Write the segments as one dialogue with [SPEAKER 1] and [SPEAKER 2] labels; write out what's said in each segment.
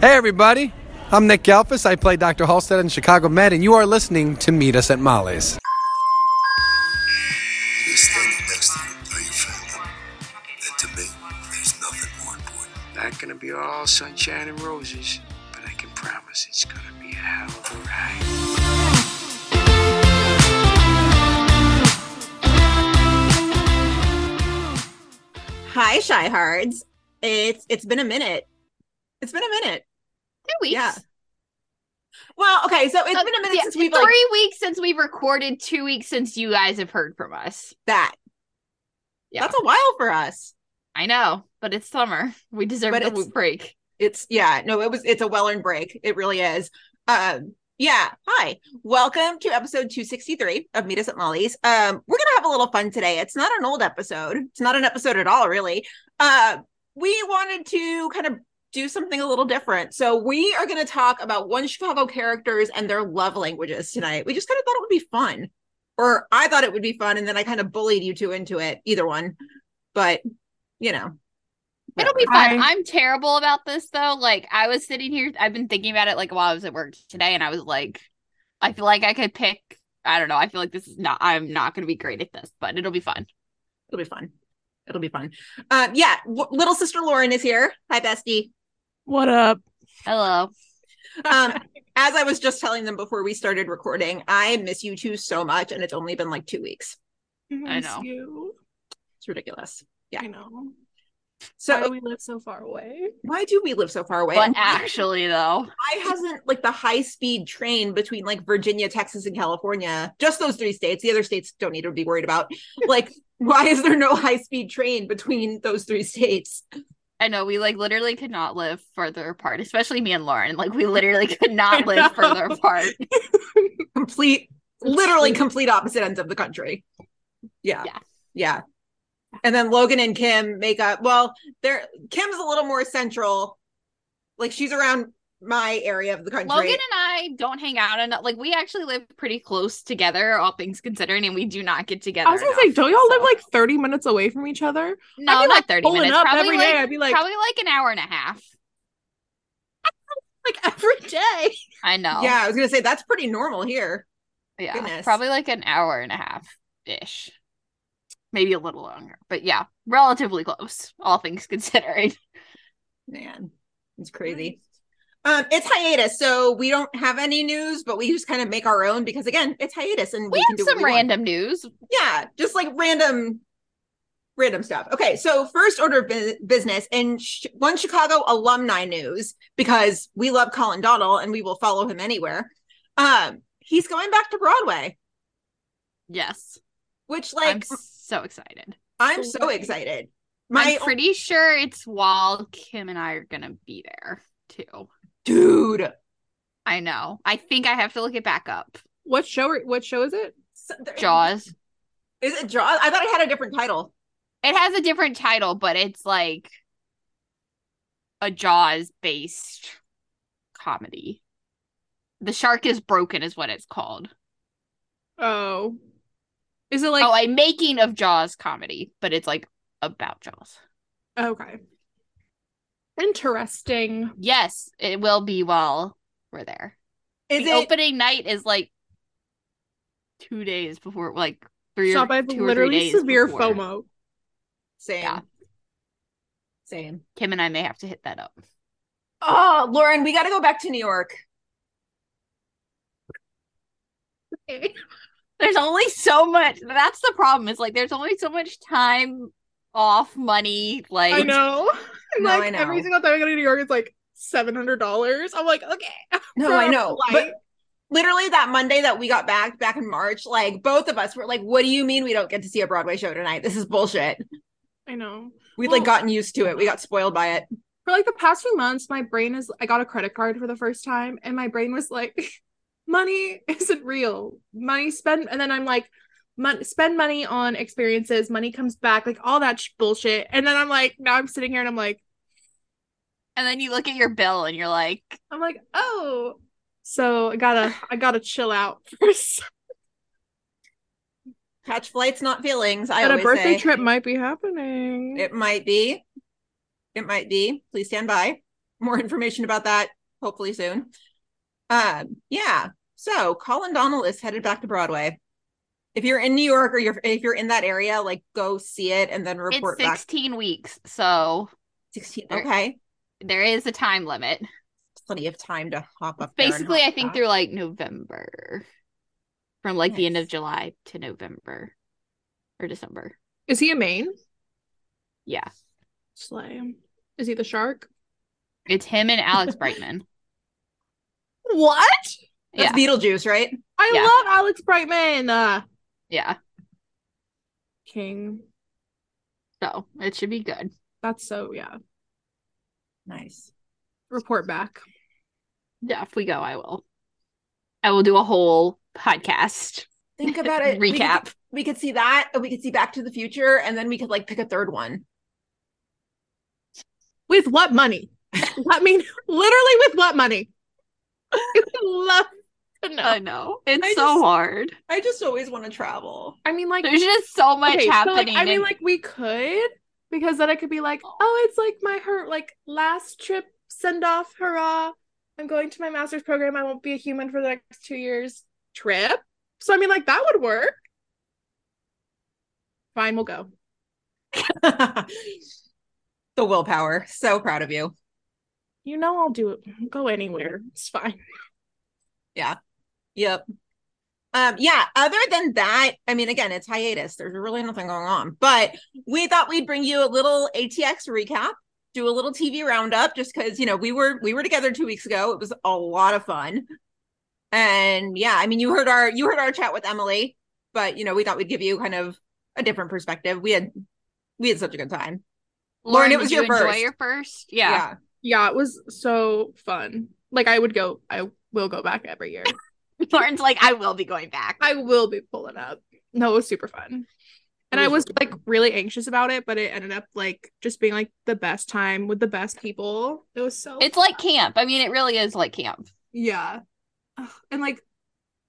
[SPEAKER 1] Hey, everybody. I'm Nick Galfus. I play Dr. Halstead in Chicago Med, and you are listening to Meet Us at Molly's.
[SPEAKER 2] It is still the best thing to your family. And to me, there's nothing more important.
[SPEAKER 3] Not gonna be all sunshine and roses, but I can promise it's gonna be a hell of a ride.
[SPEAKER 4] Hi, Shy Hards. It's it's been a minute. It's been a minute.
[SPEAKER 5] Two weeks.
[SPEAKER 4] Yeah. Well, okay, so it's
[SPEAKER 5] Uh,
[SPEAKER 4] been a minute
[SPEAKER 5] yeah,
[SPEAKER 4] since we've
[SPEAKER 5] three
[SPEAKER 4] like
[SPEAKER 5] weeks since we've recorded. Two weeks since you guys have heard from us.
[SPEAKER 4] that.
[SPEAKER 5] Yeah.
[SPEAKER 4] That's a while for us.
[SPEAKER 5] I know, but it's summer. We deserve
[SPEAKER 4] But
[SPEAKER 5] a
[SPEAKER 4] it's-
[SPEAKER 5] break.
[SPEAKER 4] It's yeah, no, it was it's a well-earned break. It really is. Um yeah. Hi. Welcome to episode 263 of Meet Us at Molly's. Um, we're gonna have a little fun today. It's not an old episode. It's not an episode at all, really. Uh, we wanted to kind of do something a little different. So we are gonna talk about one Chicago characters and their love languages tonight. We just kind of thought it would be fun. Or I thought it would be fun, and then I kind of bullied you two into it, either one. But you know.
[SPEAKER 5] It'll be
[SPEAKER 4] whatever.
[SPEAKER 5] fun. I'm terrible about this though. Like I was sitting here, I've been thinking about it like while I was at work today, and I was like, I feel like I could pick. I don't know. I feel like this is not. I'm not going to be great at this, but it'll be fun.
[SPEAKER 4] It'll be fun. It'll be fun. Um, yeah, w- little sister Lauren is here. Hi, bestie.
[SPEAKER 6] What up?
[SPEAKER 5] Hello.
[SPEAKER 4] Um, as I was just telling them before we started recording, I miss you two so much, and it's only been like two weeks.
[SPEAKER 5] miss know.
[SPEAKER 6] You.
[SPEAKER 4] It's ridiculous. Yeah.
[SPEAKER 6] I know.
[SPEAKER 4] So
[SPEAKER 6] Why do we live so far away?
[SPEAKER 4] why do we live so far away?
[SPEAKER 5] But
[SPEAKER 4] And
[SPEAKER 5] actually, though,
[SPEAKER 4] why hasn't like the high speed train between like Virginia, Texas, and California? Just those three states. The other states don't need to be worried about. Like, why is there no high speed train between those three states?
[SPEAKER 5] I know we like literally could not live further apart, especially me and Lauren. Like we literally could not live further
[SPEAKER 6] know.
[SPEAKER 5] apart.
[SPEAKER 4] Complete literally
[SPEAKER 6] true.
[SPEAKER 4] complete opposite ends of the country. Yeah.
[SPEAKER 5] Yeah.
[SPEAKER 4] Yeah. And then Logan and Kim make up. Well, they're Kim's a little more central. Like she's around my area of the country.
[SPEAKER 5] Logan and I don't hang out enough. Like we actually live pretty close together, all things considering, and we do not get together.
[SPEAKER 6] I was gonna say,
[SPEAKER 5] enough,
[SPEAKER 6] don't y'all live
[SPEAKER 5] so-
[SPEAKER 6] like 30 minutes away from each other?
[SPEAKER 5] no,
[SPEAKER 6] I'd
[SPEAKER 5] not
[SPEAKER 6] be, like,
[SPEAKER 5] thirty
[SPEAKER 6] pulling
[SPEAKER 5] minutes.
[SPEAKER 6] up
[SPEAKER 5] Probably
[SPEAKER 6] every
[SPEAKER 5] like
[SPEAKER 6] day. I'd be like,
[SPEAKER 5] probably like an hour and a half.
[SPEAKER 6] like every day.
[SPEAKER 5] I know.
[SPEAKER 4] Yeah, I was gonna say that's pretty normal here.
[SPEAKER 5] yeah.
[SPEAKER 4] goodness.
[SPEAKER 5] Probably like an hour and a half ish, maybe a little longer. But yeah, relatively close, all things considering.
[SPEAKER 4] Man, it's crazy. Um, it's hiatus, so we don't have any news, but we just kind of make our own because again, it's hiatus and we,
[SPEAKER 5] We
[SPEAKER 4] can do
[SPEAKER 5] have
[SPEAKER 4] what
[SPEAKER 5] some
[SPEAKER 4] we want.
[SPEAKER 5] random news.
[SPEAKER 4] yeah just like random random stuff okay so first order of bu- business and sh- one chicago alumni news because we love colin donnell and we will follow him anywhere um he's going back to broadway
[SPEAKER 5] Yes.
[SPEAKER 4] which like
[SPEAKER 5] I'm so excited.
[SPEAKER 4] i'm, so
[SPEAKER 6] sorry.
[SPEAKER 4] excited my
[SPEAKER 5] I'm pretty sure it's while Kim and I are gonna be there too.
[SPEAKER 4] dude
[SPEAKER 5] I know. I think I have to look it back up.
[SPEAKER 6] What show are- what show is it?
[SPEAKER 4] So there-
[SPEAKER 5] Jaws.
[SPEAKER 4] is it jaws i thought it had a different title
[SPEAKER 5] It has a different title, but it's like a Jaws based comedy. The Shark is Broken is what it's called.
[SPEAKER 6] Oh. Is it like
[SPEAKER 5] oh, a making of Jaws comedy, but it's like about Jaws.
[SPEAKER 6] okay. Interesting.
[SPEAKER 5] Yes, it will be while we're there.
[SPEAKER 4] is
[SPEAKER 5] the
[SPEAKER 4] it
[SPEAKER 5] opening night is like two days before, like three
[SPEAKER 6] Stop,
[SPEAKER 5] or
[SPEAKER 6] I have
[SPEAKER 5] two or three
[SPEAKER 6] literally
[SPEAKER 5] days
[SPEAKER 6] severe
[SPEAKER 5] before.
[SPEAKER 6] FOMO.
[SPEAKER 4] same
[SPEAKER 5] Yeah.
[SPEAKER 4] same
[SPEAKER 5] Kim and I may have to hit that up.
[SPEAKER 4] oh lauren we got to go back to new york
[SPEAKER 5] There's only so much. That's the problem. Is like there's only so much time off, money. Like
[SPEAKER 6] I know.
[SPEAKER 4] No,
[SPEAKER 6] like
[SPEAKER 4] I know.
[SPEAKER 6] every single time I go to New York, it's like seven hundred dollars. I'm like, okay.
[SPEAKER 4] no
[SPEAKER 6] for
[SPEAKER 4] i
[SPEAKER 6] a
[SPEAKER 4] know but
[SPEAKER 6] flight.
[SPEAKER 4] literally that Monday that we got back back in March, like both of us were like, "What do you mean we don't get to see a Broadway show tonight? This is bullshit."
[SPEAKER 6] I know.
[SPEAKER 4] We'd like
[SPEAKER 6] Well-
[SPEAKER 4] gotten used to it. We got spoiled by it.
[SPEAKER 6] for like the past few months, my brain is I got a credit card for the first time, and my brain was like, money isn't real. Money spend, and then I'm like, mon- spend money on experiences. Money comes back, like all that sh- bullshit. And then I'm like, now I'm sitting here and I'm like,
[SPEAKER 5] and then you look at your bill and you're like,
[SPEAKER 6] I'm like, oh, so I gotta I gotta chill out first.
[SPEAKER 4] Catch flights, not feelings. I
[SPEAKER 6] But a
[SPEAKER 4] always
[SPEAKER 6] birthday
[SPEAKER 4] say.
[SPEAKER 6] trip might be happening.
[SPEAKER 4] It might be. It might be. Please stand by. more information about that hopefully soon. Um, yeah. So Colin Donnell is headed back to Broadway. If you're in New York or you're if you're in that area, like go see it and then report
[SPEAKER 5] it's
[SPEAKER 4] back.
[SPEAKER 5] 16 weeks, so
[SPEAKER 4] 16.
[SPEAKER 5] There-
[SPEAKER 4] Okay.
[SPEAKER 5] there is a time limit.
[SPEAKER 4] Plenty of time to hop up. there and
[SPEAKER 5] Basically,
[SPEAKER 4] hop
[SPEAKER 5] I think
[SPEAKER 4] back.
[SPEAKER 5] through like November, from like the end of
[SPEAKER 4] Nice.
[SPEAKER 5] July to November or December.
[SPEAKER 6] Is he a main?
[SPEAKER 5] Yeah,
[SPEAKER 6] Slay. Is he the shark?
[SPEAKER 5] it's him and Alex Brightman.
[SPEAKER 6] What?
[SPEAKER 5] yeah,
[SPEAKER 4] that's Beetlejuice, right?
[SPEAKER 6] I
[SPEAKER 5] Yeah.
[SPEAKER 6] love Alex Brightman. Uh,
[SPEAKER 5] yeah.
[SPEAKER 6] King.
[SPEAKER 5] So it should be good.
[SPEAKER 6] That's so yeah.
[SPEAKER 4] Nice.
[SPEAKER 6] Report back.
[SPEAKER 5] Yeah, if we go, I will. I will do a whole podcast
[SPEAKER 4] Think about it. We could-
[SPEAKER 5] recap.
[SPEAKER 4] we could see that and we could see back to the future and then we could like pick a third one
[SPEAKER 6] With what money? Let me literally with what money? I would love to know.
[SPEAKER 5] I know it's
[SPEAKER 4] I
[SPEAKER 5] so
[SPEAKER 4] just-
[SPEAKER 5] hard.
[SPEAKER 4] i just always want to travel
[SPEAKER 6] I mean, like
[SPEAKER 5] There's just so much
[SPEAKER 6] Okay, so, like,
[SPEAKER 5] happening.
[SPEAKER 6] I mean,
[SPEAKER 5] and-
[SPEAKER 6] like we could because then I could be like, oh, it's like my her like last trip send off, hurrah! I'm going to my master's program. I won't be a human for the next two years. Trip. So I mean, like that would work. Fine, we'll go.
[SPEAKER 4] the willpower so proud of you
[SPEAKER 6] You know, I'll do it. Go anywhere. It's fine.
[SPEAKER 4] yep um yeah other than that i mean again it's hiatus there's really nothing going on but we thought we'd bring you a little atx recap do a little tv roundup just because you know we were we were together two weeks ago it was a lot of fun and yeah i mean you heard our you heard our chat with emily but you know we thought we'd give you kind of a different perspective we had we had such a good time Lauren, it
[SPEAKER 5] did
[SPEAKER 4] was
[SPEAKER 5] you
[SPEAKER 4] your
[SPEAKER 5] enjoy
[SPEAKER 4] first.
[SPEAKER 5] your first. Yeah.
[SPEAKER 6] Yeah, it was so fun. Like I would go. I will go back every year.
[SPEAKER 5] Lauren's like, I will be going back.
[SPEAKER 6] I will be pulling up. No, it was super fun. And I was like really anxious about it, but it ended up like just being like the best time with the best people. It was so
[SPEAKER 5] It's like camp. I mean, it really is like camp.
[SPEAKER 6] yeah. Ugh, And like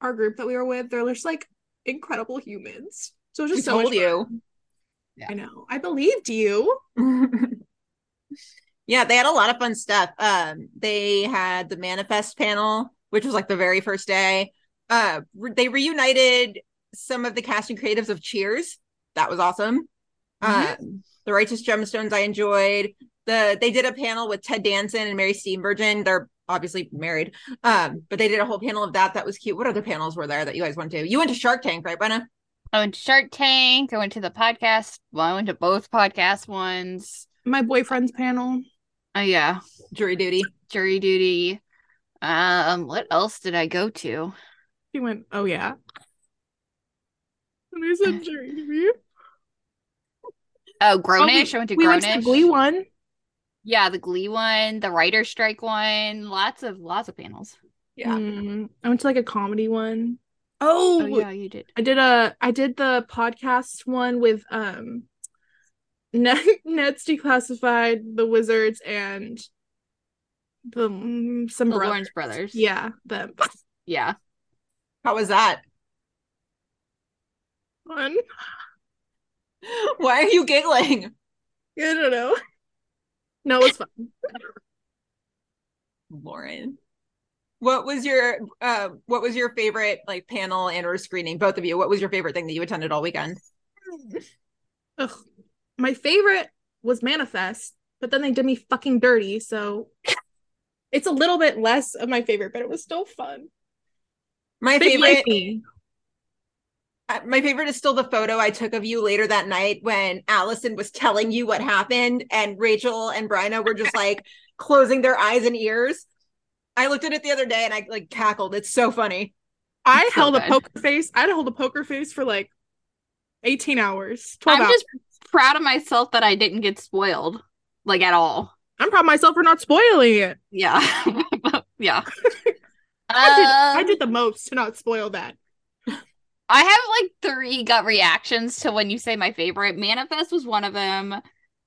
[SPEAKER 6] our group that we were with, they're just like incredible humans. So it was
[SPEAKER 4] We
[SPEAKER 6] just so much
[SPEAKER 4] told you.
[SPEAKER 6] fun.
[SPEAKER 5] Yeah.
[SPEAKER 6] I know. I believed you.
[SPEAKER 4] yeah, they had a lot of fun stuff. Um, they had the manifest panel, which was like the very first day. Uh, re- they reunited some of the cast and creatives of Cheers. That was awesome. Um, the Righteous Gemstones I enjoyed. The they did a panel with Ted Danson and Mary Steenburgen. They're obviously married, um, but they did a whole panel of that. That was cute. What other panels were there that you guys went to? You went to Shark Tank, right, Brenna?
[SPEAKER 5] I went to Shark Tank. I went to the podcast. Well, I went to both podcast ones.
[SPEAKER 6] My boyfriend's panel.
[SPEAKER 5] Oh yeah,
[SPEAKER 4] Jury duty.
[SPEAKER 5] jury duty. Um, what else did I go to?
[SPEAKER 6] She went, Oh yeah. And I said "Jerry, you?"
[SPEAKER 5] Oh,
[SPEAKER 6] Oh, we-
[SPEAKER 5] Grownish. I went to
[SPEAKER 6] we went to the
[SPEAKER 5] Grownish.
[SPEAKER 6] Glee one.
[SPEAKER 5] Yeah, the Glee one, the writer strike one. Lots of lots of panels.
[SPEAKER 4] Yeah.
[SPEAKER 6] Mm, I went to like a comedy one.
[SPEAKER 5] Oh yeah, you did.
[SPEAKER 6] I did a I did the podcast one with um Ned, Ned's declassified the wizards and the mm, some
[SPEAKER 5] The
[SPEAKER 6] brothers.
[SPEAKER 5] Lawrence brothers.
[SPEAKER 6] Yeah, them
[SPEAKER 5] Yeah.
[SPEAKER 4] How was that?
[SPEAKER 6] one.
[SPEAKER 4] Why are you giggling?
[SPEAKER 6] I don't know. No, it was fun.
[SPEAKER 4] Lauren. What was your uh, what was your favorite like panel and or screening? Both of you, what was your favorite thing that you attended all weekend?
[SPEAKER 6] Ugh. My favorite was Manifest, but then they did me fucking dirty, so it's a little bit less of my favorite, but it was still fun.
[SPEAKER 4] My
[SPEAKER 6] They
[SPEAKER 4] favorite,
[SPEAKER 6] like me.
[SPEAKER 4] uh, my favorite is still the photo I took of you later that night when Allison was telling you what happened, and Rachel and Bryna were just like closing their eyes and ears. I looked at it the other day and I like cackled. It's so funny.
[SPEAKER 6] I
[SPEAKER 5] so
[SPEAKER 6] held a
[SPEAKER 5] good.
[SPEAKER 6] poker face. I had to hold a poker face for like 18 hours, 12
[SPEAKER 5] I'm
[SPEAKER 6] hours.
[SPEAKER 5] just proud of myself that I didn't get spoiled, like at all.
[SPEAKER 6] I'm proud of myself for not spoiling it.
[SPEAKER 5] Yeah. yeah.
[SPEAKER 6] I did, I
[SPEAKER 5] Um,
[SPEAKER 6] did the most to not spoil that.
[SPEAKER 5] I have like three gut reactions to when you say my favorite. Manifest was one of them.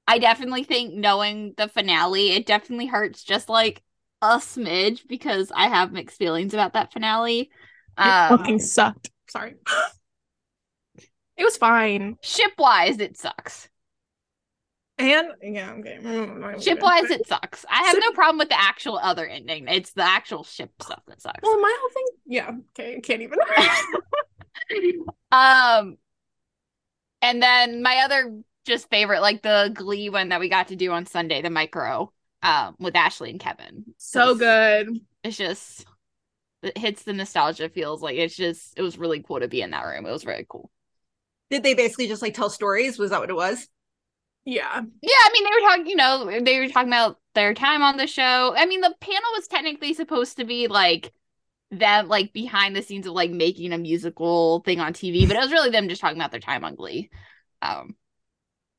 [SPEAKER 5] I definitely think knowing the finale, it definitely hurts just like a smidge because I have mixed feelings about that finale. Um,
[SPEAKER 6] fucking sucked. Sorry. It was fine.
[SPEAKER 5] ship wise, it sucks.
[SPEAKER 6] And yeah, okay. Mm,
[SPEAKER 5] Ship wise, it sucks. I have no problem with the actual other ending. It's the actual ship stuff that sucks.
[SPEAKER 6] Well, Oh, my whole thing. Yeah. Okay. Can't even.
[SPEAKER 5] um, and then my other just favorite, like the Glee one that we got to do on Sunday, the micro, um, with Ashley and Kevin.
[SPEAKER 6] so good.
[SPEAKER 5] It's just it hits the nostalgia feels like it's just it was really cool to be in that room. It was really cool.
[SPEAKER 4] Did they basically just like tell stories? Was that what it was?
[SPEAKER 6] Yeah.
[SPEAKER 5] Yeah, I mean they were talking, you know, they were talking about their time on the show. I mean the panel was technically supposed to be like them like behind the scenes of like making a musical thing on TV, but it was really them just talking about their time on Glee. Um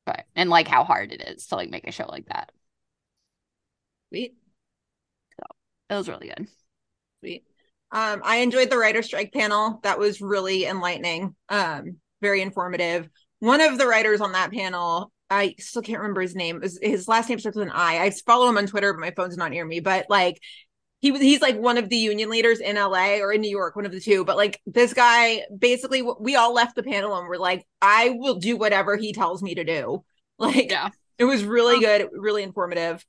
[SPEAKER 5] but and like how hard it is to like make a show like that.
[SPEAKER 4] Sweet.
[SPEAKER 5] It was really good.
[SPEAKER 4] Sweet. Um, I enjoyed the writer strike panel. That was really enlightening. Um, very informative. One of the writers on that panel, I still can't remember his name. It was- His last name starts with an I. I follow him on Twitter, but my phone's not near me. But like, he was he's like one of the union leaders in LA or in New York, one of the two. But like, this guy basically, we all left the panel and we're like, I will do whatever he tells me to do. Like,
[SPEAKER 5] Yeah. Um,
[SPEAKER 4] it was really good, really informative.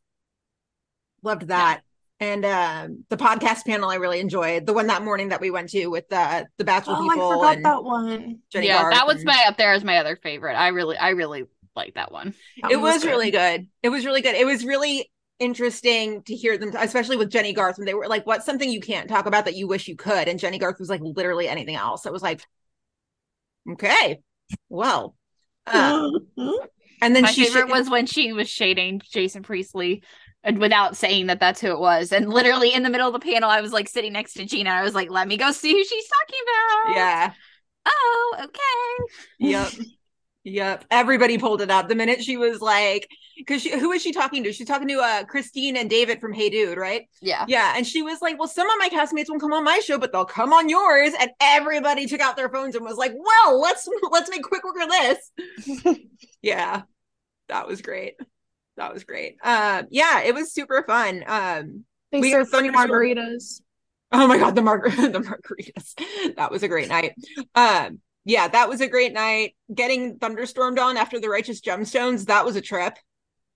[SPEAKER 4] Loved that. And um the podcast panel I really enjoyed. The one that morning that we went to with the the Bachelor
[SPEAKER 6] Oh,
[SPEAKER 4] people and
[SPEAKER 6] one.
[SPEAKER 4] Jenny
[SPEAKER 5] yeah,
[SPEAKER 4] Garth
[SPEAKER 5] that was
[SPEAKER 4] and-
[SPEAKER 5] my up there as my other favorite. I really I really like that one.
[SPEAKER 6] That
[SPEAKER 4] it
[SPEAKER 6] one
[SPEAKER 4] was,
[SPEAKER 6] good.
[SPEAKER 4] really good. It was really good. It was really interesting to hear them, especially with Jenny Garth, when they were like, What's something you can't talk about that you wish you could? And Jenny Garth was like literally anything else. It was like, Okay, well. Uh, and then
[SPEAKER 5] my
[SPEAKER 4] she
[SPEAKER 5] favorite
[SPEAKER 4] sh-
[SPEAKER 5] was when she was shading Jason Priestley and without saying that that's who it was. And literally in the middle of the panel, I was like sitting next to Gina. I was like, let me go see who she's talking about.
[SPEAKER 4] Yeah.
[SPEAKER 5] Oh, okay.
[SPEAKER 4] Yep. Yep. Everybody pulled it up the minute she was like, because she, who is she talking to? She's talking to uh, Christine and David from Hey Dude, right?
[SPEAKER 5] Yeah.
[SPEAKER 4] Yeah. And she was like, well, some of my castmates won't come on my show, but they'll come on yours. And everybody took out their phones and was like, well, let's let's make quick work of this. yeah. That was great. That was great. Um, yeah, it was super fun. Um,
[SPEAKER 6] They
[SPEAKER 4] We
[SPEAKER 6] serve
[SPEAKER 4] served
[SPEAKER 6] free
[SPEAKER 4] wonderful-
[SPEAKER 6] margaritas.
[SPEAKER 4] Oh my god, the mar- the margaritas. That was a great night. Um, yeah, that was a great night. Getting thunderstormed on after the righteous gemstones, that was a trip.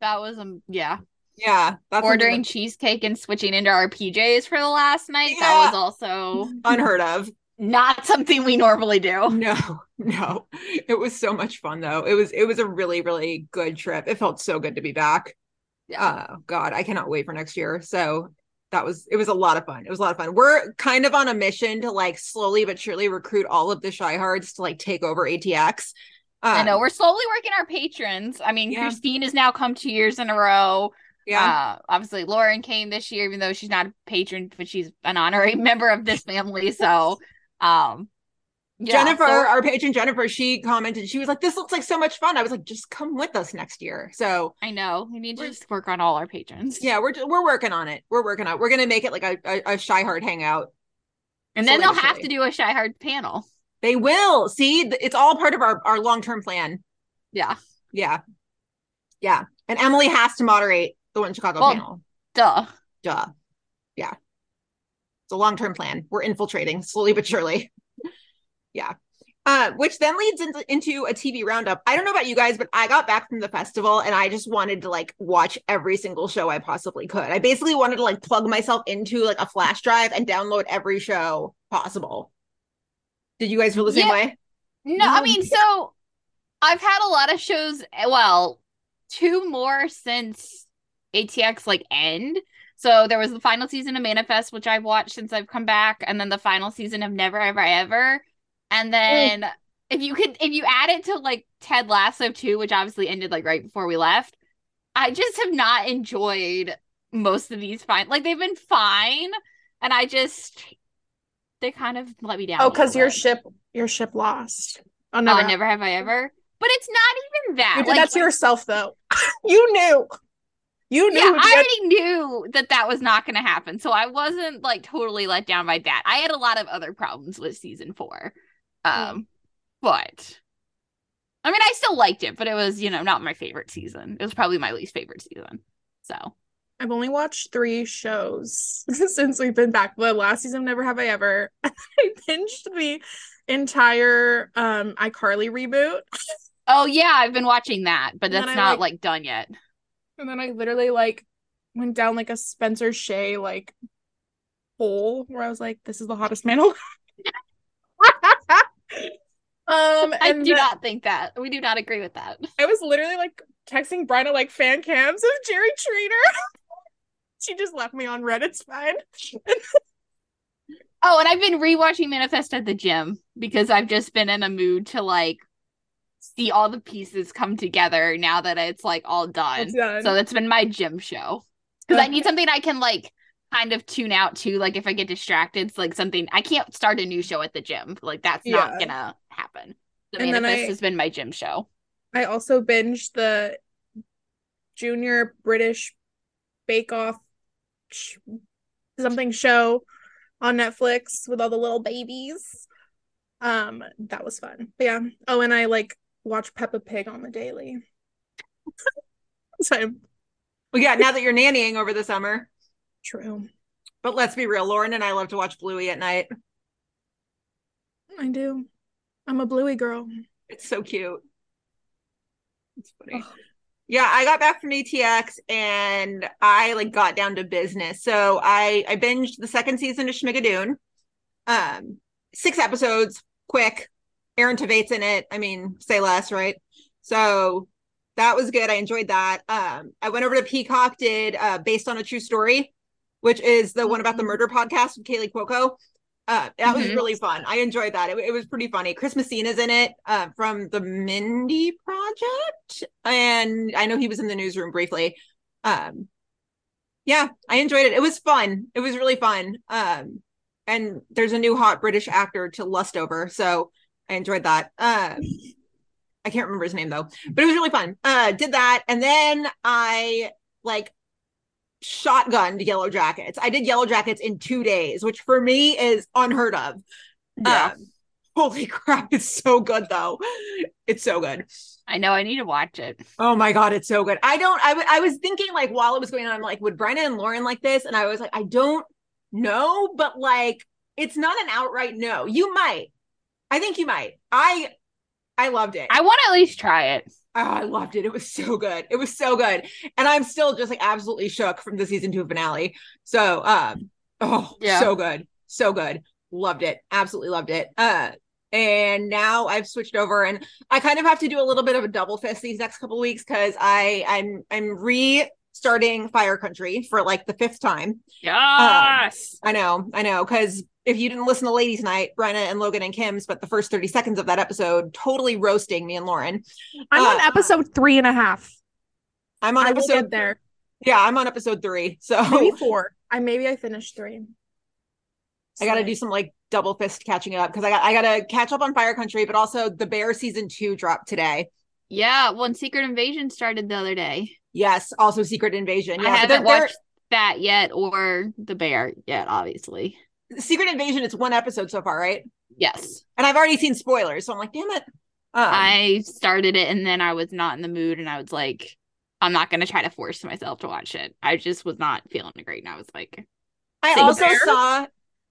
[SPEAKER 5] That was um yeah.
[SPEAKER 4] Yeah, that's
[SPEAKER 5] Ordering cheesecake and switching into our PJs for the last night.
[SPEAKER 4] Yeah.
[SPEAKER 5] That was also
[SPEAKER 4] unheard of.
[SPEAKER 5] not something we normally do.
[SPEAKER 4] No, no. It was so much fun though. It was it was a really really good trip. It felt so good to be back. Oh god, I cannot wait for next year. So that was it was a lot of fun. It was a lot of fun. We're kind of on a mission to like slowly but surely recruit all of the Shyhards to like take over ATX. Um,
[SPEAKER 5] I know we're slowly working our patrons. I mean,
[SPEAKER 4] Yeah.
[SPEAKER 5] Christine has now come two years in a row.
[SPEAKER 4] Yeah.
[SPEAKER 5] Uh, obviously, Lauren came this year, even though she's not a patron, but she's an honorary member of this family. So, um, yeah,
[SPEAKER 4] Jennifer, uh,
[SPEAKER 5] so-
[SPEAKER 4] our patron Jennifer, she commented, she was like, This looks like so much fun. I was like, Just come with us next year. So,
[SPEAKER 5] I know we need to
[SPEAKER 4] We're-
[SPEAKER 5] just work on all our patrons.
[SPEAKER 4] yeah, we're we're working on it. We're working on it. We're going to make it like a, a, a Shy Heart hangout.
[SPEAKER 5] and then they'll
[SPEAKER 4] slowly but
[SPEAKER 5] have to
[SPEAKER 4] surely.
[SPEAKER 5] do a shy hard panel.
[SPEAKER 4] They will. See, Th- it's all part of our, our long term plan.
[SPEAKER 5] Yeah,
[SPEAKER 4] Yeah. Yeah. And Emily has to moderate the one Chicago
[SPEAKER 5] Well-
[SPEAKER 4] panel.
[SPEAKER 5] duh.
[SPEAKER 4] Duh. Yeah. It's a long term plan. We're infiltrating slowly but surely. yeah. Uh, which then leads into, into a TV roundup. I don't know about you guys, but I got back from the festival and I just wanted to like watch every single show I possibly could. I basically wanted to like plug myself into like a flash drive and download every show possible. Did you guys feel the same
[SPEAKER 5] Yeah.
[SPEAKER 4] way?
[SPEAKER 5] No, I
[SPEAKER 4] No.
[SPEAKER 5] mean, so I've had a lot of shows. Well, two more since ATX like end. So there was the final season of Manifest, which I've watched since I've come back, and then the final season of Never Ever Ever, and then if you could, if you add it to like Ted Lasso too, which obviously ended like right before we left, I just have not enjoyed most of these. Fine, like they've been fine, and I just they kind of let me down. a
[SPEAKER 6] Oh,
[SPEAKER 5] little
[SPEAKER 6] because your
[SPEAKER 5] bit.
[SPEAKER 6] ship, your ship lost. Oh
[SPEAKER 5] No,
[SPEAKER 6] no,
[SPEAKER 5] I never have I ever. But it's not even that.
[SPEAKER 6] You did
[SPEAKER 5] like,
[SPEAKER 6] that to yourself though. you knew. You knew.
[SPEAKER 5] yeah,
[SPEAKER 6] at the end-
[SPEAKER 5] I already knew that that was not going to happen, so I wasn't like totally let down by that. I had a lot of other problems with season four,
[SPEAKER 6] Hmm.
[SPEAKER 5] um, but I mean, I still liked it, but it was you know not my favorite season. It was probably my least favorite season. So
[SPEAKER 6] I've only watched three shows since we've been back. The last season of Never Have I Ever. I binged the entire um iCarly reboot.
[SPEAKER 5] Oh yeah, I've been watching that, but
[SPEAKER 6] And then
[SPEAKER 5] that's
[SPEAKER 6] I,
[SPEAKER 5] not
[SPEAKER 6] like-
[SPEAKER 5] like done yet.
[SPEAKER 6] And then I literally like went down like a Spencer Shea like hole where I was like, this is the hottest man alive. um
[SPEAKER 5] I
[SPEAKER 6] and
[SPEAKER 5] do
[SPEAKER 6] then
[SPEAKER 5] not think that. We do not agree with that.
[SPEAKER 6] I was literally like texting Bryna like fan cams of Jerry Trainer. she just left me on Reddit's fine.
[SPEAKER 5] Oh, and I've been rewatching Manifest at the gym because I've just been in a mood to like see all the pieces come together now that it's like all done.
[SPEAKER 6] It's done.
[SPEAKER 5] So that's been my gym show. Because I need something I can like kind of tune out to. Like if I get distracted, it's like something I can't start a new show at the gym. Like that's
[SPEAKER 6] Yeah.
[SPEAKER 5] not gonna happen. The
[SPEAKER 6] And then
[SPEAKER 5] manifest
[SPEAKER 6] I-
[SPEAKER 5] has been my gym show.
[SPEAKER 6] I also binged the Junior British Bake Off sh- something show on Netflix with all the little babies. Um, that was fun. But yeah. Oh, and I like watch Peppa Pig on the daily. so I'm-
[SPEAKER 4] Well, yeah, now that you're nannying over the summer.
[SPEAKER 6] true.
[SPEAKER 4] But let's be real, Lauren and I love to watch Bluey at night.
[SPEAKER 6] I do. I'm a bluey girl.
[SPEAKER 4] It's so cute. It's funny.
[SPEAKER 6] Ugh.
[SPEAKER 4] Yeah, I got back from ATX and I like got down to business. So I I binged the second season of Schmigadoon. Um, six episodes, quick. Aaron Tveit in it. I mean, say less, right? So that was good. I enjoyed that. Um, I went over to Peacock, did uh based on a true story, which is the one about the
[SPEAKER 6] Mhm.
[SPEAKER 4] murder podcast with Kaylee Cuoco. Uh, that was
[SPEAKER 5] Mhm.
[SPEAKER 4] really fun. I enjoyed that. It, it was pretty funny. Chris Messina's in it uh, from the Mindy Project, and I know he was in the newsroom briefly. Um, yeah, I enjoyed it. It was fun. It was really fun. Um, and there's a new hot British actor to lust over, so I enjoyed that. Uh, I can't remember his name though, but it was really fun. Uh, did that, and then I like shotgunned Yellow Jackets. I did Yellow Jackets in two days, which for me is unheard of.
[SPEAKER 5] Yeah.
[SPEAKER 4] Um, holy crap, it's so good though. It's so good.
[SPEAKER 5] I know I need to watch it.
[SPEAKER 4] Oh my god, it's so good. I don't. I w- I was thinking like while it was going on, I'm like, would Brenna and Lauren like this? And I was like, I don't know, but like, it's not an outright no. You might. I think you might. I I loved it.
[SPEAKER 5] I want to at least try it.
[SPEAKER 4] Oh, I loved it. It was so good. It was so good. And I'm still just like absolutely shook from the season two finale. So um oh
[SPEAKER 5] Yeah.
[SPEAKER 4] so good. So good. Loved it. Absolutely loved it. Uh and now I've switched over and I kind of have to do a little bit of a double fist these next couple weeks because I I'm I'm restarting Fire Country for like the fifth time.
[SPEAKER 5] Yes.
[SPEAKER 4] I know, I know. Because if you didn't listen to Ladies Night, Brenna and Logan and Kim spent the first 30 seconds of that episode totally roasting me and Lauren.
[SPEAKER 6] I'm on
[SPEAKER 4] Uh,
[SPEAKER 6] episode three and a half.
[SPEAKER 4] I'm on
[SPEAKER 6] I will
[SPEAKER 4] episode
[SPEAKER 6] get there.
[SPEAKER 4] Yeah, I'm on episode three. Oh. So
[SPEAKER 6] Maybe four. I maybe I finished three.
[SPEAKER 4] I gotta
[SPEAKER 6] Slay.
[SPEAKER 4] do some like double fist catching up because I got I gotta catch up on Fire Country, but also the Bear season two dropped today.
[SPEAKER 5] Yeah. When Secret Invasion started the other day,
[SPEAKER 4] Yes, also Secret Invasion. Yeah,
[SPEAKER 5] I
[SPEAKER 4] but
[SPEAKER 5] haven't
[SPEAKER 4] they're- they're-
[SPEAKER 5] watched that yet or The Bear yet, obviously.
[SPEAKER 4] Secret Invasion. It's one episode so far, right?
[SPEAKER 5] Yes.
[SPEAKER 4] And I've already seen spoilers, so I'm like, damn it. Um,
[SPEAKER 5] I started it and then I was not in the mood and I was like, I'm not going to try to force myself to watch it. I just was not feeling it great. And I was like,
[SPEAKER 4] I
[SPEAKER 5] Single
[SPEAKER 4] also
[SPEAKER 5] Bear?
[SPEAKER 4] saw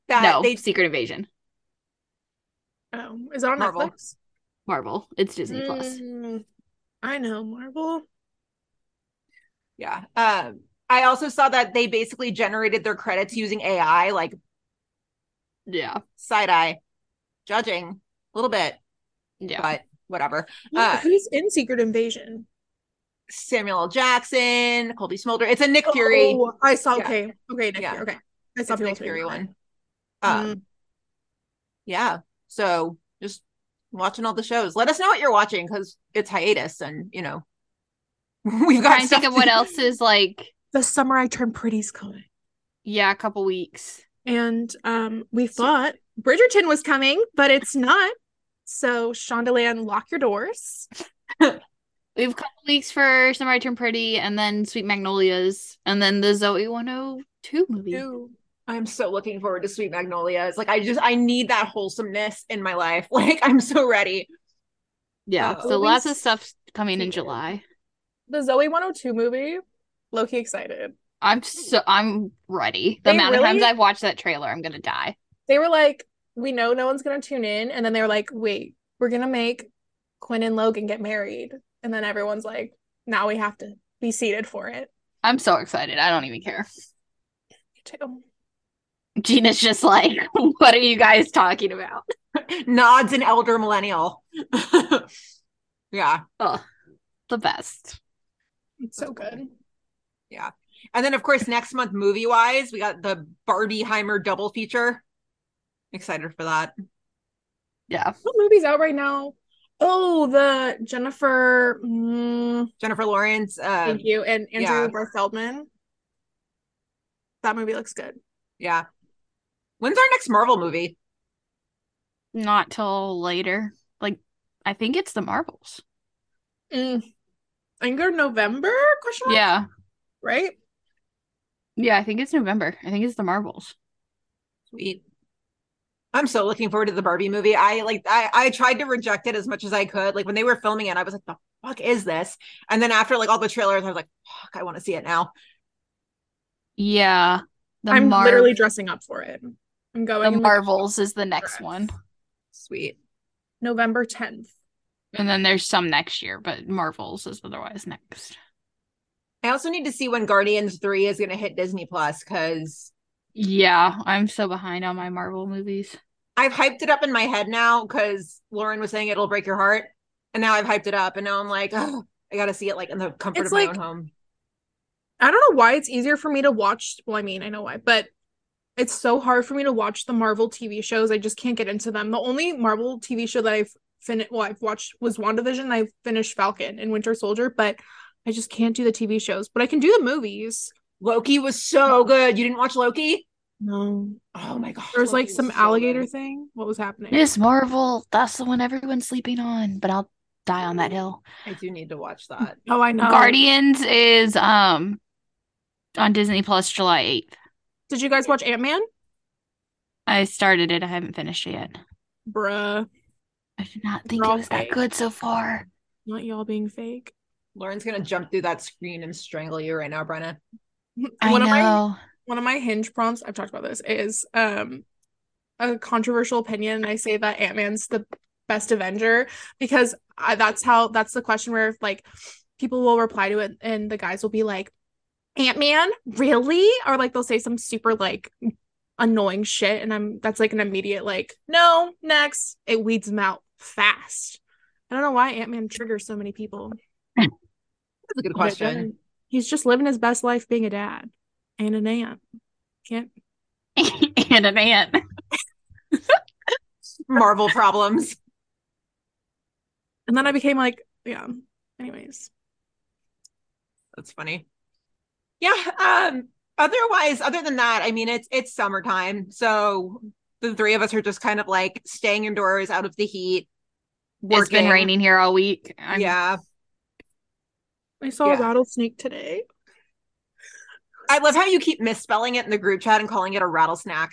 [SPEAKER 4] that
[SPEAKER 5] no,
[SPEAKER 4] they
[SPEAKER 5] Secret Invasion,
[SPEAKER 6] Oh, is it on
[SPEAKER 4] Marvel.
[SPEAKER 6] Netflix?
[SPEAKER 5] Marvel. It's Disney Plus.
[SPEAKER 6] Mm, I know Marvel.
[SPEAKER 4] yeah. Um, I also saw that they basically generated their credits using AI, like
[SPEAKER 5] Yeah.
[SPEAKER 4] side eye, judging a little bit,
[SPEAKER 5] Yeah.
[SPEAKER 4] but whatever.
[SPEAKER 6] Yeah,
[SPEAKER 4] Uh,
[SPEAKER 6] who's in Secret Invasion?
[SPEAKER 4] Samuel L. Jackson, Colby Smolder. It's a Nick Fury.
[SPEAKER 6] Oh, I saw.
[SPEAKER 4] Yeah.
[SPEAKER 6] Okay, okay, Nick
[SPEAKER 4] Yeah.
[SPEAKER 6] Fury. Okay, I saw
[SPEAKER 4] it's a Nick
[SPEAKER 6] people
[SPEAKER 4] Fury
[SPEAKER 6] tweeting about it.
[SPEAKER 4] one. Um, yeah. So just watching all the shows. Let us know what you're watching because it's hiatus, and you know, we've got
[SPEAKER 5] Trying to think
[SPEAKER 4] stuff
[SPEAKER 5] of what
[SPEAKER 4] do.
[SPEAKER 5] else is like,
[SPEAKER 6] The summer I turned pretty's coming,
[SPEAKER 5] yeah, a couple weeks.
[SPEAKER 6] and um, we thought Bridgerton was coming, but it's not. So Shondaland, lock your doors.
[SPEAKER 5] We have a couple weeks for Summer I Turn Pretty and then Sweet Magnolias and then the Zoe 102 movie.
[SPEAKER 4] I'm so looking forward to Sweet Magnolia. It's like I just I need that wholesomeness in my life. Like I'm so ready.
[SPEAKER 5] Yeah.
[SPEAKER 4] Uh,
[SPEAKER 5] so lots of
[SPEAKER 6] always
[SPEAKER 5] stuff coming in
[SPEAKER 6] secret.
[SPEAKER 5] July.
[SPEAKER 6] The Zoe 102 movie. Loki excited.
[SPEAKER 5] I'm so I'm ready. The
[SPEAKER 6] They
[SPEAKER 5] amount of times
[SPEAKER 6] really-
[SPEAKER 5] I've watched that trailer, I'm gonna die.
[SPEAKER 6] They were like, we know no one's gonna tune in, and then they were like, wait, we're gonna make Quinn and Logan get married, and then everyone's like, now we have to be seated for it.
[SPEAKER 5] I'm so excited. I don't even care.
[SPEAKER 6] Too.
[SPEAKER 5] Gina's just like, what are you guys talking about?
[SPEAKER 4] Nods an elder millennial. yeah.
[SPEAKER 5] Oh, the best.
[SPEAKER 6] It's so good.
[SPEAKER 4] And then, of course, next month, movie wise, we got the Barbieheimer double feature. Excited for that.
[SPEAKER 5] Yeah.
[SPEAKER 6] What movie's out right now? Oh, the Jennifer. mm,
[SPEAKER 4] Jennifer Lawrence. Uh,
[SPEAKER 6] thank you, and
[SPEAKER 4] yeah.
[SPEAKER 6] Andrew Barr Feldman. That movie looks good.
[SPEAKER 4] yeah. When's our next Marvel movie?
[SPEAKER 5] Not till later. Like, I think it's the Marvels.
[SPEAKER 6] I think they're Mm. November question mark.
[SPEAKER 5] Yeah.
[SPEAKER 6] Right.
[SPEAKER 5] Yeah, I think it's November. I think it's the Marvels.
[SPEAKER 4] Sweet. I'm so looking forward to the Barbie movie. I like I I tried to reject it as much as I could. Like when they were filming it, I was like, the fuck is this? And then after like all the trailers, I was like, fuck, I want to see it now.
[SPEAKER 5] Yeah. The
[SPEAKER 6] I'm
[SPEAKER 5] Mar-
[SPEAKER 6] literally dressing up for it. I'm going
[SPEAKER 5] the
[SPEAKER 6] in, like,
[SPEAKER 5] Marvels is the next
[SPEAKER 6] dress.
[SPEAKER 5] one.
[SPEAKER 4] Sweet.
[SPEAKER 6] November 10th.
[SPEAKER 5] And then there's some next year, but Marvels is otherwise next.
[SPEAKER 4] I also need to see when Guardians 3 is gonna hit Disney Plus because
[SPEAKER 5] Yeah, I'm so behind on my Marvel movies.
[SPEAKER 4] I've hyped it up in my head now because Lauren was saying it'll break your heart. And now I've hyped it up and now I'm like, oh, I gotta see it like in the comfort
[SPEAKER 6] It's
[SPEAKER 4] of my
[SPEAKER 6] like-
[SPEAKER 4] own home.
[SPEAKER 6] I don't know why it's easier for me to watch. Well, I mean, I know why, but it's so hard for me to watch the Marvel TV shows. I just can't get into them. The only Marvel TV show that I've finished, well, I've watched was WandaVision. I've finished Falcon and Winter Soldier, but I just can't do the TV shows. But I can do the movies.
[SPEAKER 4] Loki was so good. You didn't watch Loki?
[SPEAKER 6] No,
[SPEAKER 4] Oh my god.
[SPEAKER 6] there was
[SPEAKER 4] Loki
[SPEAKER 6] like some
[SPEAKER 4] so
[SPEAKER 6] alligator
[SPEAKER 4] good.
[SPEAKER 6] thing. What was happening?
[SPEAKER 5] Miss Marvel, that's the one everyone's sleeping on, but I'll die on that hill.
[SPEAKER 4] I do need to watch
[SPEAKER 5] Mm.
[SPEAKER 4] that.
[SPEAKER 6] Oh, I know.
[SPEAKER 5] Guardians is um on Disney Plus July 8th.
[SPEAKER 6] Did you guys watch Ant Man?
[SPEAKER 5] I started it. I haven't finished it yet.
[SPEAKER 6] Bruh,
[SPEAKER 5] I did not think
[SPEAKER 6] Girl
[SPEAKER 5] it was that
[SPEAKER 6] fake.
[SPEAKER 5] good so far.
[SPEAKER 6] not y'all being fake.
[SPEAKER 4] Lauren's gonna jump through that screen and strangle you right now, Brenna.
[SPEAKER 5] I
[SPEAKER 6] One of my
[SPEAKER 5] know.
[SPEAKER 6] one of my hinge prompts i've talked about this is um a controversial opinion and i say that ant-man's the best avenger because I, that's how that's the question where like people will reply to it and the guys will be like ant-man really or like they'll say some super like annoying shit and i'm that's like an immediate like no next it weeds them out fast i don't know why ant-man triggers so many people
[SPEAKER 4] That's a good question.
[SPEAKER 6] he's just living his best life being a dad and an aunt can't
[SPEAKER 5] and an ant.
[SPEAKER 4] Marvel problems.
[SPEAKER 6] And then I became like, yeah. Anyways,
[SPEAKER 4] That's funny. Yeah. Um, otherwise, other than that, I mean it's it's summertime. So the three of us are just kind of like staying indoors out of the heat.
[SPEAKER 5] It's been raining here all week. I'm-
[SPEAKER 4] yeah.
[SPEAKER 6] I saw
[SPEAKER 4] Yeah.
[SPEAKER 6] a rattlesnake today.
[SPEAKER 4] I love how you keep misspelling it in the group chat and calling it a rattlesnack.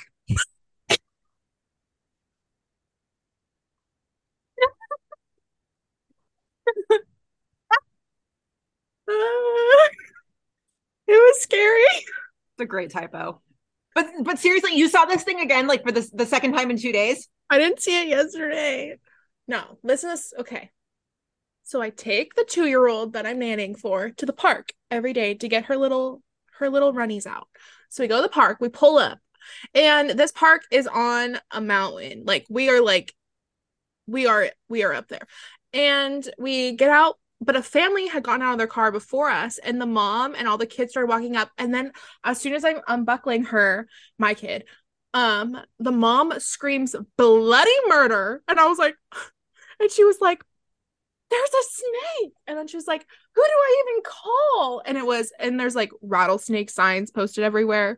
[SPEAKER 6] it Ah. was scary.
[SPEAKER 4] It's a great typo. But but seriously, you saw this thing again like for this the second time in two days?
[SPEAKER 6] I didn't see it yesterday. No, listen to this. Okay. So I take the two year old that I'm nannying for to the park every day to get her little her little runnies out. So we go to the park, we pull up, and this park is on a mountain. Like we are like we are we are up there. And we get out, but a family had gotten out of their car before us, and the mom and all the kids started walking up. And then as soon as I'm unbuckling her, my kid, um the mom screams bloody murder and i was like and she was like there's a snake and then she was like who do i even call and it was and there's like rattlesnake signs posted everywhere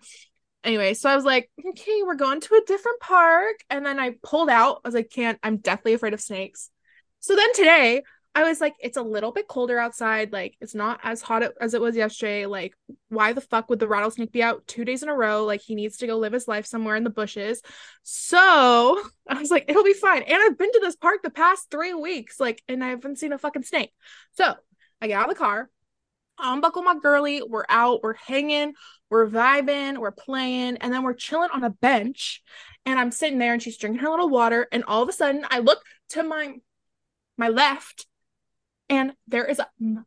[SPEAKER 6] anyway so i was like okay we're going to a different park and then i pulled out i was like can't i'm deathly afraid of snakes so then today i was like it's a little bit colder outside like it's not as hot as it was yesterday like why the fuck would the rattlesnake be out two days in a row? Like he needs to go live his life somewhere in the bushes. So I was like, it'll be fine. And I've been to this park the past three weeks, like, and I haven't seen a fucking snake. So I get out of the car, I unbuckle my girly, we're out, we're hanging, we're vibing, we're playing, and then we're chilling on a bench. And I'm sitting there and she's drinking her little water. And all of a sudden I look to my my left, and there is another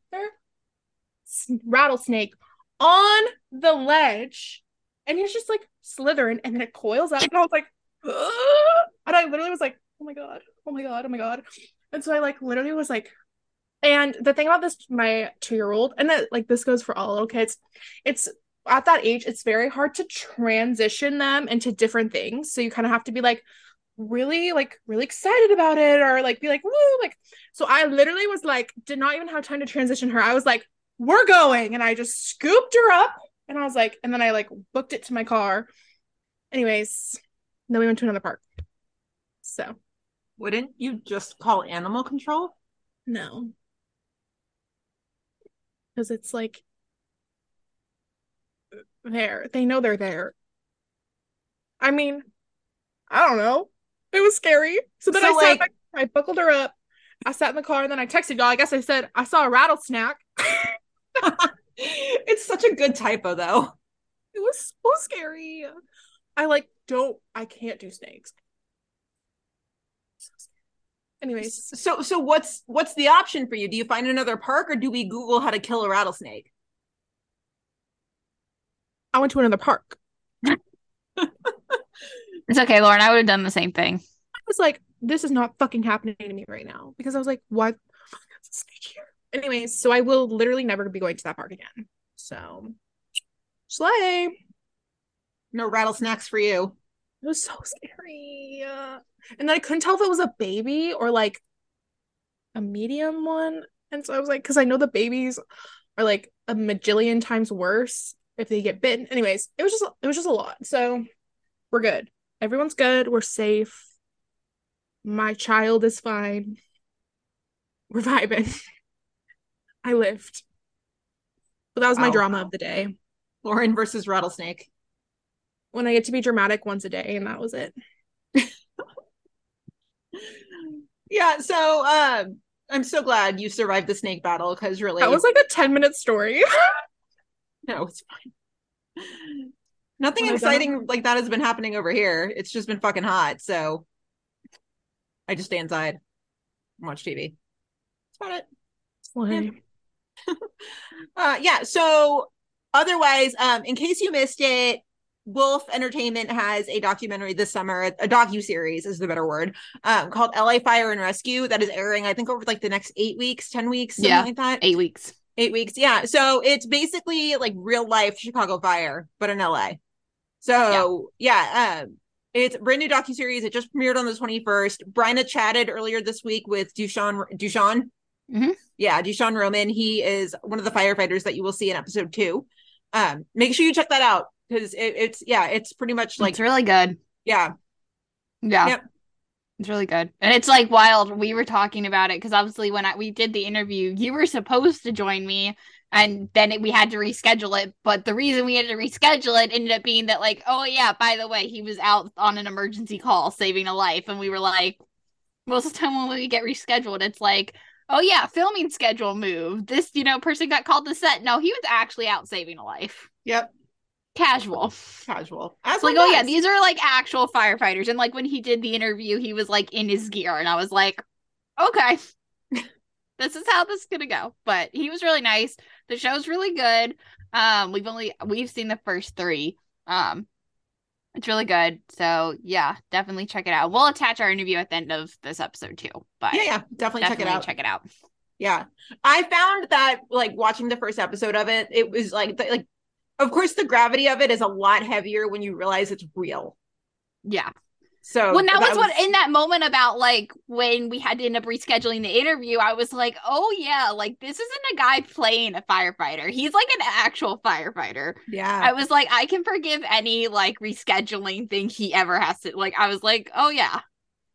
[SPEAKER 6] s- rattlesnake on the ledge, and he's just like slithering, and then it coils up, and I was like, "Ugh!" and I literally was like, oh my god, oh my god, oh my god, and so I like literally was like. And the thing about this, my two year old, and that like this goes for all little kids, it's at that age, it's very hard to transition them into different things. So you kind of have to be like really, like really excited about it or like be like, woo, like so I literally was like, did not even have time to transition her. I was like, we're going. And I just scooped her up and I was like, and then I like booked it to my car. Anyways, then we went to another park. So
[SPEAKER 4] Wouldn't you just call animal control?
[SPEAKER 6] no. Because it's like there. They know they're there. I mean, I don't know. It was scary. So then
[SPEAKER 4] So,
[SPEAKER 6] I sat
[SPEAKER 4] like-
[SPEAKER 6] back- I buckled her up. I sat in the car and then I texted y'all. I guess I said I saw a rattlesnake.
[SPEAKER 4] it's such a good typo though.
[SPEAKER 6] It was so scary. I like don't I can't do snakes. Anyways,
[SPEAKER 4] So so what's what's the option for you? Do you find another park or do we Google how to kill a rattlesnake?
[SPEAKER 6] I went to another park.
[SPEAKER 5] It's okay, Lauren. I would have done the same thing.
[SPEAKER 6] I was like, this is not fucking happening to me right now because I was like, why the fuck is a snake here? Anyways, so I will literally never be going to that park again. So, slay. It
[SPEAKER 4] No rattlesnacks for you.
[SPEAKER 6] was so scary. Uh, And then I couldn't tell if it was a baby or like a medium one. And so I was like, because I know the babies are like a majillion times worse if they get bitten. Anyways, it was just it was just a lot. So we're good. Everyone's good. We're safe. My child is fine. We're vibing. I lived. But that was my
[SPEAKER 4] Wow.
[SPEAKER 6] drama of the day.
[SPEAKER 4] Lauren versus rattlesnake.
[SPEAKER 6] When I get to be dramatic once a day, and that was it.
[SPEAKER 4] Yeah, so um I'm so glad you survived the snake battle because really
[SPEAKER 6] That was like a 10 minute story.
[SPEAKER 4] no, it's fine. Nothing
[SPEAKER 6] Wanna go?
[SPEAKER 4] exciting like that has been happening over here. It's just been fucking hot, so I just stay inside, and watch TV. That's about it.
[SPEAKER 6] Slay.
[SPEAKER 4] Uh, yeah. So, otherwise, um, in case you missed it, Wolf Entertainment has a documentary this summer, a docu series is the better word, um, called "LA Fire and Rescue" that is airing, I think, over like the next eight weeks, ten weeks, something
[SPEAKER 5] Yeah.
[SPEAKER 4] like that.
[SPEAKER 5] Eight weeks.
[SPEAKER 4] Eight weeks, yeah. So it's basically like real life Chicago Fire, but in LA. So yeah, um, it's a brand new docu series. It just premiered on the twenty first. Bryna chatted earlier this week with Dushan Dushan.
[SPEAKER 5] Mhm.
[SPEAKER 4] Yeah, Dushan Roman. He is one of the firefighters that you will see in episode two. Um, make sure you check that out because it, it's yeah, it's pretty much like
[SPEAKER 5] it's really good.
[SPEAKER 4] yeah,
[SPEAKER 5] Yeah.
[SPEAKER 4] Yep.
[SPEAKER 5] It's really good. And it's like wild. We were talking about it because obviously when I, we did the interview, you were supposed to join me and then it, we had to reschedule it. But the reason we had to reschedule it ended up being that like, oh yeah, by the way, he was out on an emergency call saving a life. And we were like, most of the time when we get rescheduled, it's like, oh yeah, filming schedule move. This, you know, person got called to set. No, he was actually out saving a life.
[SPEAKER 4] Yep.
[SPEAKER 5] Casual.
[SPEAKER 4] casual. As
[SPEAKER 5] It's like,
[SPEAKER 4] one
[SPEAKER 5] oh yeah,
[SPEAKER 4] does.
[SPEAKER 5] these are like actual firefighters. And like when he did the interview, he was like in his gear, and I was like, okay, this is how this is gonna go. But he was really nice. The show's really good. Um, we've only we've seen the first three. Um, it's really good. So yeah, definitely check it out. We'll attach our interview at the end of this episode too. But
[SPEAKER 4] yeah, yeah, definitely, check it out.
[SPEAKER 5] Check it out.
[SPEAKER 4] Yeah. I found that like watching the first episode of it, it was like the, like of course the gravity of it is a lot heavier when you realize it's real.
[SPEAKER 5] Yeah.
[SPEAKER 4] So
[SPEAKER 5] when Oh, that, was, what in that moment about like when we had to end up rescheduling the interview i was like oh yeah like this isn't a guy playing a firefighter he's like an actual firefighter
[SPEAKER 4] yeah.
[SPEAKER 5] i was like i can forgive any like rescheduling thing he ever has to like i was like oh yeah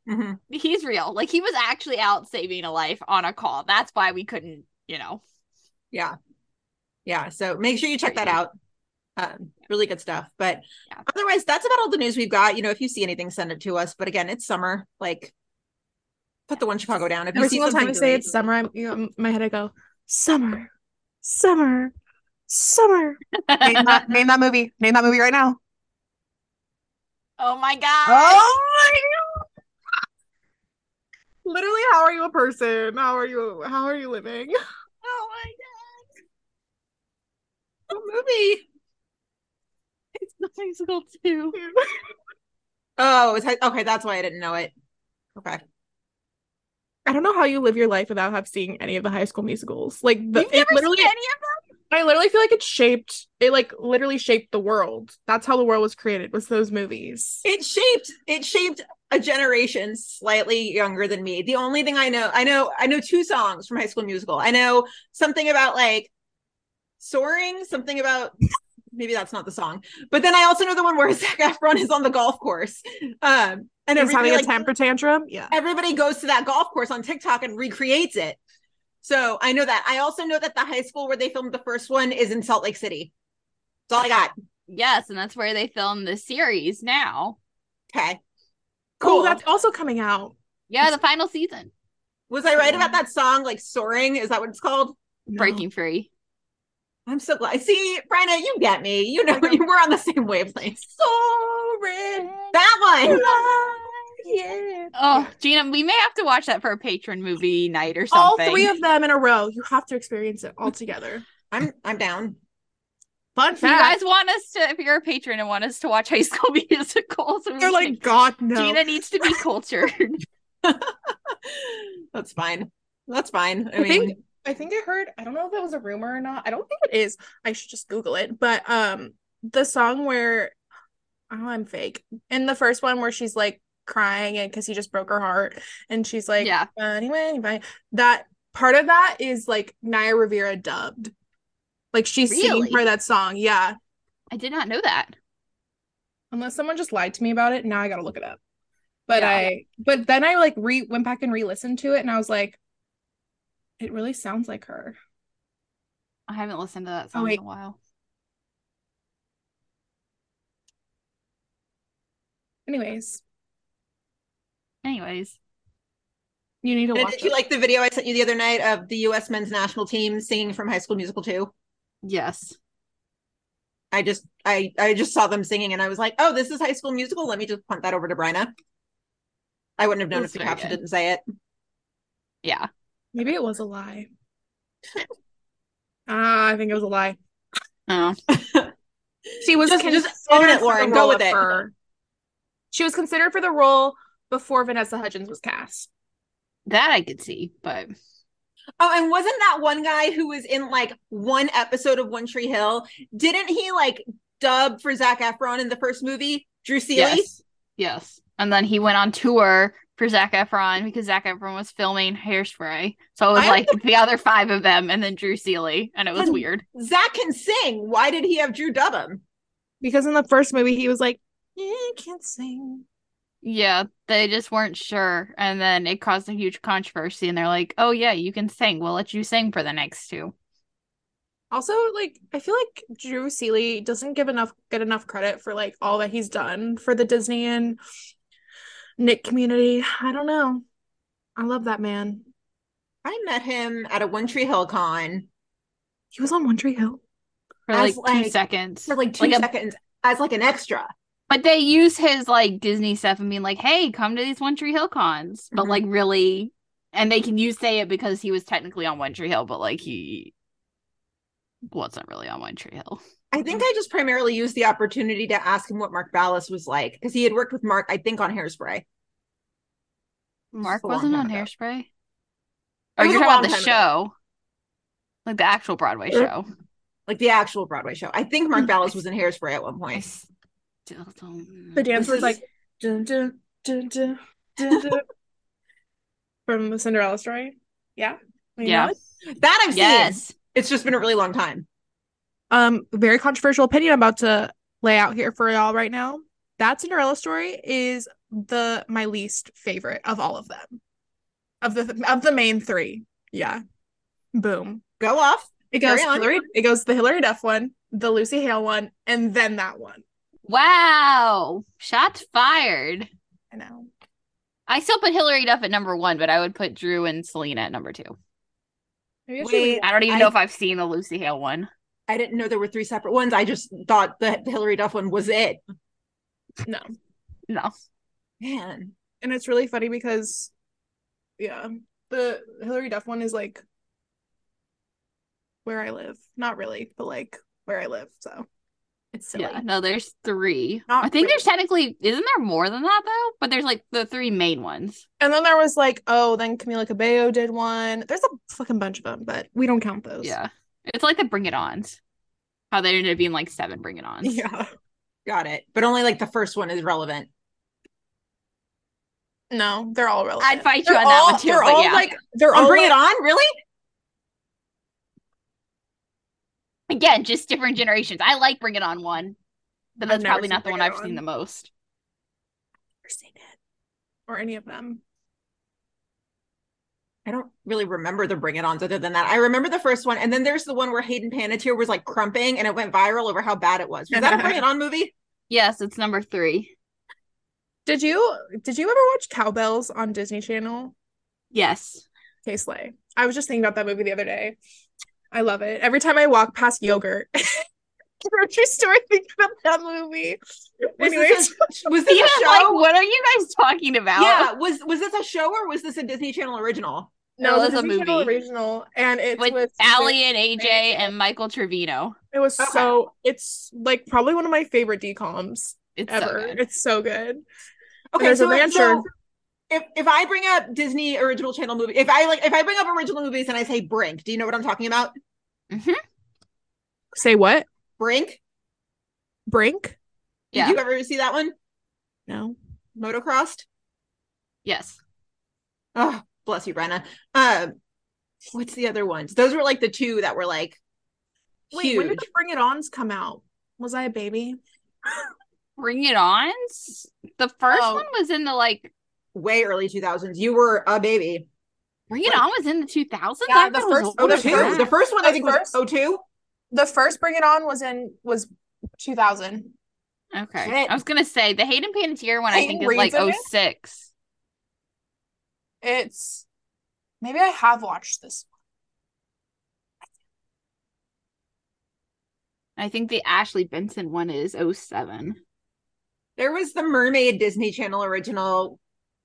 [SPEAKER 4] Mhm.
[SPEAKER 5] he's real like he was actually out saving a life on a call that's why we couldn't you know
[SPEAKER 4] Yeah. Yeah. So make sure you check that
[SPEAKER 5] Crazy.
[SPEAKER 4] out. Um, really good stuff. But
[SPEAKER 5] Yeah.
[SPEAKER 4] otherwise, that's about all the news we've got. You know, if you see anything, send it to us. But again, it's summer. Like, put the one Chicago down. If you
[SPEAKER 6] Every
[SPEAKER 4] see
[SPEAKER 6] single time I
[SPEAKER 4] something
[SPEAKER 6] say
[SPEAKER 4] great-
[SPEAKER 6] it's summer, I'm, you know, in my head I go, summer, summer, summer. name, that, name that movie. Name that movie right now.
[SPEAKER 5] oh my god
[SPEAKER 6] Oh Literally, how are you a person? How are you? How are you living?
[SPEAKER 5] Oh my god.
[SPEAKER 6] What movie?
[SPEAKER 5] It's Notting Hill 2.
[SPEAKER 4] Oh, it's okay. That's why I didn't know it. Okay.
[SPEAKER 6] I don't know how you live your life without have seeing any of the High School Musicals. Like the
[SPEAKER 5] You've never
[SPEAKER 6] it literally,
[SPEAKER 5] seen any of them?
[SPEAKER 6] I literally feel like it shaped it. Like literally shaped the world. That's how the world was created. Was those movies?
[SPEAKER 4] It shaped it shaped a generation slightly younger than me. The only thing I know, I know, I know two songs from High School Musical. I know something about like soaring, something about maybe that's not the song, but then I also know the one where Zac Efron is on the golf course. Um, and
[SPEAKER 6] He's
[SPEAKER 4] everybody
[SPEAKER 6] having a
[SPEAKER 4] like,
[SPEAKER 6] temper tantrum. Yeah.
[SPEAKER 4] everybody goes to that golf course on TikTok and recreates it. So I know that. I also know that the high school where they filmed the first one is in Salt Lake City. That's all I got.
[SPEAKER 5] Yes, and that's where they film the series now.
[SPEAKER 4] Okay.
[SPEAKER 6] Cool.
[SPEAKER 4] Cool.
[SPEAKER 6] that's also coming out.
[SPEAKER 5] Yeah, the final season.
[SPEAKER 4] Was I right about that song, like soaring? Is that what it's called?
[SPEAKER 5] Breaking free.
[SPEAKER 4] I'm so glad. See, Bryna, you get me. You know, you were on the same wavelength. Soaring. That one.
[SPEAKER 6] Yeah.
[SPEAKER 5] Oh, Gina, we may have to watch that for a patron movie night or
[SPEAKER 6] All
[SPEAKER 5] something.
[SPEAKER 6] three of them in a row. You have to experience it all together.
[SPEAKER 4] I'm I'm down.
[SPEAKER 6] Fun
[SPEAKER 5] If you
[SPEAKER 6] fact.
[SPEAKER 5] guys want us to, if you're a patron and want us to watch High School Musicals, we
[SPEAKER 6] They're like,
[SPEAKER 5] should-
[SPEAKER 6] God no.
[SPEAKER 5] Gina needs to be cultured.
[SPEAKER 4] That's fine. That's fine. I,
[SPEAKER 6] I
[SPEAKER 4] mean,
[SPEAKER 6] think- I think I heard, I don't know if it was a rumor or not. I don't think it is. I should just Google it. But um the song where oh I'm fake. In the first one where she's like crying and because he just broke her heart and she's like
[SPEAKER 5] Yeah.
[SPEAKER 6] anyway, bye. That part of that is like Naya Rivera dubbed. Like she's singing
[SPEAKER 5] Really?
[SPEAKER 6] for that song. Yeah.
[SPEAKER 5] I did not know that.
[SPEAKER 6] Unless someone just lied to me about it. Now I gotta look it up. But
[SPEAKER 5] Yeah.
[SPEAKER 6] I but then I like re went back and re-listened to it and I was like, it really sounds like her.
[SPEAKER 5] I haven't listened to that song
[SPEAKER 6] wait.
[SPEAKER 5] in a while.
[SPEAKER 6] Anyways,
[SPEAKER 5] Anyways,
[SPEAKER 6] you need to
[SPEAKER 4] and
[SPEAKER 6] watch
[SPEAKER 4] did you
[SPEAKER 6] it.
[SPEAKER 4] like the video I sent you the other night of the US men's national team singing from High School Musical 2?
[SPEAKER 5] yes.
[SPEAKER 4] I just I I just saw them singing and I was like, oh, this is High School Musical. Let me just punt that over to Bryna. I wouldn't have known
[SPEAKER 5] That's
[SPEAKER 4] if the
[SPEAKER 5] very
[SPEAKER 4] caption
[SPEAKER 5] good.
[SPEAKER 4] didn't say it.
[SPEAKER 5] Yeah.
[SPEAKER 6] Maybe it was a lie. Ah, I think it was a lie.
[SPEAKER 5] Oh.
[SPEAKER 6] She was
[SPEAKER 4] Just-
[SPEAKER 6] considered
[SPEAKER 4] just own it,
[SPEAKER 6] for the
[SPEAKER 4] Lauren. Go
[SPEAKER 6] role
[SPEAKER 4] with
[SPEAKER 6] of
[SPEAKER 4] it.
[SPEAKER 6] her- She was considered for the role before Vanessa Hudgens was cast.
[SPEAKER 5] That I could see, but
[SPEAKER 4] Oh, and wasn't that one guy who was in like one episode of One Tree Hill? Didn't he like dub for Zach Efron in the first movie? Drew Seeley?
[SPEAKER 5] yes. Yes. And then he went on tour for Zach Efron because Zach Efron was filming Hairspray. So it was
[SPEAKER 4] I
[SPEAKER 5] like the other five of them and then Drew Seeley. And it was
[SPEAKER 4] And-
[SPEAKER 5] weird.
[SPEAKER 4] Zach can sing. Why did he have Drew dub him?
[SPEAKER 6] Because in the first movie, he was like, "Eh, I can't sing.
[SPEAKER 5] Yeah. They just weren't sure. And then it caused a huge controversy. And they're like, oh, yeah, you can sing. We'll let you sing for the next two.
[SPEAKER 6] Also, like, I feel like Drew Seeley doesn't give enough get enough credit for like all that he's done for the Disney and Nick community. I don't know. I love that man.
[SPEAKER 4] I met him at a One Tree Hill con
[SPEAKER 6] He was on One Tree Hill.
[SPEAKER 5] For like,
[SPEAKER 4] As,
[SPEAKER 5] two
[SPEAKER 4] like-
[SPEAKER 5] seconds.
[SPEAKER 4] for like two
[SPEAKER 5] a-
[SPEAKER 4] seconds as like an extra.
[SPEAKER 5] But they use his like Disney stuff and being like, "Hey, come to these One Tree Hill cons," but
[SPEAKER 4] Mhm.
[SPEAKER 5] like really, and they can you say it because he was technically on One Tree Hill, but like he wasn't really on One Tree Hill.
[SPEAKER 4] I think I just primarily used the opportunity to ask him what Mark Ballas was like because he had worked with Mark, I think, on Hairspray.
[SPEAKER 5] Mark
[SPEAKER 4] a long
[SPEAKER 5] wasn't
[SPEAKER 4] time
[SPEAKER 5] on
[SPEAKER 4] ago.
[SPEAKER 5] Hairspray.
[SPEAKER 4] It
[SPEAKER 5] Or
[SPEAKER 4] was
[SPEAKER 5] you're
[SPEAKER 4] a
[SPEAKER 5] talking about the
[SPEAKER 4] long time ago.
[SPEAKER 5] show, like the actual Broadway
[SPEAKER 6] Er-
[SPEAKER 5] show.
[SPEAKER 4] like the actual Broadway show. I think Mark
[SPEAKER 5] Mm-hmm.
[SPEAKER 4] Ballas was in Hairspray at one
[SPEAKER 5] I
[SPEAKER 4] point.
[SPEAKER 5] still don't. know.
[SPEAKER 6] The dance
[SPEAKER 4] This
[SPEAKER 6] was
[SPEAKER 4] is-
[SPEAKER 6] like dun, dun, dun, dun, dun, dun. from the Cinderella story. Yeah. You
[SPEAKER 5] Yeah.
[SPEAKER 6] know it?
[SPEAKER 4] That I've seen.
[SPEAKER 5] Yes,
[SPEAKER 4] It's just been a really long time.
[SPEAKER 6] Um, very controversial opinion I'm about to lay out here for y'all right now. That Cinderella story is the my least favorite of all of them. Of the of the main three. Yeah. Boom.
[SPEAKER 4] Go off.
[SPEAKER 6] It
[SPEAKER 4] Carry
[SPEAKER 6] goes
[SPEAKER 4] on.
[SPEAKER 6] Hillary, it goes the Hillary Duff one, the Lucy Hale one, and then that one.
[SPEAKER 5] wow, shots fired.
[SPEAKER 6] I know.
[SPEAKER 5] I still put Hillary Duff at number one, but I would put Drew and Selena at number two.
[SPEAKER 6] Maybe I should
[SPEAKER 4] Wait,
[SPEAKER 5] I don't even
[SPEAKER 4] I-
[SPEAKER 5] know if I've seen the Lucy Hale one.
[SPEAKER 4] I didn't know there were three separate ones. I just thought the the Hillary Duff one was it.
[SPEAKER 6] re- no.
[SPEAKER 5] No.
[SPEAKER 4] Man.
[SPEAKER 6] and it's really funny because yeah. The Hillary Duff one is like where I live. Not really, but like where I live. So it's silly.
[SPEAKER 5] Yeah, no, there's three.
[SPEAKER 6] Not
[SPEAKER 5] I think
[SPEAKER 6] really.
[SPEAKER 5] there's technically isn't there more than that though? But there's like the three main ones.
[SPEAKER 6] And then there was like, oh, then Camila Cabello did one. There's a fucking bunch of them, but we don't count those.
[SPEAKER 5] Yeah, it's like the Bring It Ons. How they ended up being like seven Bring It Ons.
[SPEAKER 6] Yeah.
[SPEAKER 4] Got it. But only like the first one is relevant.
[SPEAKER 6] No, they're all relevant.
[SPEAKER 5] I'd fight you
[SPEAKER 6] They're
[SPEAKER 5] on that
[SPEAKER 6] all-
[SPEAKER 5] one too.
[SPEAKER 6] They're
[SPEAKER 5] but
[SPEAKER 6] all
[SPEAKER 5] yeah,
[SPEAKER 6] like they're
[SPEAKER 4] On
[SPEAKER 6] all
[SPEAKER 4] Bring
[SPEAKER 6] like-
[SPEAKER 4] It On, really?
[SPEAKER 5] again, just different generations. I like Bring It On one, but
[SPEAKER 6] I've
[SPEAKER 5] that's
[SPEAKER 6] never
[SPEAKER 5] probably
[SPEAKER 6] seen
[SPEAKER 5] not the
[SPEAKER 6] Bring
[SPEAKER 5] one
[SPEAKER 6] It
[SPEAKER 5] I've
[SPEAKER 6] On.
[SPEAKER 5] seen the most.
[SPEAKER 6] never seen it. Or any of them.
[SPEAKER 4] I don't really remember the Bring It Ons other than that. I remember the first one, and then there's the one where Hayden Panettiere was like crumping, and it went viral over how bad it was. Was that a Bring It On movie?
[SPEAKER 5] Yes, it's number three.
[SPEAKER 6] Did you did you ever watch Cowbells on Disney Channel?
[SPEAKER 5] Yes,
[SPEAKER 6] Okay, Slay. I was just thinking about that movie the other day. I love it. Every time I walk past yogurt grocery store, I think about that movie.
[SPEAKER 4] Was
[SPEAKER 6] Anyways,
[SPEAKER 4] this a, was
[SPEAKER 5] Even
[SPEAKER 4] this a show?
[SPEAKER 5] like, what are you guys talking about?
[SPEAKER 4] yeah, was was this a show or was this a Disney Channel original?
[SPEAKER 6] no,
[SPEAKER 5] it
[SPEAKER 6] it's
[SPEAKER 5] was
[SPEAKER 6] a
[SPEAKER 5] a
[SPEAKER 6] Disney Channel
[SPEAKER 5] movie.
[SPEAKER 6] original, and it's
[SPEAKER 5] with
[SPEAKER 6] with
[SPEAKER 5] Allie and AJ and Michael Trevino.
[SPEAKER 6] It was
[SPEAKER 4] Okay.
[SPEAKER 6] so. It's like probably one of my favorite DComs
[SPEAKER 5] It's so
[SPEAKER 6] ever.
[SPEAKER 5] good.
[SPEAKER 6] it's so good.
[SPEAKER 4] Okay,
[SPEAKER 6] There's a
[SPEAKER 4] so,
[SPEAKER 6] rancher.
[SPEAKER 4] so if if I bring up Disney original channel movie, if I like if I bring up original movies and I say Brink, do you know what I'm talking about?
[SPEAKER 5] Mhm.
[SPEAKER 6] Say what?
[SPEAKER 4] Brink?
[SPEAKER 6] Brink?
[SPEAKER 5] Yeah.
[SPEAKER 4] Did you ever see that one?
[SPEAKER 6] No.
[SPEAKER 4] Motocrossed?
[SPEAKER 5] Yes.
[SPEAKER 4] Oh, bless you, Brenna. Um, what's the other ones? Those were like the two that were like
[SPEAKER 6] Wait,
[SPEAKER 4] huge.
[SPEAKER 6] when did the Bring It Ons come out? Was I a baby?
[SPEAKER 5] Bring It On. The first
[SPEAKER 6] Oh.
[SPEAKER 5] one was in the like
[SPEAKER 4] Way early 2000s. You were a baby.
[SPEAKER 5] Bring It
[SPEAKER 4] Wait.
[SPEAKER 5] On was in the 2000s.
[SPEAKER 6] Yeah,
[SPEAKER 5] I
[SPEAKER 6] the
[SPEAKER 5] thought it was
[SPEAKER 6] first-
[SPEAKER 4] Oh,
[SPEAKER 6] Oh,
[SPEAKER 5] older
[SPEAKER 4] the
[SPEAKER 5] than
[SPEAKER 6] the
[SPEAKER 4] two.
[SPEAKER 5] that.
[SPEAKER 6] first-
[SPEAKER 4] The first one I
[SPEAKER 6] the
[SPEAKER 4] think
[SPEAKER 6] first-
[SPEAKER 4] was 02.
[SPEAKER 6] The first Bring It On was in was 2000.
[SPEAKER 5] Okay.
[SPEAKER 4] Shit.
[SPEAKER 5] I was gonna say the Hayden Panettiere one I
[SPEAKER 6] Hayden
[SPEAKER 5] think is like
[SPEAKER 6] Reed's in it?
[SPEAKER 5] 06.
[SPEAKER 6] It's maybe I have watched this.
[SPEAKER 5] I think the Ashley Benson one is 07.
[SPEAKER 4] There was the Mermaid Disney Channel original,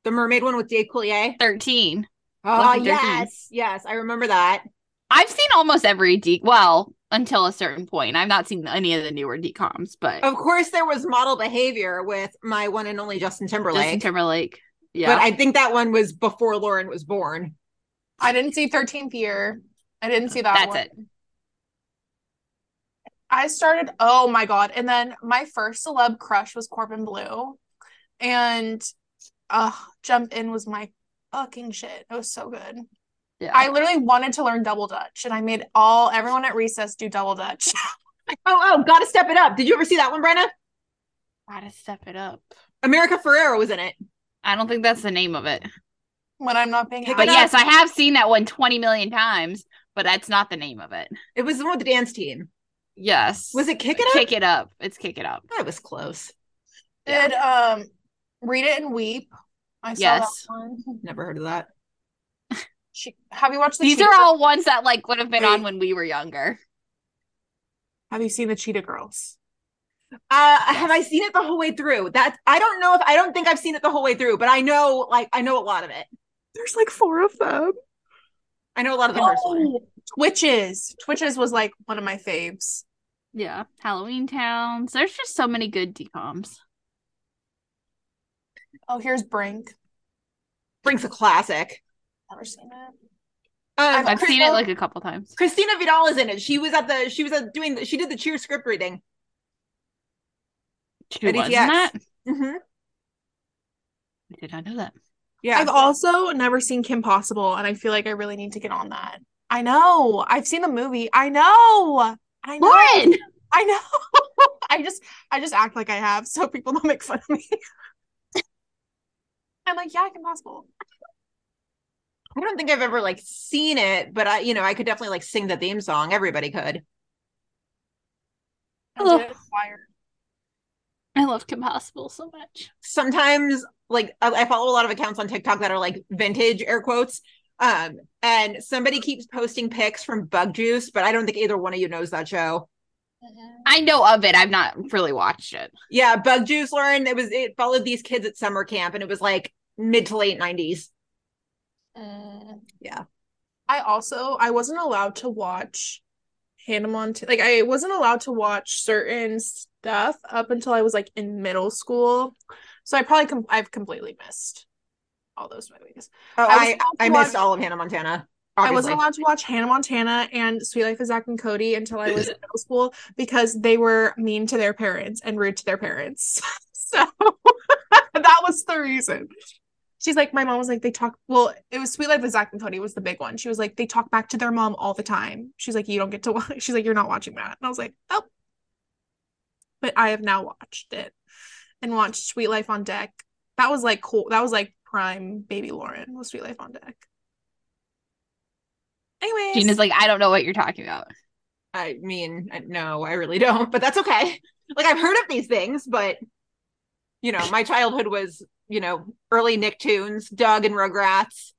[SPEAKER 4] the Mermaid one with Dave Coulier.
[SPEAKER 5] 13.
[SPEAKER 4] Oh,
[SPEAKER 5] Lucky 13.
[SPEAKER 4] yes. Yes, I remember that.
[SPEAKER 5] I've seen almost every D well, until a certain point. I've not seen any of the newer DComs, but
[SPEAKER 4] Of course, there was model behavior with my one and only Justin Timberlake.
[SPEAKER 5] Justin Timberlake. Yeah.
[SPEAKER 4] But I think that one was before Lauren was born.
[SPEAKER 6] I didn't see 13th year. I didn't see that
[SPEAKER 5] That's
[SPEAKER 6] one.
[SPEAKER 5] it.
[SPEAKER 6] I started, oh my God. And then my first celeb crush was Corbin Blue. And uh Jump In was my fucking shit. It was so good.
[SPEAKER 5] Yeah.
[SPEAKER 6] I literally wanted to learn double Dutch and I made all everyone at recess do double Dutch.
[SPEAKER 4] Oh, oh, gotta step it up. Did you ever see that one, Brenna?
[SPEAKER 5] gotta step it up.
[SPEAKER 4] America Ferrera was in it.
[SPEAKER 5] I don't think that's the name of it.
[SPEAKER 6] when I'm not being
[SPEAKER 4] Pick
[SPEAKER 5] But
[SPEAKER 4] it
[SPEAKER 6] asked.
[SPEAKER 4] up.
[SPEAKER 5] yes, I have seen that one 20 million times, but that's not the name of it.
[SPEAKER 4] It was the one with the dance team.
[SPEAKER 5] Yes.
[SPEAKER 4] Was it Kick It Up?
[SPEAKER 5] Kick It Up. It's Kick It Up.
[SPEAKER 4] I was close.
[SPEAKER 5] Yeah.
[SPEAKER 6] Did um read it and weep. I saw
[SPEAKER 5] Yes.
[SPEAKER 6] that one.
[SPEAKER 4] Never heard of that.
[SPEAKER 6] She, have you watched the
[SPEAKER 5] These
[SPEAKER 6] Cheetah
[SPEAKER 5] are
[SPEAKER 6] Girls?
[SPEAKER 5] all ones that like would have been on
[SPEAKER 6] Wait.
[SPEAKER 5] when we were younger.
[SPEAKER 6] Have you seen the Cheetah Girls?
[SPEAKER 4] Uh, Have I seen it the whole way through? That I don't know if I don't think I've seen it the whole way through, but I know like I know a lot of it.
[SPEAKER 6] There's like four of them.
[SPEAKER 4] I know a lot of the first one.
[SPEAKER 6] Twitches. Twitches was like one of my faves.
[SPEAKER 5] Yeah. Halloween Towns. There's just so many good decoms.
[SPEAKER 6] Oh, here's Brink.
[SPEAKER 4] Brings a classic.
[SPEAKER 6] Never seen it.
[SPEAKER 4] Um,
[SPEAKER 6] I've-
[SPEAKER 5] I've seen it
[SPEAKER 4] Crystal-
[SPEAKER 5] like a couple times.
[SPEAKER 4] Christina Vidal is in it. She was at the she was at doing the, she did the cheer script reading.
[SPEAKER 5] She
[SPEAKER 4] At
[SPEAKER 5] was in
[SPEAKER 4] ETX.
[SPEAKER 5] that.
[SPEAKER 4] Mm-hmm.
[SPEAKER 5] I did not know that.
[SPEAKER 4] Yeah.
[SPEAKER 6] I've also never seen Kim Possible, and I feel like I really need to get on that. I know. I've seen the movie. I know. I know.
[SPEAKER 5] Lauren!
[SPEAKER 6] I know. I just I just act like I have so people don't make fun of me. I'm like, yeah, Kim Possible.
[SPEAKER 4] I don't think I've ever like seen it, but I, you know, I could definitely like sing the theme song. Everybody could.
[SPEAKER 6] I did
[SPEAKER 5] Ugh.
[SPEAKER 6] it in choir.
[SPEAKER 5] I love Kim Possible so much.
[SPEAKER 4] Sometimes, like, I, I follow a lot of accounts on TikTok that are like vintage air quotes. Um, and somebody keeps posting pics from Bug Juice, but I don't think either one of you knows that show.
[SPEAKER 6] Mm-hmm.
[SPEAKER 5] I know of it. I've not really watched it.
[SPEAKER 4] Yeah, Bug Juice, Lauren. It was it followed these kids at summer camp, and it was like mid to late nineties.
[SPEAKER 5] Uh,
[SPEAKER 6] I also I wasn't allowed to watch Hannah Montana. Like I wasn't allowed to watch certain stuff up until I was like in middle school. So I probably com- I've completely missed all those movies.
[SPEAKER 4] Oh,
[SPEAKER 6] I was
[SPEAKER 4] I
[SPEAKER 6] about to
[SPEAKER 4] I, missed
[SPEAKER 6] watch-
[SPEAKER 4] all of Hannah Montana.
[SPEAKER 6] I
[SPEAKER 4] Obviously.
[SPEAKER 6] wasn't allowed to watch Hannah Montana and Sweet Life of Zach and Cody until I was in middle school because they were mean to their parents and rude to their parents. so that was the reason. She's like, my mom was like, they talk. Well, it was Sweet Life of Zach and Cody was the big one. She was like, they talk back to their mom all the time. She's like, you don't get to watch. She's like, you're not watching that. And I was like, oh. But I have now watched it and watched Sweet Life on Deck. That was like cool. That was like prime baby Lauren was Sweet Life on Deck. Anyways,
[SPEAKER 5] Gina's like, I don't know what you're talking about.
[SPEAKER 4] I mean, I- no, I really don't, but that's okay. Like I've heard of these things, but you know, my childhood was, you know, early Nicktoons, Doug and Rugrats.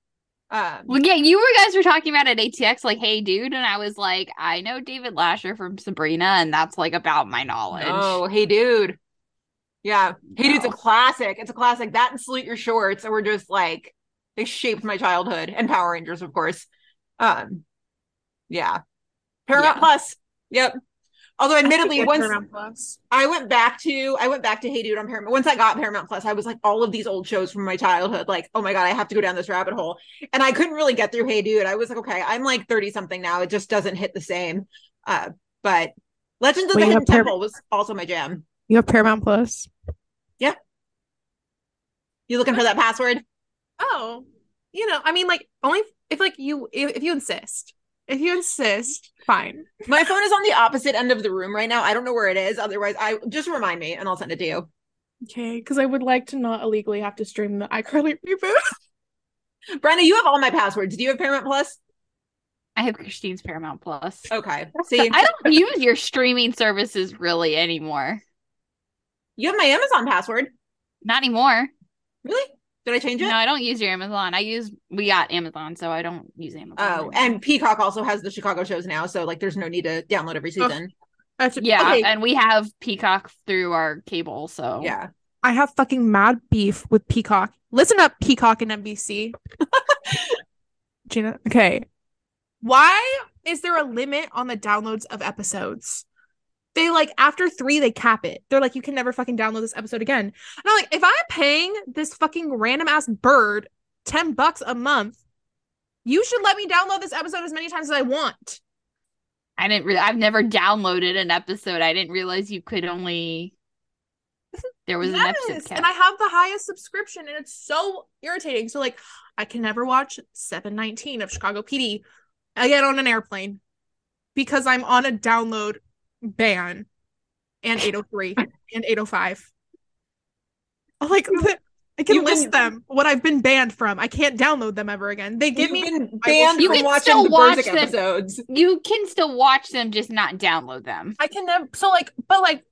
[SPEAKER 4] Um,
[SPEAKER 5] Well, yeah, you were guys were talking about at ATX, like, hey, dude, and I was like, I know David Lasher from Sabrina, and that's like about my knowledge.
[SPEAKER 4] oh, hey dude. Yeah. Hey dude's a
[SPEAKER 5] No.
[SPEAKER 4] classic. It's a classic. That and Salute Your Shorts were just like they shaped my childhood and Power Rangers, of course. Um yeah. Paramount
[SPEAKER 5] Yeah.
[SPEAKER 4] Plus. Yep. Although admittedly,
[SPEAKER 6] Yeah,
[SPEAKER 4] once
[SPEAKER 6] Paramount Plus.
[SPEAKER 4] I went back to I went back to Hey Dude on Paramount. Once I got Paramount Plus, I was like all of these old shows from my childhood. Like, oh my god, I have to go down this rabbit hole, and I couldn't really get through Hey Dude. I was like, okay, I'm like thirty something now. It just doesn't hit the same. Uh, but Legends of
[SPEAKER 6] Well,
[SPEAKER 4] the
[SPEAKER 6] you
[SPEAKER 4] Hidden
[SPEAKER 6] have Par-
[SPEAKER 4] Temple was also my jam.
[SPEAKER 6] You have Paramount Plus.
[SPEAKER 4] You looking for that password?
[SPEAKER 6] Oh, you know, I mean, like only if, if like you if, if you insist, if you insist, fine.
[SPEAKER 4] My phone is on the opposite end of the room right now. I don't know where it is. Otherwise, I just remind me and I'll send it to you.
[SPEAKER 6] Okay, because I would like to not illegally have to stream the iCarly reboot.
[SPEAKER 4] Brenda, you have all my passwords. Do you have Paramount Plus?
[SPEAKER 5] I have Christine's Paramount Plus.
[SPEAKER 4] Okay. Oh, See,
[SPEAKER 5] I don't use your streaming services really anymore.
[SPEAKER 4] you have my Amazon password.
[SPEAKER 5] Not anymore.
[SPEAKER 4] Really? Did I change it?
[SPEAKER 5] No, I don't use your Amazon. I use we got Amazon, so I don't use Amazon.
[SPEAKER 4] Oh,
[SPEAKER 5] anymore.
[SPEAKER 4] and Peacock also has the Chicago shows now, so like there's no need to download every
[SPEAKER 5] Oh,
[SPEAKER 4] season.
[SPEAKER 6] That's
[SPEAKER 5] yeah,
[SPEAKER 4] okay.
[SPEAKER 5] and we have Peacock through our cable, so
[SPEAKER 4] Yeah.
[SPEAKER 6] I have fucking mad beef with Peacock. Listen up, Peacock and NBC. Gina, okay. Why is there a limit on the downloads of episodes? They like after three, they cap it. They're like, you can never fucking download this episode again. And I'm like, if I'm paying this fucking random ass bird 10 bucks a month, you should let me download this episode as many times as I want.
[SPEAKER 5] I didn't. Re- I've never downloaded an episode. I didn't realize you could only. There was an episode cap.
[SPEAKER 6] and I have the highest subscription, and it's so irritating. So like, I can never watch Seven Nineteen of Chicago PD again on an airplane because I'm on a download ban and eight hundred three and eight hundred five. Like I can
[SPEAKER 4] You
[SPEAKER 6] list
[SPEAKER 4] can-
[SPEAKER 6] them what I've been banned from. I can't download them ever again. They give
[SPEAKER 4] You've
[SPEAKER 6] me
[SPEAKER 4] been
[SPEAKER 6] I will-
[SPEAKER 4] banned
[SPEAKER 5] You
[SPEAKER 4] from
[SPEAKER 5] can
[SPEAKER 4] watching
[SPEAKER 5] still
[SPEAKER 4] the
[SPEAKER 5] watch
[SPEAKER 4] Berserk
[SPEAKER 5] them.
[SPEAKER 4] episodes.
[SPEAKER 5] you can still watch them, just not download them.
[SPEAKER 6] I can never. So like, but like,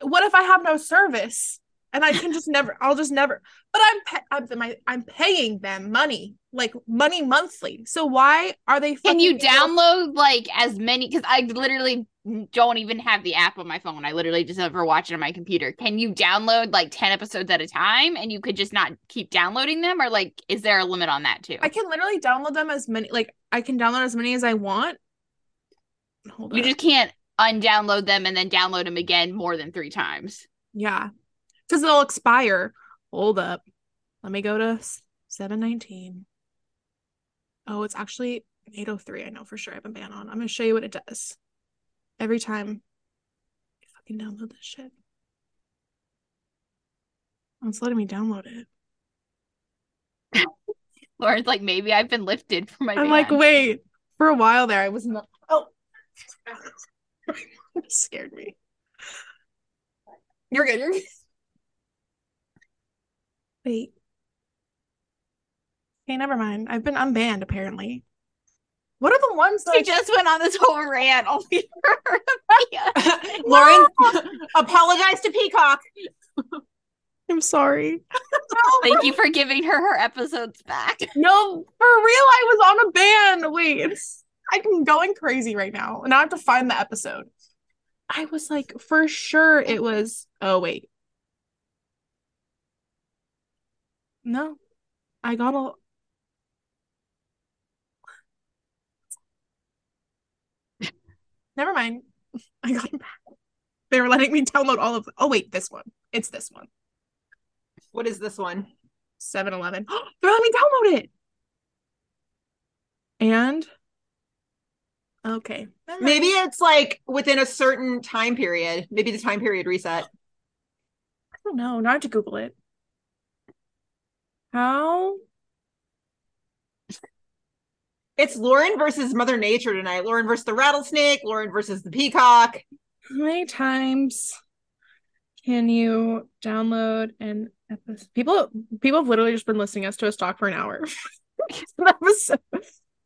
[SPEAKER 6] what if I have no service and I can just never? I'll just never. But I'm pa- I'm my, I'm paying them money, like money monthly. So why are they?
[SPEAKER 5] Can you
[SPEAKER 6] fucking-
[SPEAKER 5] download like as many? Because I literally don't even have the app on my phone. I literally just ever watch it on my computer. Can you download like ten episodes at a time, and you could just not keep downloading them, or like is there a limit on that too?
[SPEAKER 6] I can literally download them as many. Like I can download as many as I want. Hold
[SPEAKER 5] You
[SPEAKER 6] up.
[SPEAKER 5] just can't undownload them and then download them again more than three times.
[SPEAKER 6] yeah, because they'll expire. Hold up. Let me go to seven nineteen. Oh, it's actually eight oh three. I know for sure. I've been banned on. I'm gonna show you what it does. Every time I fucking download this shit. Oh, It's letting me download it.
[SPEAKER 5] Lauren's like, maybe I've been lifted from my.
[SPEAKER 6] I'm like,
[SPEAKER 5] van.
[SPEAKER 6] wait. For a while there, I was not. Oh, It scared me.
[SPEAKER 4] You're good. You're good.
[SPEAKER 6] Wait. Okay, never mind. I've been unbanned apparently. What are the ones that
[SPEAKER 5] she just went on this whole rant. I'll be
[SPEAKER 4] Lauren, apologize to Peacock.
[SPEAKER 6] I'm sorry.
[SPEAKER 5] Thank you for giving her her episodes back.
[SPEAKER 6] No, for real, I was on a ban. Wait, it's- I'm going crazy right now. Now I have to find the episode. I was like, for sure it was. Oh, wait. No, I got all. Never mind. I got them back. They were letting me download all of Oh wait, this one. It's this one.
[SPEAKER 4] What is this one?
[SPEAKER 6] 7-Eleven. They're letting me download it. And okay. Never mind.
[SPEAKER 4] Maybe it's like within a certain time period. Maybe the time period reset.
[SPEAKER 6] I don't know. Now I have to Google it. How
[SPEAKER 4] It's Lauren versus Mother Nature tonight. Lauren versus the rattlesnake. Lauren versus the peacock.
[SPEAKER 6] How many times can you download an episode? People, people have literally just been listening us to us talk for an hour. An episode- How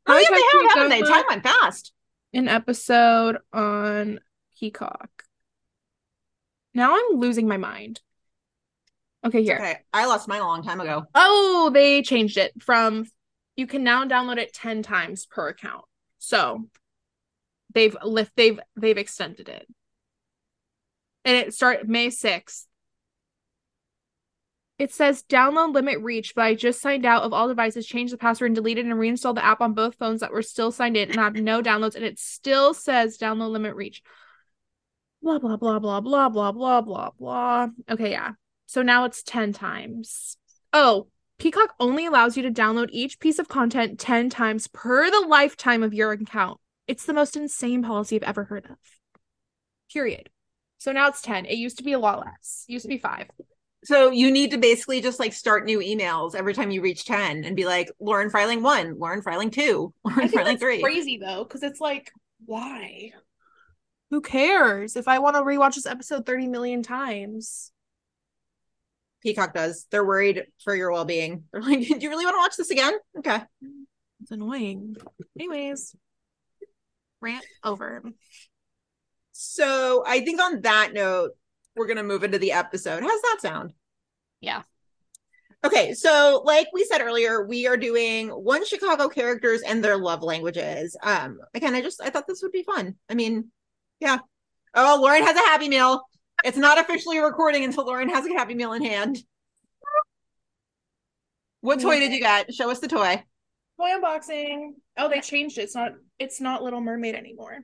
[SPEAKER 4] Oh
[SPEAKER 6] many
[SPEAKER 4] yeah,
[SPEAKER 6] times
[SPEAKER 4] they have,
[SPEAKER 6] can
[SPEAKER 4] haven't
[SPEAKER 6] you
[SPEAKER 4] they?
[SPEAKER 6] download
[SPEAKER 4] Time went fast.
[SPEAKER 6] An episode on Peacock. Now I'm losing my mind. Okay, here.
[SPEAKER 4] Okay, I lost mine a long time ago.
[SPEAKER 6] Oh, they changed it from you can now download it 10 times per account. So they've lift they've they've extended it. And it start May 6th. It says download limit reached, but I just signed out of all devices, changed the password, and deleted and reinstalled the app on both phones that were still signed in, and I have no downloads, and it still says download limit reach. Blah blah blah blah blah blah blah blah blah. Okay, yeah. So now it's 10 times. Oh, Peacock only allows you to download each piece of content 10 times per the lifetime of your account. It's the most insane policy I've ever heard of. Period. So now it's 10. It used to be a lot less. It used to be 5.
[SPEAKER 4] So you need to basically just like start new emails every time you reach ten and be like Lauren filing one, Lauren filing two,
[SPEAKER 6] I
[SPEAKER 4] Lauren
[SPEAKER 6] think
[SPEAKER 4] filing
[SPEAKER 6] that's
[SPEAKER 4] three.
[SPEAKER 6] crazy though, because it's like, why? Who cares? If I want to rewatch this episode 30 million times.
[SPEAKER 4] Peacock does. They're worried for your well being. They're like, do you really want to watch this again? Okay.
[SPEAKER 6] It's annoying. Anyways. Rant over.
[SPEAKER 4] So I think on that note, we're going to move into the episode. How's that sound?
[SPEAKER 5] Yeah.
[SPEAKER 4] Okay. So, like we said earlier, we are doing one Chicago characters and their love languages. Um, again, I just I thought this would be fun. I mean, yeah. Oh, Lauren has a happy meal. It's not officially recording until Lauren has a happy meal in hand. What toy did you get? Show us the toy.
[SPEAKER 6] Toy unboxing. Oh, they changed it. It's not it's not Little Mermaid anymore.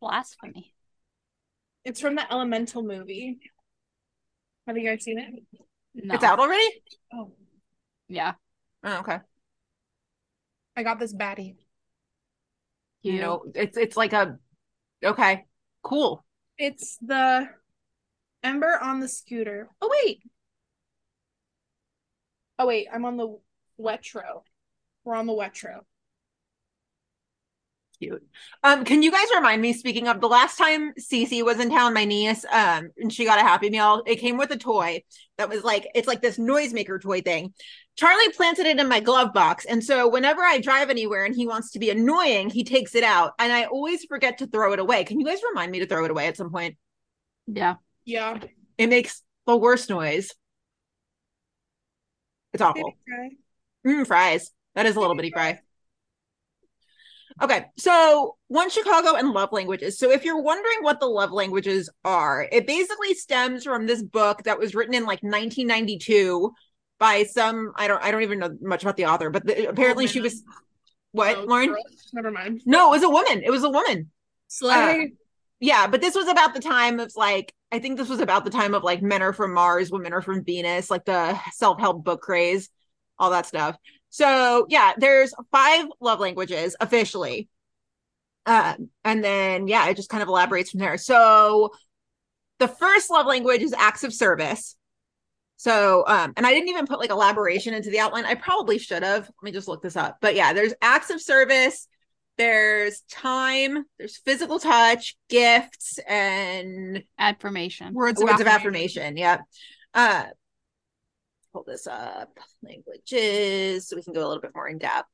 [SPEAKER 5] Blasphemy.
[SPEAKER 6] It's from the Elemental movie. Have you guys seen it?
[SPEAKER 5] No.
[SPEAKER 4] It's out already.
[SPEAKER 6] Oh,
[SPEAKER 5] Yeah.
[SPEAKER 4] Oh, okay.
[SPEAKER 6] I got this baddie.
[SPEAKER 5] You
[SPEAKER 4] You know, it's it's like a okay, cool.
[SPEAKER 6] It's the Ember on the scooter. Oh wait. Oh wait, I'm on the Wetro. We're on the Wetro.
[SPEAKER 4] cute. Um, can you guys remind me? Speaking of the last time Cece was in town, my niece, um, and she got a Happy Meal. It came with a toy that was like it's like this noisemaker toy thing. Charlie planted it in my glove box, and so whenever I drive anywhere and he wants to be annoying, he takes it out, and I always forget to throw it away. Can you guys remind me to throw it away at some point?
[SPEAKER 5] Yeah.
[SPEAKER 6] Yeah.
[SPEAKER 4] It makes the worst noise. It's awful.
[SPEAKER 6] Okay.
[SPEAKER 4] Mm, fries. That is a little bitty fry. Okay, so one Chicago and love languages. So if you're wondering what the love languages are, it basically stems from this book that was written in like 1992 by some I don't I don't even know much about the author, but the, apparently she was what
[SPEAKER 6] Oh,
[SPEAKER 4] Lauren?
[SPEAKER 6] girl. Never mind.
[SPEAKER 4] No, it was a woman. It was a woman
[SPEAKER 6] Slay.
[SPEAKER 4] yeah but this was about the time of like i think this was about the time of like men are from mars women are from venus like the self-help book craze all that stuff so yeah there's five love languages officially um and then yeah it just kind of elaborates from there so the first love language is acts of service so um and i didn't even put like elaboration into the outline i probably should have let me just look this up but yeah there's acts of service there's time, there's physical touch, gifts, and
[SPEAKER 5] Affirmation.
[SPEAKER 6] Words,
[SPEAKER 4] words of affirmation. Yep. Uh, pull this up. Languages, so we can go a little bit more in depth.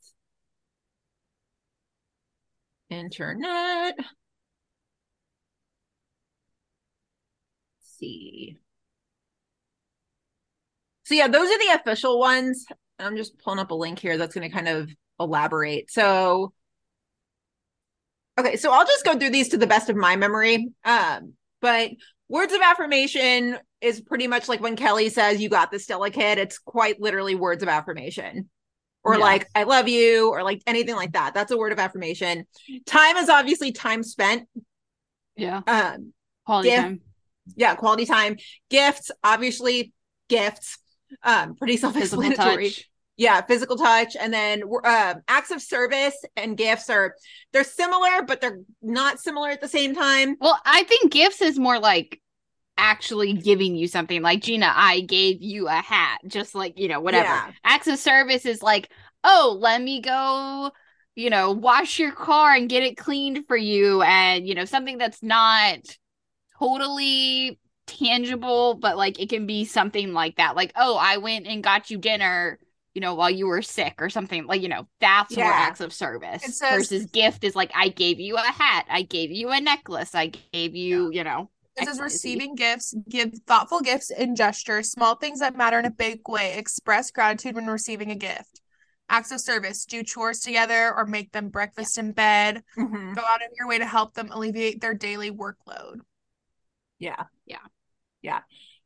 [SPEAKER 4] Internet. Let's see. So yeah, those are the official ones. And I'm just pulling up a link here that's going to kind of elaborate. So. Okay, so I'll just go through these to the best of my memory. Um, but words of affirmation is pretty much like when Kelly says, You got this, Stella kid. It's quite literally words of affirmation or
[SPEAKER 5] Yeah.
[SPEAKER 4] like I love you or like anything like that. That's a word of affirmation. Time is obviously time spent.
[SPEAKER 5] Yeah.
[SPEAKER 4] Um,
[SPEAKER 5] Quality
[SPEAKER 4] Yeah.
[SPEAKER 5] time.
[SPEAKER 4] yeah, quality time. Gifts, obviously gifts. Um, pretty
[SPEAKER 5] Physical
[SPEAKER 4] self-explanatory.
[SPEAKER 5] touch.
[SPEAKER 4] Yeah, physical touch, and then um, acts of service and gifts are they're similar, but they're not similar at the same time.
[SPEAKER 5] Well, I think gifts is more like actually giving you something. Like Gina, I gave you a hat, just like, you know, whatever.
[SPEAKER 4] Yeah.
[SPEAKER 5] Acts of service is like, oh, let me go, you know, wash your car and get it cleaned for you and, you know, something that's not totally tangible, but like it can be something like that. Like, oh, I went and got you dinner, you know, while you were sick or something. Like, you know, that's more
[SPEAKER 4] Yeah.
[SPEAKER 5] acts of service
[SPEAKER 6] It says-
[SPEAKER 5] versus gift is like I gave you a hat, I gave you a necklace, I gave you, you know.
[SPEAKER 6] This is
[SPEAKER 5] XYZ.
[SPEAKER 6] receiving gifts, give thoughtful gifts and gestures, small things that matter in a big way. Express gratitude when receiving a gift. Acts of service, do chores together or make them breakfast in bed.
[SPEAKER 5] Mm-hmm.
[SPEAKER 4] Mhm.
[SPEAKER 6] Go out of your way to help them alleviate their daily workload.
[SPEAKER 4] Yeah.
[SPEAKER 5] Yeah.
[SPEAKER 4] Yeah.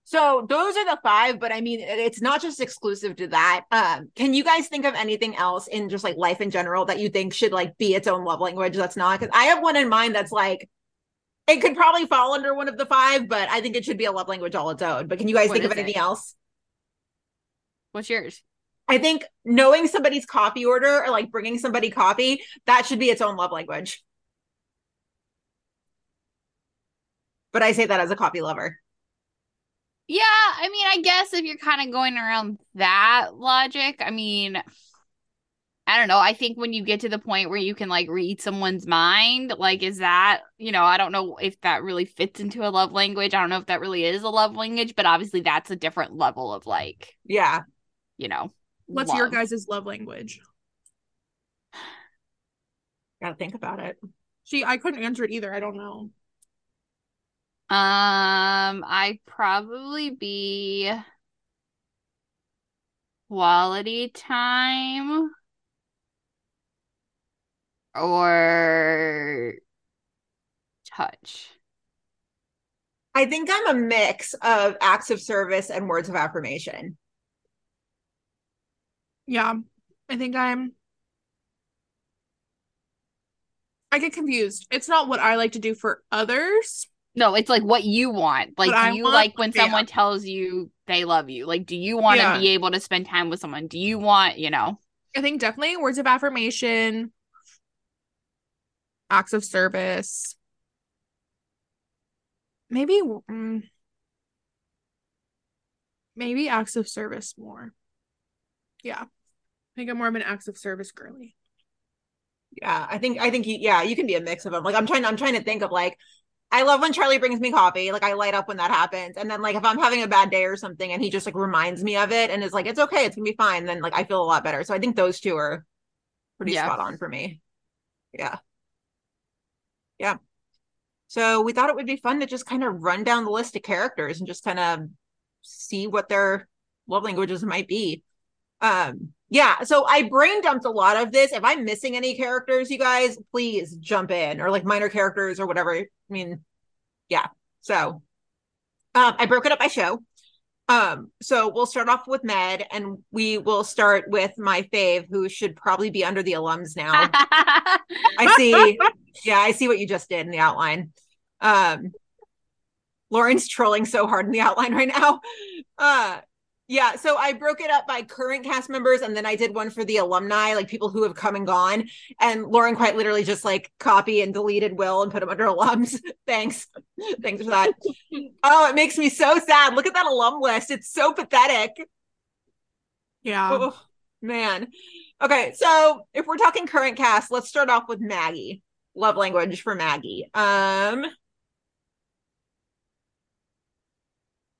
[SPEAKER 4] So those are the five, but I mean, it- it's not just exclusive to that. Um, can you guys think of anything else in just like life in general that you think should like be its own love language? That's not because I have one in mind that's like it could probably fall under one of the five, but I think it should be a love language all its own. But can you guys
[SPEAKER 5] What
[SPEAKER 4] think of
[SPEAKER 5] is it?
[SPEAKER 4] anything else?
[SPEAKER 5] What's yours?
[SPEAKER 4] I think knowing somebody's coffee order or like bringing somebody coffee that should be its own love language. But I say that as a coffee lover.
[SPEAKER 5] Yeah, I mean, I guess if you're kind of going around that logic, I mean, I don't know. I think when you get to the point where you can like read someone's mind, like, is that, you know, I don't know if that really fits into a love language. I don't know if that really is a love language, but obviously that's a different level of like,
[SPEAKER 4] Yeah.
[SPEAKER 5] you know,
[SPEAKER 6] What's your
[SPEAKER 5] love.
[SPEAKER 6] guys' love language?
[SPEAKER 4] Gotta think about it.
[SPEAKER 6] She, I couldn't answer it either. I don't know.
[SPEAKER 5] Um, I probably be quality time or touch.
[SPEAKER 4] I think I'm a mix of acts of service and words of affirmation.
[SPEAKER 6] Yeah, I think I'm. I get confused. It's not what I like to do for others.
[SPEAKER 5] No, it's like what you want. Like,
[SPEAKER 6] What I
[SPEAKER 5] do you
[SPEAKER 6] want?
[SPEAKER 5] like when
[SPEAKER 6] Yeah.
[SPEAKER 5] someone tells you they love you? Like, do you want to
[SPEAKER 6] Yeah.
[SPEAKER 5] be able to spend time with someone? Do you want, you know?
[SPEAKER 6] I think definitely words of affirmation, acts of service. Maybe, mm, maybe acts of service more. Yeah, I think I'm more of an acts of service girly.
[SPEAKER 4] Yeah, I think I think you, yeah, you can be a mix of them. Like I'm trying I'm trying to think of like I love when Charlie brings me coffee. Like I light up when that happens. And then like if I'm having a bad day or something and he just like reminds me of it and is like it's okay, it's going to be fine, then like I feel a lot better. So I think those two are pretty
[SPEAKER 5] Yeah.
[SPEAKER 4] spot on for me. Yeah. Yeah. So we thought it would be fun to just kind of run down the list of characters and just kind of see what their love languages might be. Um, yeah, so I brain dumped a lot of this. If I'm missing any characters, you guys, please jump in or like minor characters or whatever. I mean, yeah. So um I broke it up by show. Um, so we'll start off with Med and we will start with my fave, who should probably be under the alums now. I see. Yeah, I see what you just did in the outline. Um Lauren's trolling so hard in the outline right now. Uh yeah, so I broke it up by current cast members and then I did one for the alumni, like people who have come and gone. And Lauren quite literally just like copy and deleted Will and put him under alums. Thanks. Thanks for that. oh, it makes me so sad. Look at that alum list. It's so pathetic.
[SPEAKER 6] Yeah.
[SPEAKER 4] Oh, man. Okay, so if we're talking current cast, let's start off with Maggie. Love language for Maggie. Um,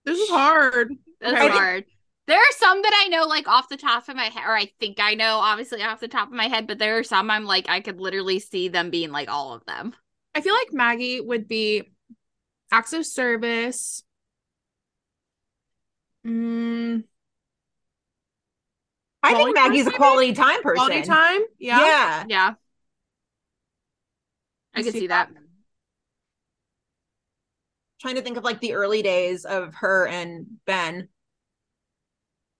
[SPEAKER 6] This is hard.
[SPEAKER 5] That's
[SPEAKER 6] Okay.
[SPEAKER 5] hard. There are some that I know like off the top of my head, or I think I know obviously off the top of my head, but there are some I'm like I could literally see them being like all of them.
[SPEAKER 6] I feel like Maggie would be acts of service. Mm,
[SPEAKER 4] I think
[SPEAKER 6] Quality time,
[SPEAKER 4] Maggie's a
[SPEAKER 6] maybe?
[SPEAKER 4] quality time person.
[SPEAKER 6] quality time.
[SPEAKER 4] Yeah.
[SPEAKER 6] Yeah.
[SPEAKER 4] yeah.
[SPEAKER 5] Yeah. I
[SPEAKER 6] I
[SPEAKER 5] could
[SPEAKER 6] see
[SPEAKER 5] see that.
[SPEAKER 4] Trying to think of like the early days of her and Ben.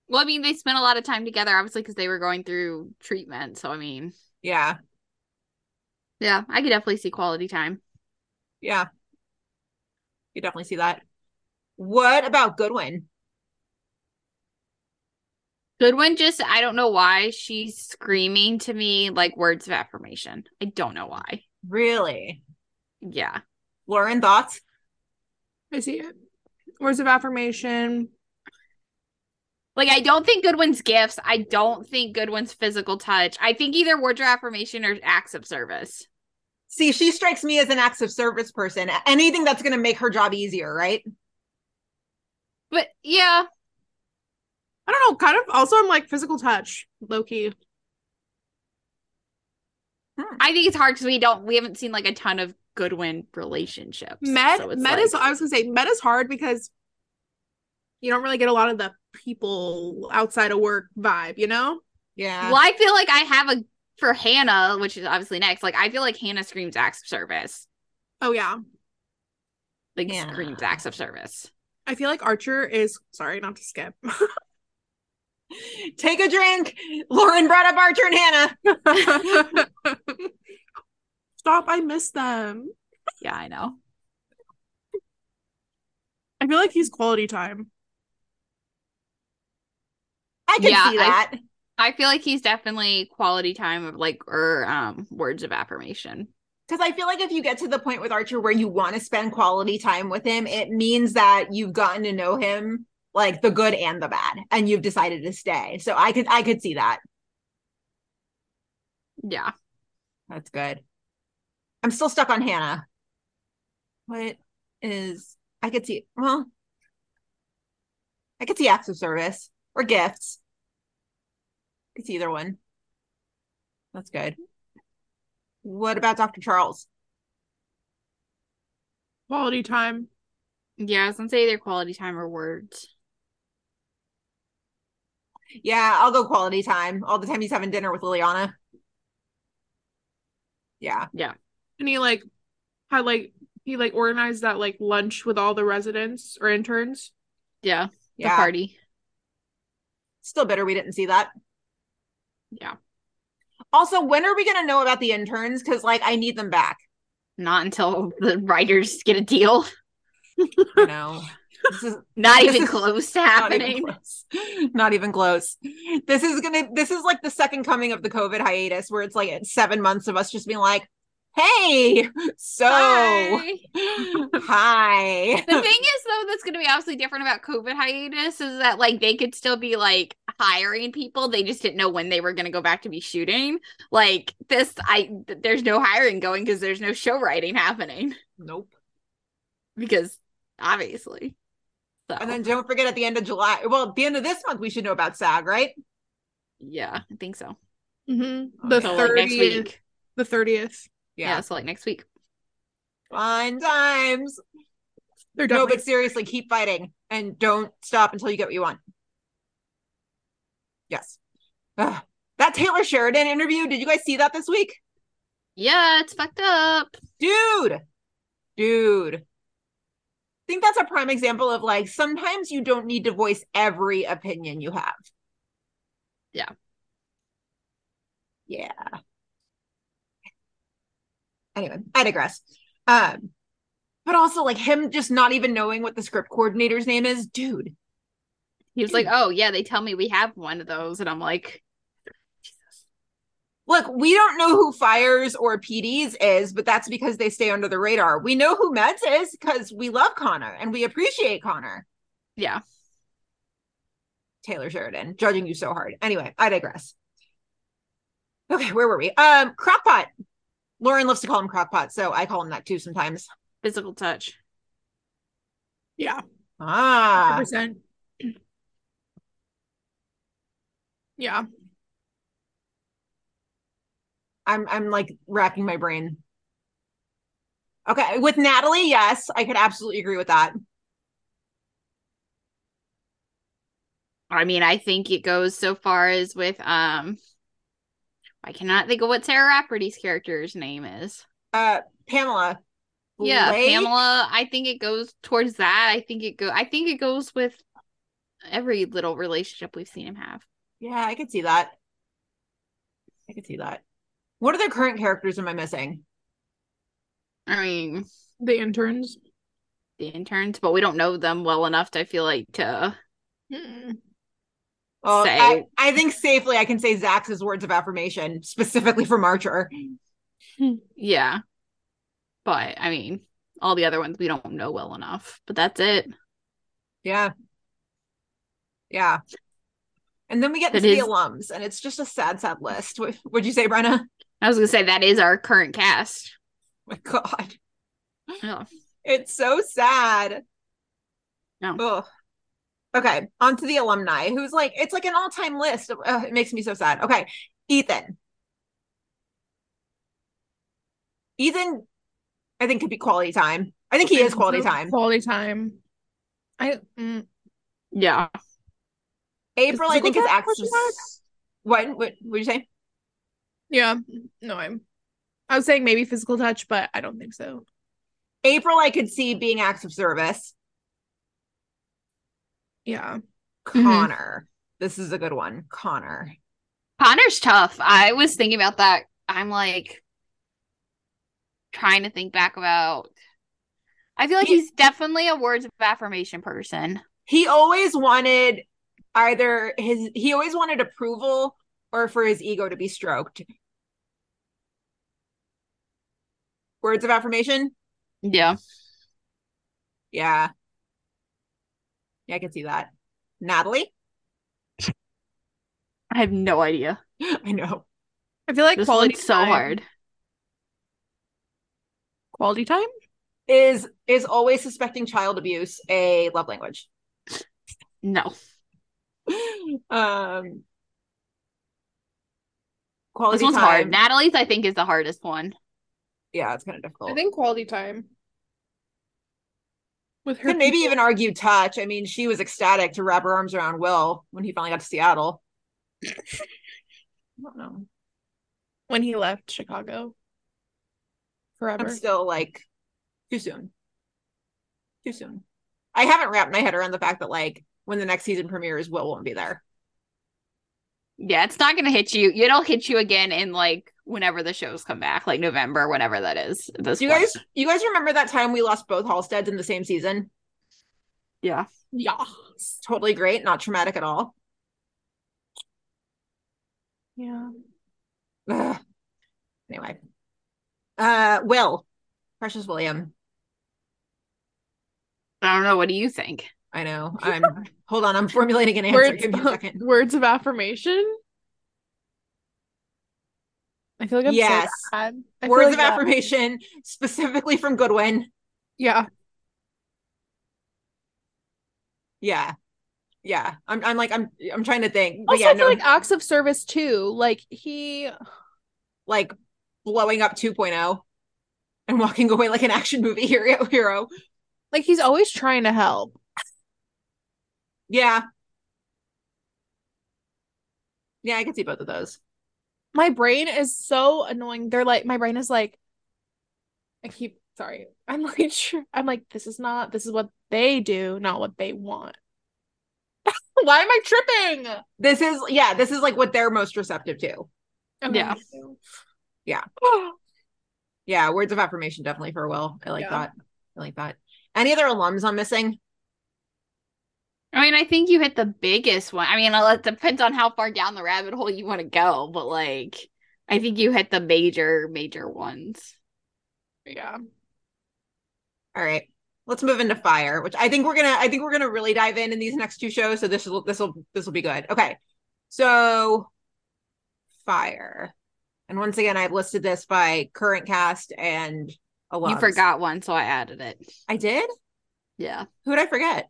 [SPEAKER 5] Well, I mean, they spent a lot of time together, obviously, because they were going through treatment. So, I mean,
[SPEAKER 4] Yeah.
[SPEAKER 5] yeah, I could definitely see quality time.
[SPEAKER 4] Yeah. You definitely see that. What about Goodwin?
[SPEAKER 5] Goodwin just, I don't know why she's screaming to me like words of affirmation. I don't know why.
[SPEAKER 4] Really?
[SPEAKER 5] Yeah.
[SPEAKER 4] Lauren, thoughts?
[SPEAKER 6] I see it. Words of affirmation.
[SPEAKER 5] Like, I don't think Goodwin's gifts. I don't think Goodwin's physical touch. I think either words of affirmation or acts of service.
[SPEAKER 4] See, she strikes me as an acts of service person. Anything that's going to make her job easier, right?
[SPEAKER 5] But yeah,
[SPEAKER 6] I don't know. Kind of. Also, I'm like physical touch, low key.
[SPEAKER 5] I think it's hard because we don't, we haven't seen like a ton of Goodwin relationships.
[SPEAKER 6] Med.
[SPEAKER 5] So it's
[SPEAKER 6] med
[SPEAKER 5] like-
[SPEAKER 6] is. I was gonna say med is hard because you don't really get a lot of the people outside of work vibe. You know.
[SPEAKER 4] Yeah.
[SPEAKER 5] Well, I feel like I have a for Hannah, which is obviously next. Like I feel like Hannah screams acts of service.
[SPEAKER 6] Oh yeah.
[SPEAKER 5] Like
[SPEAKER 4] Yeah.
[SPEAKER 5] screams acts of service.
[SPEAKER 6] I feel like Archer is sorry not to skip.
[SPEAKER 4] Take a drink. Lauren brought up Archer and Hannah.
[SPEAKER 6] Stop! I miss them.
[SPEAKER 5] Yeah, I know.
[SPEAKER 6] I feel like he's quality time.
[SPEAKER 4] I can
[SPEAKER 5] Yeah,
[SPEAKER 4] see
[SPEAKER 5] I-
[SPEAKER 4] that.
[SPEAKER 5] I feel like he's definitely quality time of like or um words of affirmation.
[SPEAKER 4] Because I feel like if you get to the point with Archer where you want to spend quality time with him, it means that you've gotten to know him, like the good and the bad, and you've decided to stay. So I could I could see that.
[SPEAKER 5] Yeah.
[SPEAKER 4] That's good. I'm still stuck on Hannah. What is I could see well I could see acts of service or gifts. I could see either one. That's good. What about Dr. Charles?
[SPEAKER 6] Quality time.
[SPEAKER 5] Yeah, I was gonna say either quality time or words.
[SPEAKER 4] Yeah, I'll go quality time. All the time he's having dinner with Liliana. Yeah.
[SPEAKER 6] And he like had like he like organized that like lunch with all the residents or interns.
[SPEAKER 5] Yeah. The
[SPEAKER 4] Yeah.
[SPEAKER 5] party.
[SPEAKER 4] Still bitter we didn't see that.
[SPEAKER 5] Yeah.
[SPEAKER 4] Also, when are we gonna know about the interns? Cause like I need them back.
[SPEAKER 5] Not until the writers get a deal.
[SPEAKER 4] You know. this is
[SPEAKER 5] Not
[SPEAKER 4] This
[SPEAKER 5] even
[SPEAKER 4] is
[SPEAKER 5] close to
[SPEAKER 4] not even
[SPEAKER 5] happening.
[SPEAKER 4] close. Not even close. This is gonna this is like the second coming of the COVID hiatus where it's like it's seven months of us just being like, hey, so
[SPEAKER 5] Bye.
[SPEAKER 4] hi.
[SPEAKER 5] the thing is though that's going to be obviously different about covid hiatus is that like they could still be like hiring people they just didn't know when they were going to go back to be shooting like this i th- there's no hiring going because there's no show writing happening
[SPEAKER 4] Nope.
[SPEAKER 5] because obviously so
[SPEAKER 4] And then don't forget at the end of July, well, at the end of this month, we should know about SAG, right?
[SPEAKER 5] yeah i think so
[SPEAKER 6] Mm-hmm. The
[SPEAKER 5] so like next
[SPEAKER 6] thirtieth.
[SPEAKER 5] week
[SPEAKER 6] the thirtieth.
[SPEAKER 5] yeah. so like next week
[SPEAKER 4] Fun times.
[SPEAKER 6] They're
[SPEAKER 4] No,
[SPEAKER 6] definitely
[SPEAKER 4] but seriously, keep fighting and don't stop until you get what you want. Yes. Ugh. That Taylor Sheridan interview, did you guys see that this week?
[SPEAKER 5] yeah it's fucked up
[SPEAKER 4] Dude. Dude. I think that's a prime example of like sometimes you don't need to voice every opinion you have.
[SPEAKER 5] Yeah.
[SPEAKER 4] Yeah. Anyway, I digress. Um, but also like him just not even knowing what the script coordinator's name is, dude.
[SPEAKER 5] he was like oh yeah they tell me we have one of those and i'm like
[SPEAKER 4] Look, we don't know who fires or PDs is, but that's because they stay under the radar. We know who Meds is because we love Connor and we appreciate Connor.
[SPEAKER 5] yeah
[SPEAKER 4] Taylor Sheridan, judging you so hard. Anyway, I digress. Okay, where were we? Um, crockpot. Lauren loves to call him crockpot, so I call him that too sometimes.
[SPEAKER 5] physical touch
[SPEAKER 6] yeah.
[SPEAKER 4] Ah,
[SPEAKER 6] percent. Yeah.
[SPEAKER 4] I'm I'm like racking my brain. Okay, with Natalie, yes, I could absolutely agree with that.
[SPEAKER 5] I mean, I think it goes so far as with um I cannot think of what Sarah Rafferty's character's name is.
[SPEAKER 4] Uh, Pamela.
[SPEAKER 5] Yeah,
[SPEAKER 4] Blake?
[SPEAKER 5] Pamela. I think it goes towards that. I think it go I think it goes with every little relationship we've seen him have.
[SPEAKER 4] Yeah, I could see that. I could see that. What other current characters am I missing?
[SPEAKER 5] I mean,
[SPEAKER 6] The interns.
[SPEAKER 5] the interns, but we don't know them well enough to feel like to.
[SPEAKER 4] hmm. Well,
[SPEAKER 5] Say-
[SPEAKER 4] I, I think safely I can say Zax's words of affirmation specifically from Archer.
[SPEAKER 5] Yeah. But I mean, all the other ones we don't know well enough. But that's it.
[SPEAKER 4] Yeah. Yeah. And then we get
[SPEAKER 5] That
[SPEAKER 4] into the
[SPEAKER 5] is-
[SPEAKER 4] alums, and it's just a sad, sad list. What would you say, Brenna?
[SPEAKER 5] I was gonna say that is our current cast. Oh.
[SPEAKER 4] My God.
[SPEAKER 5] Ugh.
[SPEAKER 4] It's so sad.
[SPEAKER 5] No.
[SPEAKER 4] Ugh. Okay. On to the alumni, who's like, it's like an all time list. Ugh, it makes me so sad. Okay. Ethan. Ethan, I think, could be quality time. I think he is quality time.
[SPEAKER 6] Quality time. I mm,
[SPEAKER 5] Yeah.
[SPEAKER 4] April, I think, is
[SPEAKER 6] Physical
[SPEAKER 4] access. What? What what would you say?
[SPEAKER 6] yeah. No, I'm. I was saying maybe physical touch, but I don't think so.
[SPEAKER 4] April, I could see being acts of service.
[SPEAKER 6] Yeah.
[SPEAKER 5] Mhm.
[SPEAKER 4] Connor. This is a good one. Connor.
[SPEAKER 5] Connor's tough. I was thinking about that. I'm like trying to think back about I feel like
[SPEAKER 4] He-
[SPEAKER 5] he's definitely a words of affirmation person.
[SPEAKER 4] He always wanted either his, he always wanted approval or for his ego to be stroked. Words of affirmation?
[SPEAKER 5] Yeah.
[SPEAKER 4] Yeah. Yeah, I can see that. Natalie?
[SPEAKER 5] I have no idea.
[SPEAKER 4] I know.
[SPEAKER 6] I feel like
[SPEAKER 5] This
[SPEAKER 6] quality
[SPEAKER 5] one's so
[SPEAKER 6] time-
[SPEAKER 5] hard.
[SPEAKER 6] Quality time.
[SPEAKER 4] Is is always suspecting child abuse a love language?
[SPEAKER 5] No.
[SPEAKER 4] um
[SPEAKER 5] This
[SPEAKER 4] quality
[SPEAKER 5] one's
[SPEAKER 4] time.
[SPEAKER 5] hard. Natalie's I think is the hardest one.
[SPEAKER 4] yeah, it's kind of difficult.
[SPEAKER 6] I think quality time. With her,
[SPEAKER 4] could maybe
[SPEAKER 6] people.
[SPEAKER 4] even argue touch. I mean, she was ecstatic to wrap her arms around Will when he finally got to Seattle. I don't know.
[SPEAKER 6] when he left Chicago. Forever.
[SPEAKER 4] I'm still like too soon. Too soon. I haven't wrapped my head around the fact that like when the next season premieres, Will won't be there.
[SPEAKER 5] Yeah, it's not gonna hit you. It'll hit you again in like whenever the shows come back, like November, whenever that is. at this
[SPEAKER 4] Do you
[SPEAKER 5] point.
[SPEAKER 4] guys you guys remember that time we lost both Halsteads in the same season?
[SPEAKER 5] Yeah.
[SPEAKER 4] Yeah. Totally great, not traumatic at all.
[SPEAKER 6] yeah.
[SPEAKER 4] Ugh. Anyway. Uh Will. Precious William.
[SPEAKER 5] I don't know. What do you think?
[SPEAKER 4] I know. I'm hold on, I'm formulating an answer.
[SPEAKER 6] Words,
[SPEAKER 4] Give me a second.
[SPEAKER 6] words of affirmation. I feel like I'm
[SPEAKER 4] Yes.
[SPEAKER 6] so bad. I feel
[SPEAKER 4] words
[SPEAKER 6] like uh,
[SPEAKER 4] of
[SPEAKER 6] that-
[SPEAKER 4] affirmation specifically from goodwin
[SPEAKER 6] Yeah.
[SPEAKER 4] yeah yeah i'm, I'm like i'm i'm trying to think but
[SPEAKER 6] Also,
[SPEAKER 4] yeah
[SPEAKER 6] I feel
[SPEAKER 4] no like,
[SPEAKER 6] like acts of service too. Like he,
[SPEAKER 4] blowing up 2.0 and walking away like an action movie hero hero
[SPEAKER 6] like he's always trying to help.
[SPEAKER 4] yeah yeah i can see both of those
[SPEAKER 6] My brain is so annoying. They're like, my brain is like, I keep sorry. I'm like, sure. I'm like, this is not. This is what they do, not what they want. Why am I tripping?
[SPEAKER 4] this is yeah this is like what they're most receptive to
[SPEAKER 6] Okay,
[SPEAKER 5] Yeah.
[SPEAKER 6] me too.
[SPEAKER 4] Yeah. yeah words of affirmation definitely for will i like
[SPEAKER 6] Yeah.
[SPEAKER 4] that i like that any other alums i'm missing
[SPEAKER 5] I mean, I think you hit the biggest one. I mean, uh, it depends on how far down the rabbit hole you want to go, but like, I think you hit the major, major ones.
[SPEAKER 6] yeah.
[SPEAKER 4] all right let's move into fire which i think we're gonna i think we're gonna really dive in in these next two shows so this will this will this will be good okay so fire and once again i've listed this by current cast and alums.
[SPEAKER 5] You forgot one, so I added it.
[SPEAKER 4] i did
[SPEAKER 5] Yeah,
[SPEAKER 4] who did i forget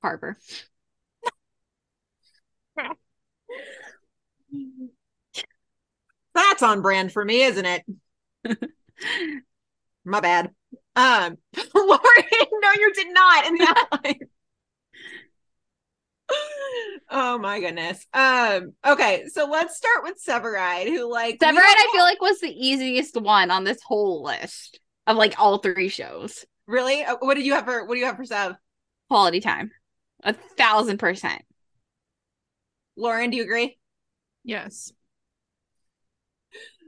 [SPEAKER 5] Harper.
[SPEAKER 4] that's on brand for me isn't it my bad um lauren no you did not in the outline oh my goodness um okay so let's start with severide who like we
[SPEAKER 5] Severide,
[SPEAKER 4] don't
[SPEAKER 5] I feel like was the easiest one on this whole list of like all three shows.
[SPEAKER 4] Really? Uh, What did you have for what do you have for Sev?
[SPEAKER 5] Quality time. A thousand percent.
[SPEAKER 4] Lauren, do you agree?
[SPEAKER 6] Yes.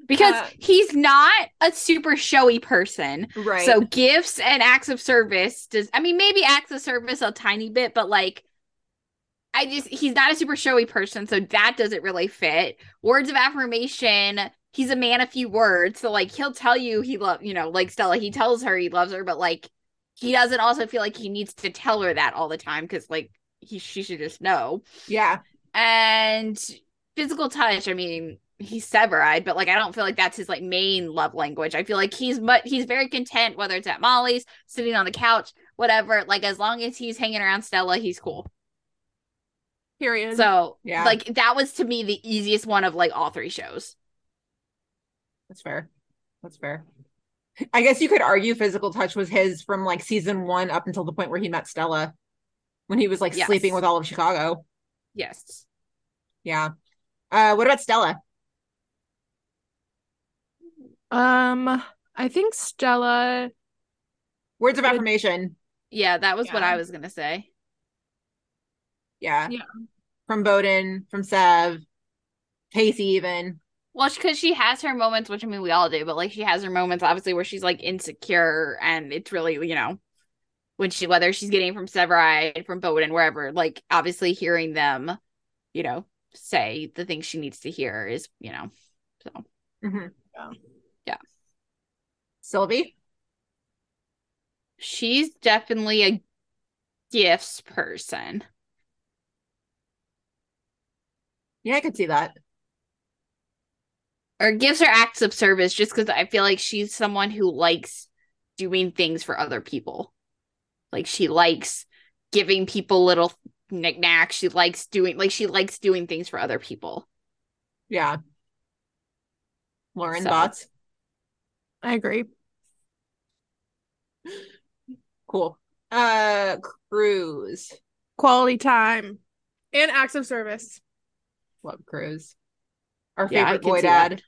[SPEAKER 5] Because
[SPEAKER 4] Uh,
[SPEAKER 5] he's not a super showy person.
[SPEAKER 4] Right.
[SPEAKER 5] So gifts and acts of service does I mean maybe acts of service a tiny bit, but like I just he's not a super showy person, so that doesn't really fit. Words of affirmation, he's a man of few words, so like he'll tell you he love you know, like Stella, he tells her he loves her, but like he doesn't also feel like he needs to tell her that all the time because like he she should just know.
[SPEAKER 4] yeah.
[SPEAKER 5] And physical touch, I mean, he's sever-eyed, but like I don't feel like that's his like main love language. I feel like he's mu- he's very content whether it's at Molly's, sitting on the couch, whatever. Like as long as he's hanging around Stella, he's cool.
[SPEAKER 6] Period.
[SPEAKER 5] So
[SPEAKER 4] Yeah.
[SPEAKER 5] like that was to me the easiest one of like all three shows.
[SPEAKER 4] That's fair. That's fair. I guess you could argue physical touch was his from like season one up until the point where he met Stella when he was like
[SPEAKER 5] Yes.
[SPEAKER 4] sleeping with all of Chicago.
[SPEAKER 5] Yes.
[SPEAKER 4] Yeah. Uh, what about Stella?
[SPEAKER 6] um, I think Stella.
[SPEAKER 4] Words of
[SPEAKER 6] Would-
[SPEAKER 4] affirmation.
[SPEAKER 5] Yeah, that was what
[SPEAKER 6] Yeah.
[SPEAKER 5] I was gonna say.
[SPEAKER 4] Yeah.
[SPEAKER 6] Yeah.
[SPEAKER 4] From Bowden, from Sev, Casey, even.
[SPEAKER 5] Well, because she has her moments, which I mean we all do, but like she has her moments obviously where she's like insecure and it's really, you know, when she whether she's getting from Severide, from Bowden, wherever, like obviously hearing them, you know, say the things she needs to hear is, you know. So
[SPEAKER 4] Mhm.
[SPEAKER 6] Yeah.
[SPEAKER 5] Yeah.
[SPEAKER 4] Sylvie?
[SPEAKER 5] she's definitely a gifts person.
[SPEAKER 4] Yeah, I could see that.
[SPEAKER 5] Or gives her acts of service just because I feel like she's someone who likes doing things for other people. Like she likes giving people little knickknacks. She likes doing like she likes doing things for other people.
[SPEAKER 4] Yeah. Lauren,
[SPEAKER 5] So-
[SPEAKER 4] thoughts?
[SPEAKER 6] I agree.
[SPEAKER 4] Cool. Uh, Cruz.
[SPEAKER 6] Quality time and acts of service.
[SPEAKER 4] Love Cruz. Our
[SPEAKER 5] Yeah, I
[SPEAKER 4] favorite
[SPEAKER 5] can
[SPEAKER 4] boy
[SPEAKER 5] see that.
[SPEAKER 4] dad.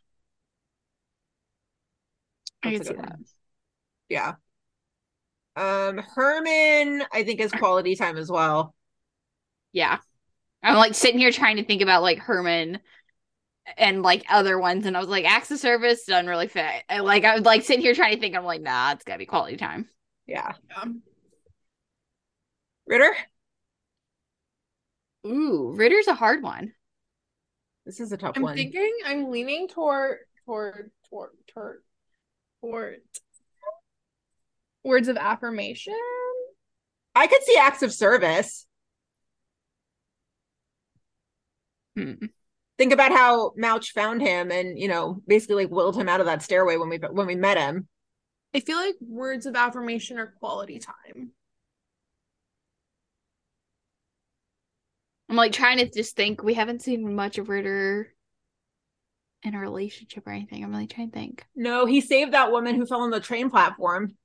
[SPEAKER 6] I
[SPEAKER 4] That's
[SPEAKER 6] can
[SPEAKER 4] a
[SPEAKER 6] see
[SPEAKER 4] good
[SPEAKER 6] that.
[SPEAKER 4] one. Yeah. Um, Herman, I think is quality time as well.
[SPEAKER 5] Yeah. I'm like sitting here trying to think about like Herman and like other ones and I was like acts of service doesn't really fit. And, like I was like sitting here trying to think I'm like nah, it's got to be quality time.
[SPEAKER 4] Yeah.
[SPEAKER 6] Um,
[SPEAKER 4] Ritter,
[SPEAKER 5] Ooh, Ritter's a hard one.
[SPEAKER 4] this is a tough
[SPEAKER 6] I'm
[SPEAKER 4] one.
[SPEAKER 6] thinking. I'm leaning toward toward toward toward toward words of affirmation.
[SPEAKER 4] I could see acts of service.
[SPEAKER 5] Hmm.
[SPEAKER 4] Think about how Mouch found him and, you know, basically like willed him out of that stairway when we when we met him.
[SPEAKER 6] I feel like words of affirmation are quality time.
[SPEAKER 5] I'm like trying to just think. We haven't seen much of Ritter in a relationship or anything. I'm really trying to think.
[SPEAKER 4] No, he saved that woman who fell on the train platform.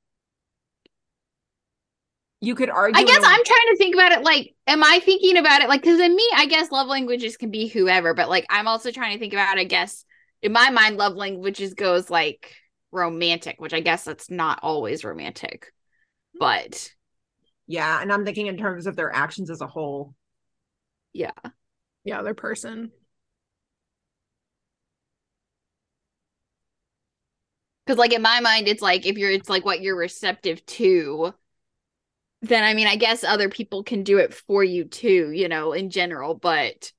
[SPEAKER 4] You could argue.
[SPEAKER 5] I guess
[SPEAKER 4] in a-
[SPEAKER 5] I'm trying to think about it. Like, am I thinking about it? Like, because in me, I guess love languages can be whoever, but like, I'm also trying to think about. I guess in my mind, love languages goes like romantic, which I guess that's not always romantic, but
[SPEAKER 4] Yeah, and I'm thinking in terms of their actions as a whole.
[SPEAKER 6] Yeah, their person.
[SPEAKER 5] because like in my mind, it's like if you're, it's like what you're receptive to. Then I mean, I guess other people can do it for you too, you know, in general, but.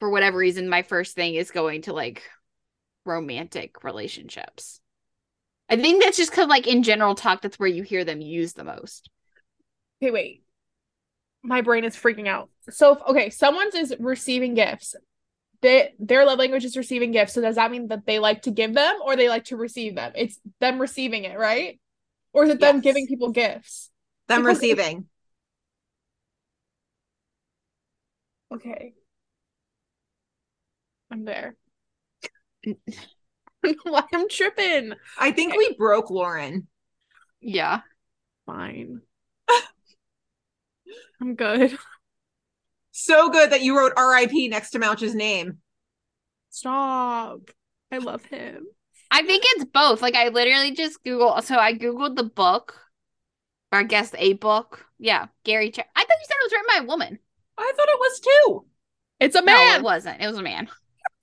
[SPEAKER 5] for whatever reason, my first thing is going to like romantic relationships. I think that's just because, like, in general talk, that's where you hear them used the most.
[SPEAKER 6] Okay, wait. My brain is freaking out. So, if, okay, someone's is receiving gifts. They, their love language is receiving gifts. So, does that mean that they like to give them or they like to receive them? It's them receiving it, right? Or is it them
[SPEAKER 5] Yes.
[SPEAKER 6] giving people gifts?
[SPEAKER 4] Them
[SPEAKER 6] Because if-
[SPEAKER 4] receiving.
[SPEAKER 6] Okay. I'm there. Why I'm tripping.
[SPEAKER 4] I think we broke Lauren.
[SPEAKER 5] Yeah.
[SPEAKER 6] Fine. I'm good.
[SPEAKER 4] So good that you wrote RIP next to Mouch's name.
[SPEAKER 6] Stop. I love him.
[SPEAKER 5] I think it's both. Like, I literally just Googled. So I Googled the book or I guess a book. Yeah, Gary. Ch- I thought you said it was written by a woman.
[SPEAKER 4] I thought it was too.
[SPEAKER 6] It's a
[SPEAKER 5] No,
[SPEAKER 6] man.
[SPEAKER 5] it wasn't. It was a man.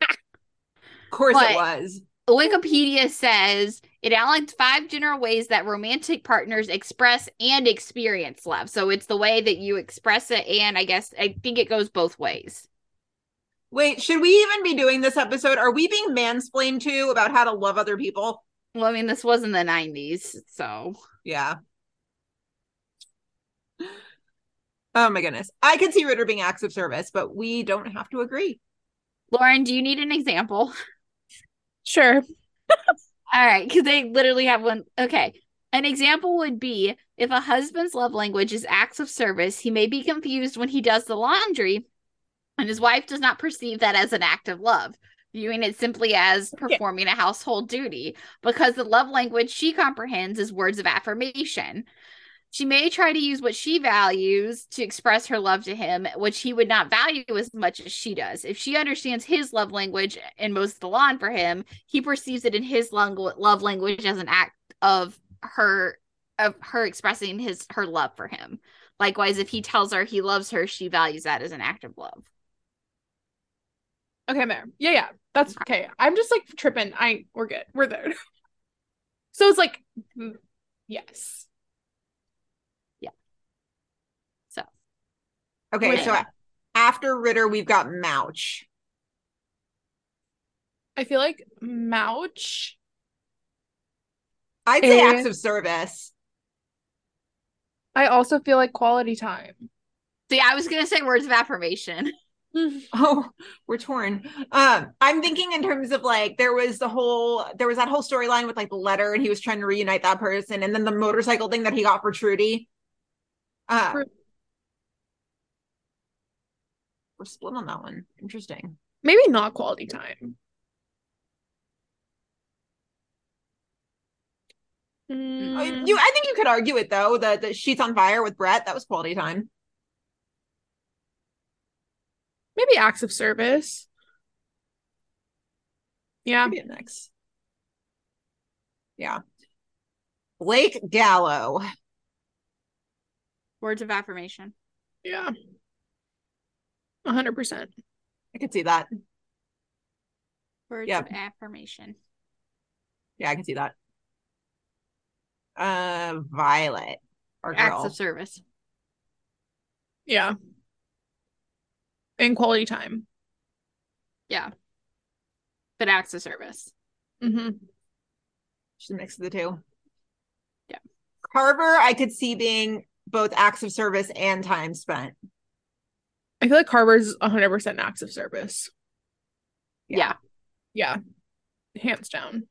[SPEAKER 4] Of course
[SPEAKER 5] But-
[SPEAKER 4] it was. outlines
[SPEAKER 5] Wikipedia says it outlines five general ways that romantic partners express and experience love. So it's the way that you express it, and I guess I think it goes both ways.
[SPEAKER 4] Wait, should we even be doing this episode? Are we being mansplained to about how to love other people?
[SPEAKER 5] Well, I mean, this was in the 90s, so
[SPEAKER 4] Yeah. Oh my goodness. I could see Ritter being acts of service, but we don't have to agree.
[SPEAKER 5] Lauren, do you need an example?
[SPEAKER 6] Sure.
[SPEAKER 5] All right, because they literally have one. Okay. An example would be if a husband's love language is acts of service, he may be confused when he does the laundry and his wife does not perceive that as an act of love, viewing it simply as performing a household duty because the love language she comprehends is words of affirmation. She may try to use what she values to express her love to him, which he would not value as much as she does. If she understands his love language and mows the lawn for him, he perceives it in his langu- love language as an act of her of her expressing his her love for him. Likewise, if he tells her he loves her, she values that as an act of love.
[SPEAKER 6] Okay, I'm there. Yeah, yeah. That's okay. I'm just like tripping. I we're good. We're there. So it's like mm, yes.
[SPEAKER 4] Okay,
[SPEAKER 6] Wait.
[SPEAKER 4] so a- after Ritter, we've got Mouch.
[SPEAKER 6] I feel like Mouch.
[SPEAKER 4] I'd say
[SPEAKER 6] Eh.
[SPEAKER 4] acts of service.
[SPEAKER 6] I also feel like quality time.
[SPEAKER 5] So yeah, I was gonna say words of affirmation.
[SPEAKER 4] Oh, we're torn. Um, I'm thinking in terms of like there was the whole there was that whole storyline with like the letter and he was trying to reunite that person and then the motorcycle thing that he got for Trudy. Uh,
[SPEAKER 6] True.
[SPEAKER 4] we're split on that one. Interesting.
[SPEAKER 6] Maybe not quality time.
[SPEAKER 4] I-
[SPEAKER 6] Mm,
[SPEAKER 5] Mm-hmm.
[SPEAKER 4] You, I think you could argue it though. The the sheets on fire with Brett that was quality time.
[SPEAKER 6] maybe acts of service. Yeah.
[SPEAKER 4] Maybe it next. Yeah. Blake Gallo.
[SPEAKER 5] Words of affirmation.
[SPEAKER 6] Yeah. 100%.
[SPEAKER 4] I could see that.
[SPEAKER 5] Words
[SPEAKER 4] Yep.
[SPEAKER 5] of affirmation.
[SPEAKER 4] Yeah, I can see that. Uh, Violet, our
[SPEAKER 5] Acts
[SPEAKER 4] girl.
[SPEAKER 5] of service.
[SPEAKER 6] Yeah. And quality time.
[SPEAKER 5] But acts of service.
[SPEAKER 6] hmm
[SPEAKER 4] She's a mix of the two.
[SPEAKER 5] Yeah.
[SPEAKER 4] Carver, I could see being both acts of service and time spent.
[SPEAKER 6] I feel like Carver's 100% acts of service.
[SPEAKER 4] Yeah.
[SPEAKER 6] Yeah. Hands down.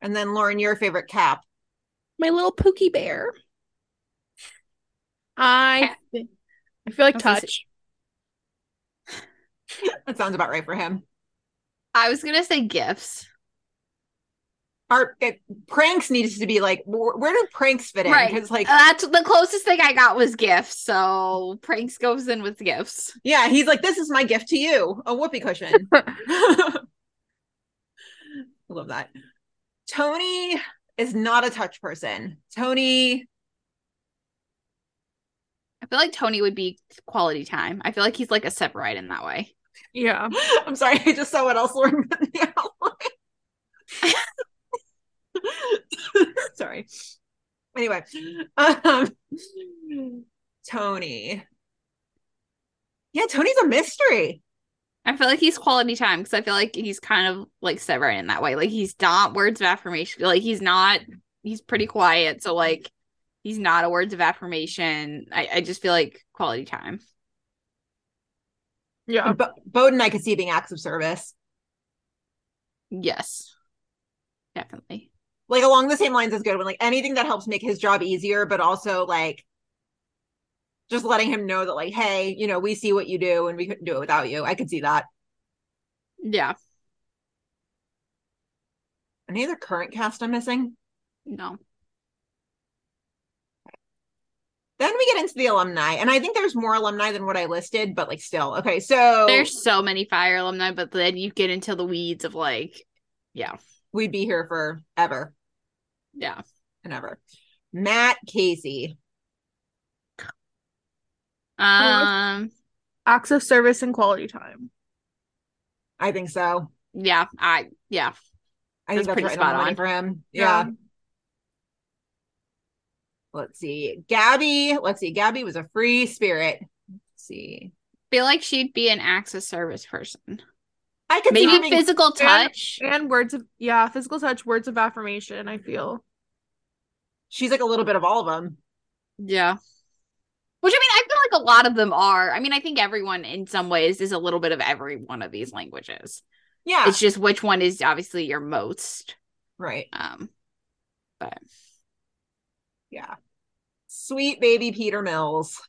[SPEAKER 4] And then Lauren, your favorite cap.
[SPEAKER 6] My little pookie bear. I
[SPEAKER 5] Cat.
[SPEAKER 6] thi- I feel like
[SPEAKER 5] I was gonna say-
[SPEAKER 6] touch.
[SPEAKER 4] That sounds about right for him.
[SPEAKER 5] I was gonna say gifts.
[SPEAKER 4] Our it, pranks needs to be like, wh- where do pranks fit in?
[SPEAKER 5] Right.
[SPEAKER 4] Because like,
[SPEAKER 5] That's the closest thing I got was gifts. So pranks goes in with gifts.
[SPEAKER 4] yeah, he's like, this is my gift to you, a whoopee cushion. I love that. Tony is not a touch person. Tony,
[SPEAKER 5] I feel like Tony would be quality time. I feel like he's like a separate in that way.
[SPEAKER 6] Yeah.
[SPEAKER 4] I'm sorry, I just saw what else Lauren put in the outline. sorry. Anyway, um, Tony. Yeah, Tony's a mystery.
[SPEAKER 5] I feel like he's quality time because I feel like he's kind of like separate in that way. Like he's not words of affirmation. Like he's not. He's pretty quiet. So like he's not a words of affirmation. I, I just feel like quality time.
[SPEAKER 6] Yeah.
[SPEAKER 4] Bo- Bowden, I could see being acts of service.
[SPEAKER 5] Yes, definitely.
[SPEAKER 4] Like along the same lines as Goodwin, like anything that helps make his job easier, but also like just letting him know that, like, hey, you know, we see what you do and we couldn't do it without you. I could see that.
[SPEAKER 5] Yeah.
[SPEAKER 4] Any other current cast I'm missing?
[SPEAKER 5] No.
[SPEAKER 4] Then we get into the alumni, and I think there's more alumni than what I listed, but like still. Okay, so
[SPEAKER 5] There's so many fire alumni, but then you get into the weeds of like,
[SPEAKER 4] we'd be here forever
[SPEAKER 5] yeah.
[SPEAKER 4] and ever. Matt Casey.
[SPEAKER 5] Um,
[SPEAKER 6] acts of service and quality time.
[SPEAKER 4] I think so.
[SPEAKER 5] yeah, I yeah.
[SPEAKER 4] I think
[SPEAKER 5] That's
[SPEAKER 4] that's
[SPEAKER 5] pretty
[SPEAKER 4] right on the
[SPEAKER 5] spot
[SPEAKER 4] money
[SPEAKER 5] on.
[SPEAKER 4] for him. Yeah. Let's see. Gabby. Let's see. Gabby was a free spirit. Let's see.
[SPEAKER 5] Feel like she'd be an acts of service person.
[SPEAKER 4] I could see
[SPEAKER 5] Maybe
[SPEAKER 4] her being-
[SPEAKER 5] physical touch.
[SPEAKER 6] Yeah. And words of yeah, physical touch, words of affirmation, I feel.
[SPEAKER 4] she's like a little bit of all of them.
[SPEAKER 5] Yeah. Which I mean, I feel like a lot of them are. I mean, I think everyone in some ways is a little bit of every one of these languages.
[SPEAKER 4] Yeah.
[SPEAKER 5] It's just which one is obviously your most.
[SPEAKER 4] right.
[SPEAKER 5] Um, but
[SPEAKER 4] Yeah. Sweet baby Peter Mills.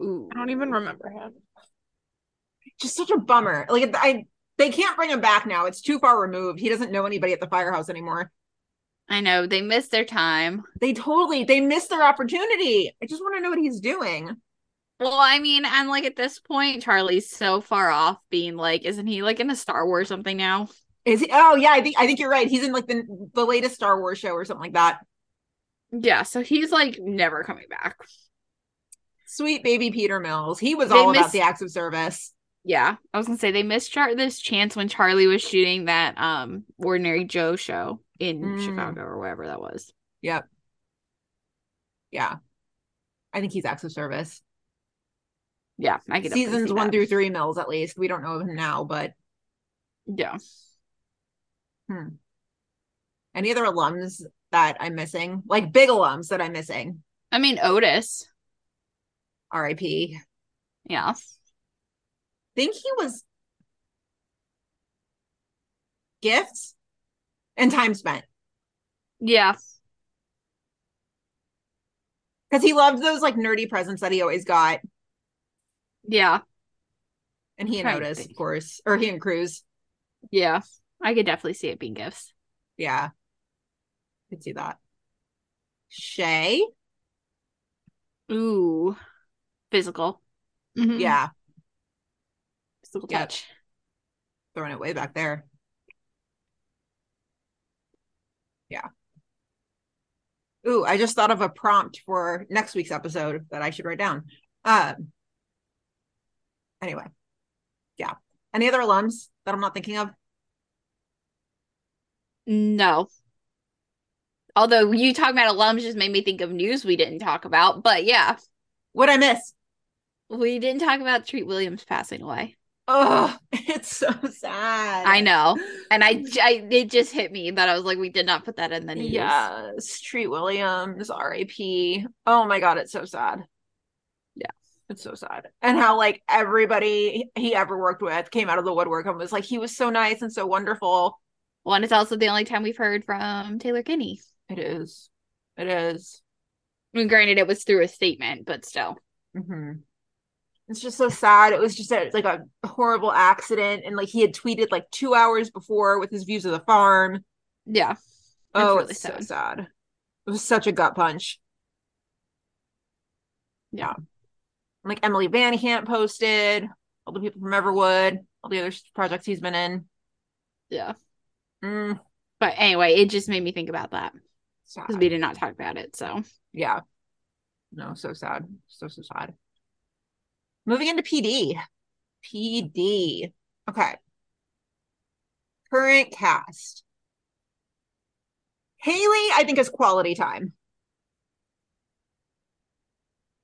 [SPEAKER 5] ooh.
[SPEAKER 6] I don't even remember him.
[SPEAKER 4] Just such a bummer. Like I they can't bring him back now. It's too far removed. He doesn't know anybody at the firehouse anymore.
[SPEAKER 5] I know they missed their time.
[SPEAKER 4] They totally they missed their opportunity. I just want to know what he's doing.
[SPEAKER 5] Well, I mean, and like at this point, Charlie's so far off being like, isn't he like in a Star Wars something now?
[SPEAKER 4] Is he oh yeah, I think I think you're right. He's in like the the latest Star Wars show or something like that.
[SPEAKER 5] Yeah, so he's like never coming back.
[SPEAKER 4] Sweet baby Peter Mills. He was
[SPEAKER 5] They
[SPEAKER 4] all about
[SPEAKER 5] miss-
[SPEAKER 4] the acts of service.
[SPEAKER 5] Yeah, I was gonna say they missed Char- this chance when Charlie was shooting that um Ordinary Joe show in
[SPEAKER 4] Mm.
[SPEAKER 5] Chicago or wherever that was.
[SPEAKER 4] Yep. Yeah. I think he's acts of service.
[SPEAKER 5] Yeah, I could definitely
[SPEAKER 4] Seasons
[SPEAKER 5] see
[SPEAKER 4] one
[SPEAKER 5] that.
[SPEAKER 4] through three Mills at least. We don't know of him now, but
[SPEAKER 5] Yeah,
[SPEAKER 4] any other alums that I'm missing? Like big alums that I'm missing.
[SPEAKER 5] I mean Otis.
[SPEAKER 4] R.I.P.
[SPEAKER 5] Yeah,
[SPEAKER 4] Think he was gifts and time spent.
[SPEAKER 5] yeah,
[SPEAKER 4] Because he loved those like nerdy presents that he always got.
[SPEAKER 5] yeah,
[SPEAKER 4] And he and
[SPEAKER 5] Trying to
[SPEAKER 4] Otis, of
[SPEAKER 5] think.
[SPEAKER 4] course. Or he and Cruz.
[SPEAKER 5] yeah. I could definitely see it being gifts.
[SPEAKER 4] Yeah. Could see that. Shay.
[SPEAKER 5] Ooh, physical, Mm-hmm.
[SPEAKER 6] Mhm.
[SPEAKER 4] Yeah.
[SPEAKER 5] physical
[SPEAKER 4] Yep.
[SPEAKER 5] touch.
[SPEAKER 4] Throwing it way back there. Yeah. Ooh, I just thought of a prompt for next week's episode that I should write down. Um anyway. Yeah. Any other alums that I'm not thinking of?
[SPEAKER 5] No. Although you talking about alums just made me think of news we didn't talk about, but yeah,
[SPEAKER 4] What I miss?
[SPEAKER 5] we didn't talk about Treat Williams passing away.
[SPEAKER 4] Oh, it's so sad.
[SPEAKER 5] I know. And I, j- I- it just hit me that I was like, we did not put that in the news.
[SPEAKER 4] Yes, Treat Williams, R.A.P. Oh my God, it's so sad.
[SPEAKER 5] Yeah.
[SPEAKER 4] it's so sad. And how like everybody he ever worked with came out of the woodwork and was like, he was so nice and so wonderful.
[SPEAKER 5] Well, and it's also the only time we've heard from Taylor Kinney.
[SPEAKER 4] It is. It is.
[SPEAKER 5] I mean, granted, it was through a statement, but still.
[SPEAKER 4] Mm-hmm. It's just so sad. It was just a, like a horrible accident, and like he had tweeted like two hours before with his views of the farm.
[SPEAKER 5] Yeah. It's
[SPEAKER 4] oh,
[SPEAKER 5] really
[SPEAKER 4] it's so
[SPEAKER 5] sad.
[SPEAKER 4] sad. It was such a gut punch.
[SPEAKER 5] Yeah.
[SPEAKER 4] Like Emily Van Camp posted, all the people from Everwood, all the other s- projects he's been in.
[SPEAKER 5] Yeah.
[SPEAKER 4] Mm,
[SPEAKER 5] But anyway, it just made me think about that
[SPEAKER 4] sad.
[SPEAKER 5] because we did not talk about it. So,
[SPEAKER 4] Yeah. No, so sad. So, so sad. Moving into PD. PD. Okay. Current cast. Haley, I think, is quality time.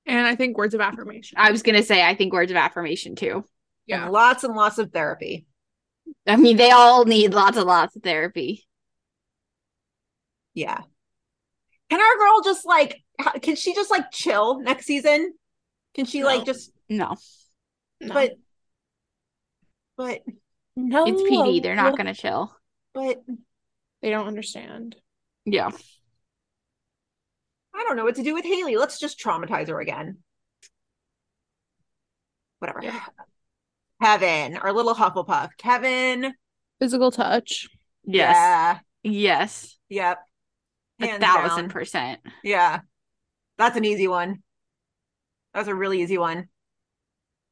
[SPEAKER 6] And I think words of affirmation.
[SPEAKER 5] I was going to say, I think words of affirmation too.
[SPEAKER 4] Yeah.
[SPEAKER 6] Yeah.
[SPEAKER 4] lots and lots of therapy.
[SPEAKER 5] I mean, they all need lots and lots of therapy.
[SPEAKER 4] Yeah. Can our girl just like, h- can she just like chill next season? Can she like
[SPEAKER 6] No.
[SPEAKER 4] just,
[SPEAKER 5] No,
[SPEAKER 6] No.
[SPEAKER 4] but, but no.
[SPEAKER 5] it's
[SPEAKER 4] Oh.
[SPEAKER 5] PD. They're not going to chill.
[SPEAKER 4] But
[SPEAKER 6] they don't understand.
[SPEAKER 5] Yeah.
[SPEAKER 4] I don't know what to do with Haley. Let's just traumatize her again. Whatever.
[SPEAKER 6] Yeah.
[SPEAKER 4] Kevin, our little Hufflepuff. Kevin.
[SPEAKER 6] Physical touch.
[SPEAKER 5] Yes. Yes.
[SPEAKER 4] Yeah. Yep.
[SPEAKER 5] A
[SPEAKER 4] Hands
[SPEAKER 5] thousand
[SPEAKER 4] down.
[SPEAKER 5] percent.
[SPEAKER 4] Yeah. That's an easy one. That's a really easy one.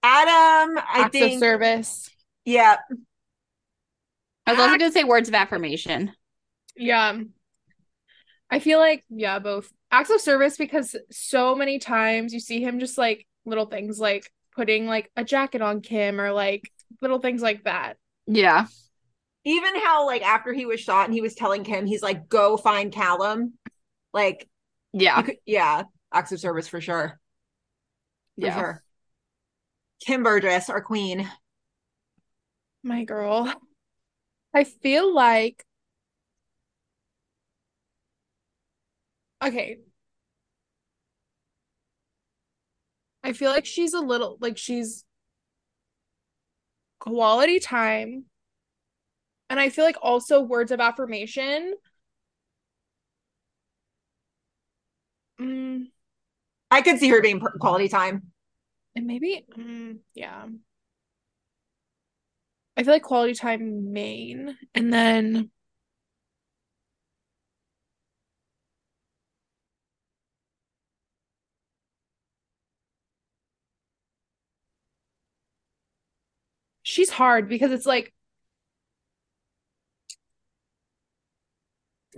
[SPEAKER 4] Adam, I
[SPEAKER 6] acts of
[SPEAKER 4] think.
[SPEAKER 6] service.
[SPEAKER 4] Yeah.
[SPEAKER 5] I was also going to say words of affirmation.
[SPEAKER 6] Yeah. I feel like, yeah, both acts of service because so many times you see him just like little things like putting like a jacket on Kim or like little things like that.
[SPEAKER 5] Yeah.
[SPEAKER 4] Even how like after he was shot and he was telling Kim, he's like, "Go find Callum." Like, you
[SPEAKER 5] Yeah.
[SPEAKER 4] could- yeah, acts of service for sure. For
[SPEAKER 5] Yeah.
[SPEAKER 4] sure. Kim Burgess, our queen.
[SPEAKER 6] My girl. I feel like Okay. I feel like she's a little like she's quality time. And I feel like also words of affirmation. Mm,
[SPEAKER 4] I could see her being per- quality time.
[SPEAKER 6] and maybe mm, yeah. I feel like quality time main and then She's hard because it's like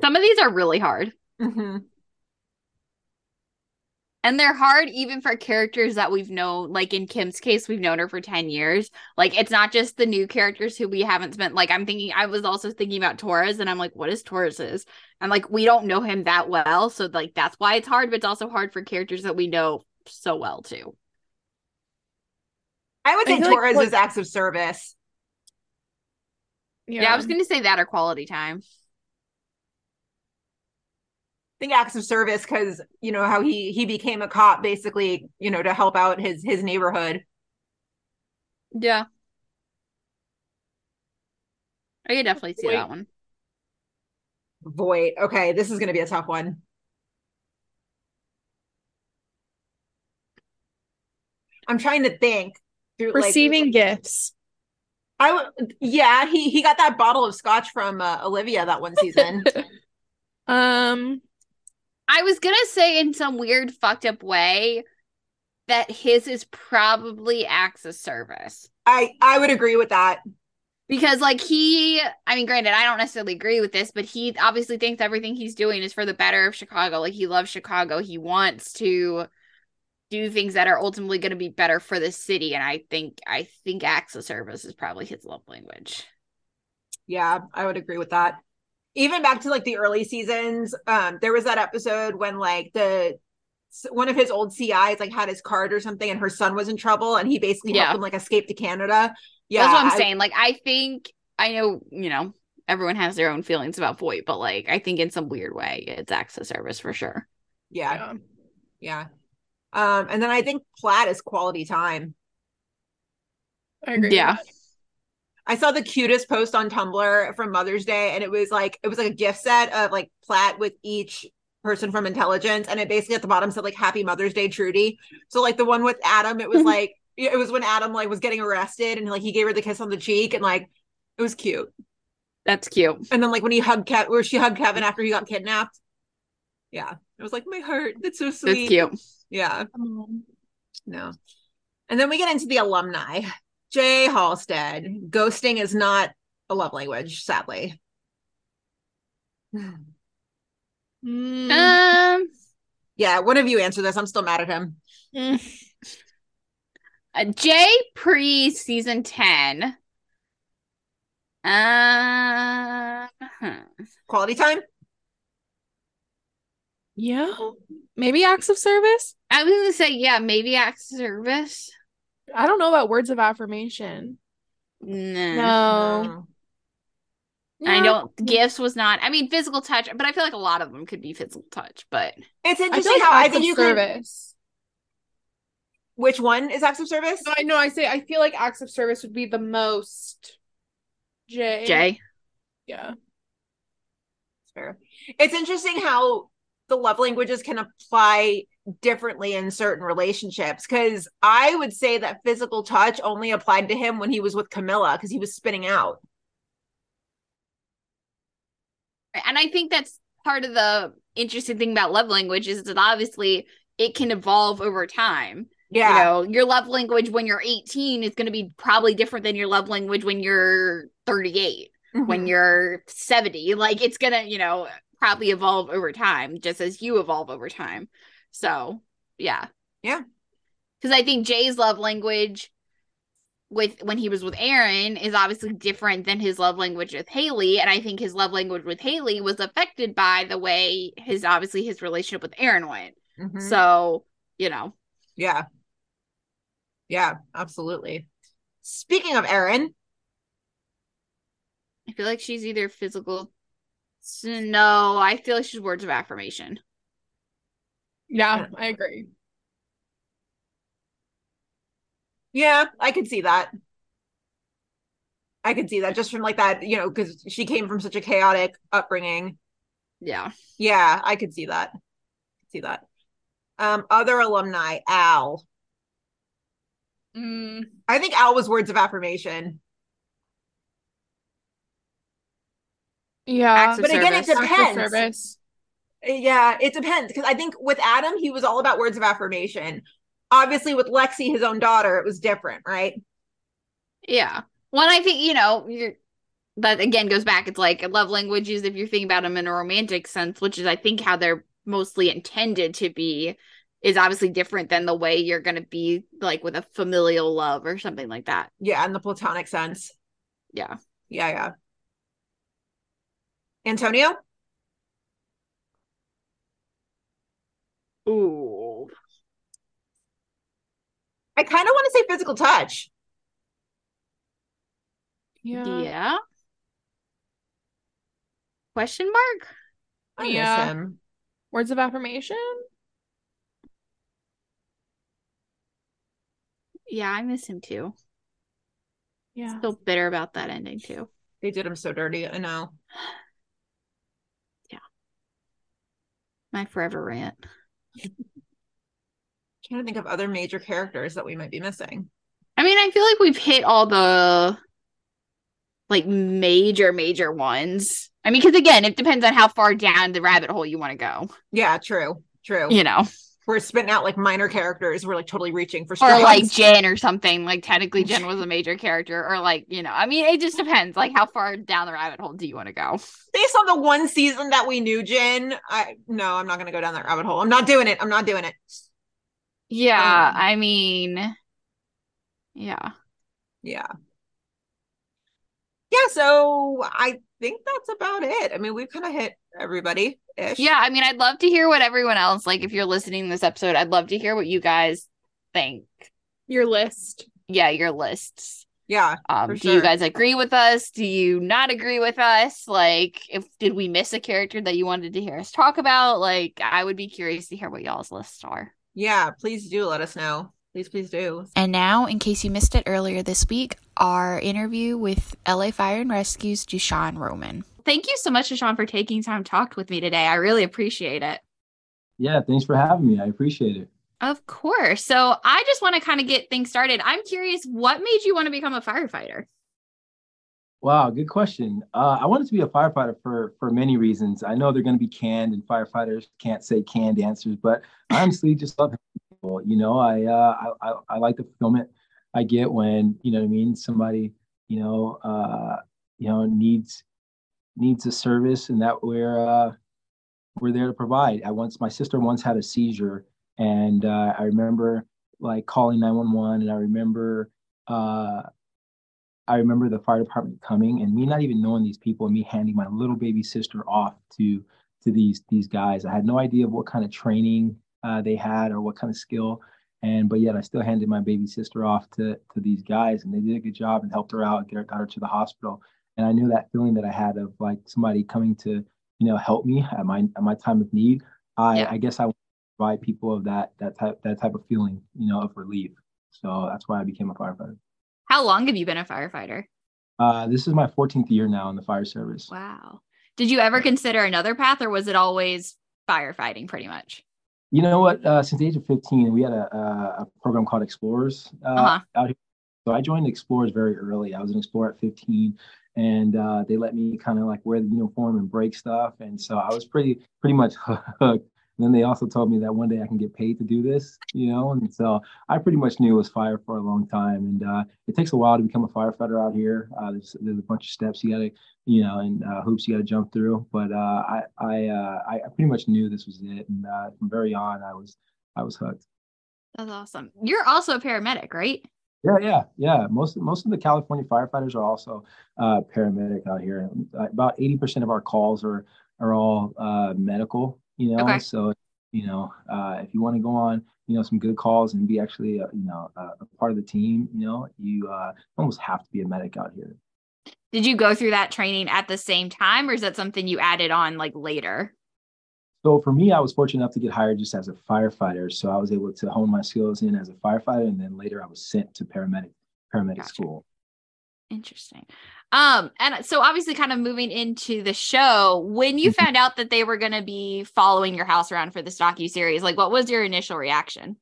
[SPEAKER 5] Some of these are really hard.
[SPEAKER 4] hmm
[SPEAKER 5] And they're hard even for characters that we've known. Like in Kim's case, we've known her for 10 years. Like it's not just the new characters who we haven't spent. Like I'm thinking, I was also thinking about Torres and I'm like, what is Torres's? And like we don't know him that well. So like that's why it's hard, but it's also hard for characters that we know so well too.
[SPEAKER 4] I would
[SPEAKER 6] I
[SPEAKER 4] say
[SPEAKER 6] feel like
[SPEAKER 4] Torres
[SPEAKER 6] what-
[SPEAKER 4] is acts of service.
[SPEAKER 5] Yeah, I was going to say that or quality time.
[SPEAKER 4] I think acts of service because you know how he he became a cop basically, you know, to help out his his neighborhood.
[SPEAKER 5] Yeah. I could definitely see
[SPEAKER 6] Wait.
[SPEAKER 5] that one.
[SPEAKER 4] Voight. Okay, this is going to be a tough one. I'm trying to think through like-
[SPEAKER 6] receiving gifts.
[SPEAKER 4] I would, yeah, he he got that bottle of scotch from uh, Olivia that one season.
[SPEAKER 6] Um
[SPEAKER 5] I was gonna say in some weird fucked up way that his is probably acts of service.
[SPEAKER 4] I I would agree with that.
[SPEAKER 5] Because like he I mean, granted, I don't necessarily agree with this, but he obviously thinks everything he's doing is for the better of Chicago. Like he loves Chicago. He wants to do things that are ultimately gonna be better for the city. And I think I think acts of service is probably his love language.
[SPEAKER 4] Yeah, I would agree with that. Even back to like the early seasons, um, there was that episode when like the s- one of his old CIs like had his card or something, and her son was in trouble, and he basically
[SPEAKER 5] Yeah.
[SPEAKER 4] helped him like escape to Canada. Yeah,
[SPEAKER 5] That's what I'm
[SPEAKER 4] I-
[SPEAKER 5] saying. Like, I think I know, you know, everyone has their own feelings about Voight, but like, I think in some weird way, it's access service for sure.
[SPEAKER 4] Yeah,
[SPEAKER 6] yeah.
[SPEAKER 4] yeah. Um, and then I think Platt is quality time.
[SPEAKER 6] I agree. with
[SPEAKER 5] Yeah.
[SPEAKER 6] that.
[SPEAKER 4] I saw the cutest post on Tumblr from Mother's Day, and it was like it was like a gift set of like plat with each person from intelligence, and it basically at the bottom said like Happy Mother's Day, Trudy. So like the one with Adam, it was like it was when Adam like was getting arrested, and like he gave her the kiss on the cheek, and like it was cute.
[SPEAKER 5] That's cute.
[SPEAKER 4] And then like when he hugged Kev, where she hugged Kevin after he got kidnapped. Yeah, it was like my heart. That's so sweet.
[SPEAKER 5] That's cute.
[SPEAKER 4] Yeah,
[SPEAKER 6] Um,
[SPEAKER 4] no. And then we get into the alumni. Jay Halstead. Ghosting is not a love language, sadly. Mm-hmm.
[SPEAKER 6] mm.
[SPEAKER 5] Um,
[SPEAKER 4] Yeah, one of you answer this. I'm still mad at him.
[SPEAKER 6] Mm.
[SPEAKER 5] uh, Jay pre season 10. Um, Um, huh.
[SPEAKER 4] Quality time?
[SPEAKER 6] Yeah. Maybe acts of service.
[SPEAKER 5] I was gonna say, yeah, maybe access service.
[SPEAKER 6] I don't know about words of affirmation.
[SPEAKER 5] No.
[SPEAKER 6] No.
[SPEAKER 4] Mm.
[SPEAKER 5] I
[SPEAKER 6] Yeah.
[SPEAKER 5] Mm-hmm. don't. Gifts was not. I mean, physical touch, but I feel like a lot of them could be physical touch. But
[SPEAKER 4] It's
[SPEAKER 6] I
[SPEAKER 4] interesting
[SPEAKER 6] feel like
[SPEAKER 4] how I
[SPEAKER 6] acts
[SPEAKER 4] think
[SPEAKER 6] of
[SPEAKER 4] you can.
[SPEAKER 6] service.
[SPEAKER 4] Which one is acts of service?
[SPEAKER 6] No, I know. I say I feel like acts of service would be the most. Jay.
[SPEAKER 5] Jay,
[SPEAKER 6] Yeah.
[SPEAKER 4] Sure. It's interesting how the love languages can apply differently in certain relationships. Because I would say that physical touch only applied to him when he was with Camilla because he was spinning out.
[SPEAKER 5] and I think that's part of the interesting thing about love language is that obviously it can evolve over time. You
[SPEAKER 4] Yeah.
[SPEAKER 5] know, your love language when you're 18 is going to be probably different than your love language when you're 38, when
[SPEAKER 4] Mhm.
[SPEAKER 5] you're 70. Like it's going to, you know, probably evolve over time, just as you evolve over time. So, yeah.
[SPEAKER 4] Yeah.
[SPEAKER 5] Because I think Jay's love language with when he was with Aaron is obviously different than his love language with Haley. And I think his love language with Haley was affected by the way his obviously his relationship with Aaron went.
[SPEAKER 4] Mhm.
[SPEAKER 5] So, you know,
[SPEAKER 4] Yeah. Yeah, absolutely. Speaking of Erin,
[SPEAKER 5] I feel like she's either physical. s- No, I feel like she's words of affirmation.
[SPEAKER 6] Yeah, I agree.
[SPEAKER 4] yeah, I could see that. I could see that just from like that, you know, because she came from such a chaotic upbringing.
[SPEAKER 5] Yeah.
[SPEAKER 4] Yeah, I could see that. See that. Um, other alumni, Al.
[SPEAKER 5] Mm,
[SPEAKER 4] I think Al was words of affirmation.
[SPEAKER 6] Yeah.
[SPEAKER 5] Acts of
[SPEAKER 4] But again, it
[SPEAKER 5] service.
[SPEAKER 6] Acts of
[SPEAKER 4] depends.
[SPEAKER 6] service.
[SPEAKER 4] Yeah, it depends because I think with Adam, he was all about words of affirmation. Obviously, with Lexi, his own daughter, it was different, right?
[SPEAKER 5] Yeah. Well, I think, you know, you're that again goes back. It's like love languages, if you're thinking about them in a romantic sense, which is, I think, how they're mostly intended to be, is obviously different than the way you're going to be like with a familial love or something like that.
[SPEAKER 4] Yeah, in the platonic sense.
[SPEAKER 5] Yeah.
[SPEAKER 4] Yeah, yeah. Antonio?
[SPEAKER 5] Ooh.
[SPEAKER 4] I kind of want to say physical touch.
[SPEAKER 6] Yeah.
[SPEAKER 5] Yeah. Question mark?
[SPEAKER 4] I miss
[SPEAKER 6] Yeah.
[SPEAKER 4] him.
[SPEAKER 6] Words of affirmation.
[SPEAKER 5] Yeah, I miss him too.
[SPEAKER 6] Yeah.
[SPEAKER 5] Still bitter about that ending too.
[SPEAKER 4] They did him so dirty. I know.
[SPEAKER 5] My forever rant.
[SPEAKER 4] trying to think of other major characters that we might be missing.
[SPEAKER 5] I mean, I feel like we've hit all the like major, major ones. I mean, because again, it depends on how far down the rabbit hole you want to go,
[SPEAKER 4] Yeah, true. True.
[SPEAKER 5] you know,
[SPEAKER 4] We're spitting out like minor characters. We're like totally reaching for
[SPEAKER 5] or
[SPEAKER 4] straws.
[SPEAKER 5] like Jen or something. Like, technically, Jen was a major character, or like, you know, I mean, it just depends. Like, how far down the rabbit hole do you want to go?
[SPEAKER 4] based on the one season that we knew Jen, I no, I'm not gonna go down that rabbit hole. I'm not doing it. I'm not doing it.
[SPEAKER 5] Yeah.
[SPEAKER 4] Um,
[SPEAKER 5] I mean, yeah.
[SPEAKER 4] Yeah. Yeah, so I think that's about it. I mean, we've kind of hit everybody ish.
[SPEAKER 5] Yeah. I mean, I'd love to hear what everyone else, like, if you're listening to this episode, I'd love to hear what you guys think.
[SPEAKER 6] Your list.
[SPEAKER 5] Yeah. Your lists.
[SPEAKER 4] Yeah.
[SPEAKER 5] Um,
[SPEAKER 4] For
[SPEAKER 5] do you
[SPEAKER 4] sure.
[SPEAKER 5] guys agree with us? Do you not agree with us? Like, if did we miss a character that you wanted to hear us talk about? Like, I would be curious to hear what y'all's lists are.
[SPEAKER 4] Yeah. Please do let us know. Please, please do.
[SPEAKER 7] And now, in case you missed it earlier this week, our interview with LA Fire and Rescue's Deshaun Roman.
[SPEAKER 5] Thank you so much, Deshaun, for taking time to talk with me today. I really appreciate it.
[SPEAKER 8] Yeah, thanks for having me. I appreciate it.
[SPEAKER 5] Of course. So I just want to kind of get things started. I'm curious, what made you want to become a firefighter?
[SPEAKER 8] Wow, good question. Uh, I wanted to be a firefighter for for many reasons. I know they're going to be canned, and firefighters can't say canned answers, but I honestly just love helping people. You know, I, uh, I, I I like the fulfillment I get when you know what I mean. Somebody you know uh, you know needs needs a service, and that we're uh, we're there to provide. I once my sister once had a seizure, and uh, I remember like calling nine one one, and I remember. Uh, I remember the fire department coming and me not even knowing these people and me handing my little baby sister off to to these these guys. I had no idea of what kind of training uh, they had or what kind of skill, and but yet I still handed my baby sister off to to these guys and they did a good job and helped her out, get her, got her to the hospital. And I knew that feeling that I had of like somebody coming to you know help me at my at my time of need. I
[SPEAKER 5] Yeah.
[SPEAKER 8] I guess I want to provide people of that that type that type of feeling you know of relief. So that's why I became a firefighter.
[SPEAKER 5] How long have you been a firefighter?
[SPEAKER 8] Uh, this is my 14th year now in the fire service.
[SPEAKER 5] Wow. Did you ever consider another path or was it always firefighting pretty much?
[SPEAKER 8] You know what? Uh, since the age of 15, we had a, uh, a, a program called Explorers uh,
[SPEAKER 5] Uh-huh.
[SPEAKER 8] out here. So I joined Explorers very early. I was an Explorer at 15, and uh, they let me kind of like wear the uniform and break stuff. And so I was pretty pretty much hooked And then they also told me that one day I can get paid to do this, you know. And so I pretty much knew it was fire for a long time. And uh, it takes a while to become a firefighter out here. Uh, there's, there's a bunch of steps you got to, you know, and uh, hoops you got to jump through. But uh, I I, uh, I I pretty much knew this was it. And uh, from very on, I was I was hooked.
[SPEAKER 5] That's awesome. You're also a paramedic, right?
[SPEAKER 8] Yeah, yeah, yeah. Most most of the California firefighters are also uh, paramedic out here. Uh, About eighty percent of our calls are are all uh, medical. You know,
[SPEAKER 5] Okay.
[SPEAKER 8] so you know uh, if you want to go on, you know, some good calls and be actually uh, you know a, a part of the team. You know, you uh, almost have to be a medic out here.
[SPEAKER 5] Did you go through that training at the same time, or is that something you added on like later?
[SPEAKER 8] So for me, I was fortunate enough to get hired just as a firefighter. So I was able to hone my skills in as a firefighter, and then later I was sent to paramedic paramedic
[SPEAKER 5] Gotcha.
[SPEAKER 8] school.
[SPEAKER 5] Interesting. Um, and so obviously, kind of moving into the show, when you
[SPEAKER 8] Mhm.
[SPEAKER 5] found out that they were going to be following your house around for this docu series, like what was your initial reaction?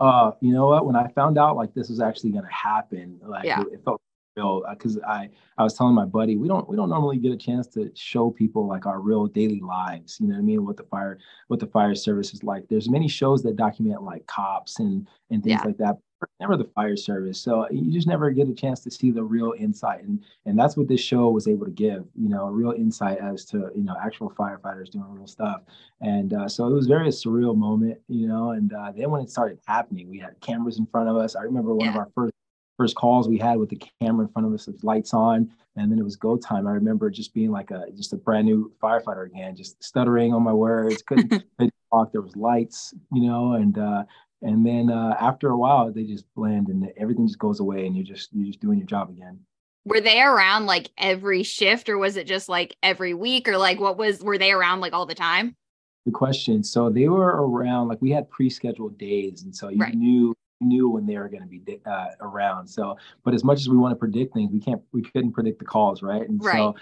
[SPEAKER 8] uh you know what when i found out like this was actually going to happen like
[SPEAKER 5] Yeah.
[SPEAKER 8] it, it felt real because i i was telling my buddy we don't we don't normally get a chance to show people like our real daily lives you know what i mean what the fire what the fire service is like there's many shows that document like cops and and things
[SPEAKER 5] Yeah.
[SPEAKER 8] like that but never the fire service so you just never get a chance to see the real insight and and that's what this show was able to give you know a real insight as to you know actual firefighters doing real stuff and uh, so it was very surreal moment, you know. And uh, then when it started happening, we had cameras in front of us. I remember one of
[SPEAKER 5] Yeah.
[SPEAKER 8] our first first calls we had with the camera in front of us with lights on, and then it was go time. I remember just being like a just a brand new firefighter again, just stuttering on my words, couldn't, couldn't talk. There was lights, you know, and uh, and then uh, after a while they just blend and everything just goes away, and you're just you're just doing your job again.
[SPEAKER 5] Were they around like every shift, or was it just like every week, or like what was were they around like all the time?
[SPEAKER 8] Good question. So they were around, like we had pre-scheduled days, and so you
[SPEAKER 5] Right.
[SPEAKER 8] knew knew when they were going to be di- uh, around. So, but as much as we want to predict things, we can't. We couldn't predict the calls, right? And
[SPEAKER 5] Right.
[SPEAKER 8] so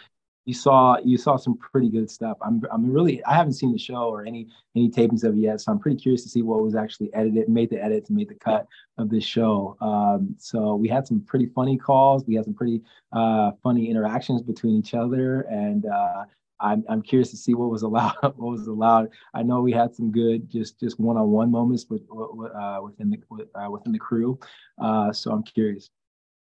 [SPEAKER 8] you saw you saw some pretty good stuff. I'm I'm really I haven't seen the show or any any tapings of it yet, so I'm pretty curious to see what was actually edited, made the edits, made the cut of this show. Um, so we had some pretty funny calls. We had some pretty uh, funny interactions between each other, and uh, I'm I'm curious to see what was allowed. What was allowed. I know we had some good just just one on one moments with, with uh, within the with, uh, within the crew. Uh, so I'm curious.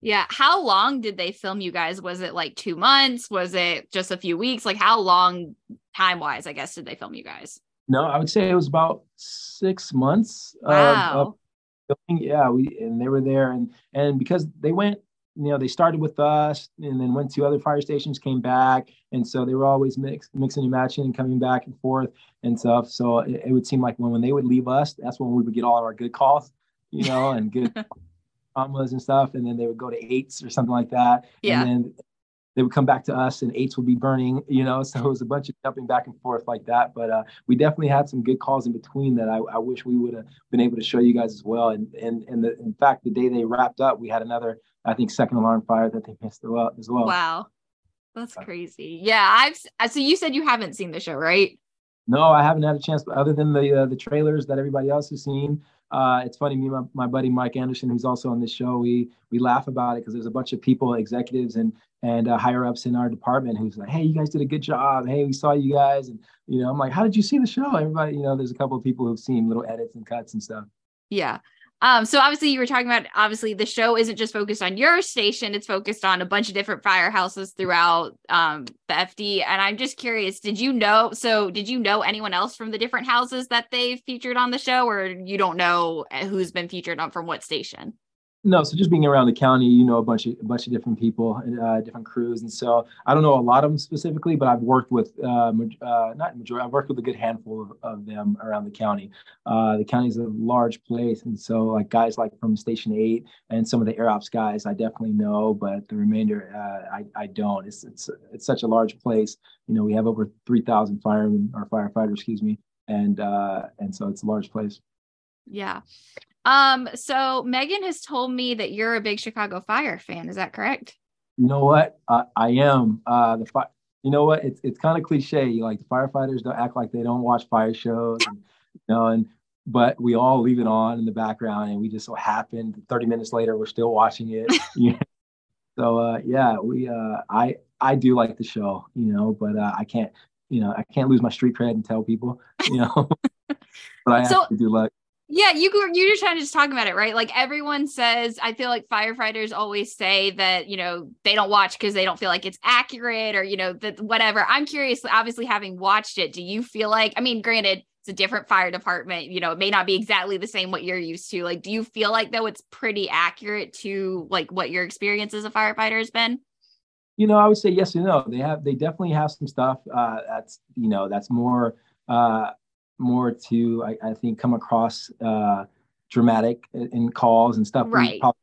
[SPEAKER 5] Yeah. How long did they film you guys? Was it like two months? Was it just a few weeks? Like how long time wise, I guess, did they film you guys?
[SPEAKER 8] No, I would say it was about six months. of-
[SPEAKER 5] Wow.
[SPEAKER 8] of filming, yeah we and they were there and and because they went you know they started with us and then went to other fire stations came back and so they were always mix, mixing and matching and coming back and forth and stuff so it, it would seem like when, when they would leave us that's when we would get all of our good calls you know and good commas and stuff and then they would go to eights or something like that
[SPEAKER 5] Yeah.
[SPEAKER 8] and then they would come back to us and eights would be burning you know so it was a bunch of jumping back and forth like that but uh, we definitely had some good calls in between that i, I wish we would have been able to show you guys as well. And and and the, in fact, the day they wrapped up, we had another, I think, second alarm fire that they missed as well. As well.
[SPEAKER 5] Wow. That's
[SPEAKER 8] Uh,
[SPEAKER 5] crazy. Yeah, I've s- uh, so you said you haven't seen the show, right?
[SPEAKER 8] No, I haven't had a chance, but other than the uh, the trailers that everybody else has seen. Uh, it's funny, me and my, my buddy Mike Anderson, who's also on this show, we we laugh about it because there's a bunch of people, executives and and uh, higher ups in our department, who's like, "Hey, you guys did a good job. Hey, we saw you guys." And you know, I'm like, "How did you see the show?" Everybody, you know, there's a couple of people who've seen little edits and cuts and stuff.
[SPEAKER 5] Yeah. Um, so obviously you were talking about obviously the show isn't just focused on your station, it's focused on a bunch of different firehouses throughout um the FD. And I'm just curious, did you know so did you know anyone else from the different houses that they featured on the show, or you don't know uh, who's been featured on from what station?
[SPEAKER 8] No, so just being around the county, you know, a bunch of a bunch of different people and uh, different crews, and so I don't know a lot of them specifically, but I've worked with uh, maj- uh, not majority. I've worked with a good handful of, of them around the county. Uh, the county's a large place, and so like guys like from Station Eight and some of the Air Ops guys, I definitely know, but the remainder uh, I I don't. It's it's it's such a large place. You know, we have over three thousand firemen or firefighters, excuse me, and uh, and so it's a large place.
[SPEAKER 5] Yeah. Um, so Megan has told me that you're a big Chicago Fire fan. Is that correct?
[SPEAKER 8] You know what? I, I am. Uh, the fi- You know what? It's it's kind of cliche. Like the firefighters don't act like they don't watch fire shows, and, you know, and but we all leave it on in the background, and we just so happen. Thirty minutes later, we're still watching it. you know? So uh, yeah, we. Uh, I I do like the show, you know, but uh, I can't. You know, I can't lose my street cred and tell people. You know, but I
[SPEAKER 5] So-
[SPEAKER 8] have to do like
[SPEAKER 5] Yeah, you go- you were trying to just talk about it, right? Like everyone says, I feel like firefighters always say that you know they don't watch because they don't feel like it's accurate or you know that whatever. I'm curious. Obviously, having watched it, do you feel like? I mean, granted, it's a different fire department. You know, it may not be exactly the same what you're used to. Like, do you feel like though it's pretty accurate to like what your experience as a firefighter has been?
[SPEAKER 8] you know, I would say yes or no. They have they definitely have some stuff uh, that's you know that's more uh, more to I, I think come across uh, dramatic in in calls and stuff. we
[SPEAKER 5] Right.
[SPEAKER 8] probably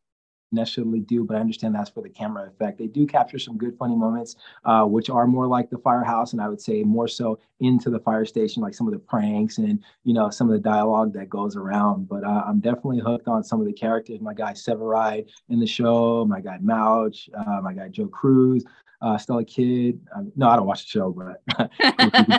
[SPEAKER 8] necessarily do, but I understand that's for the camera effect. They do capture some good funny moments, uh, which are more like the firehouse, and I would say more so into the fire station, like some of the pranks and you know some of the dialogue that goes around. But uh, I'm definitely hooked on some of the characters. My guy Severide in the show, my guy Mouch, uh, my guy Joe Cruz, uh, Stella Kid. Um, no, I don't watch the show, but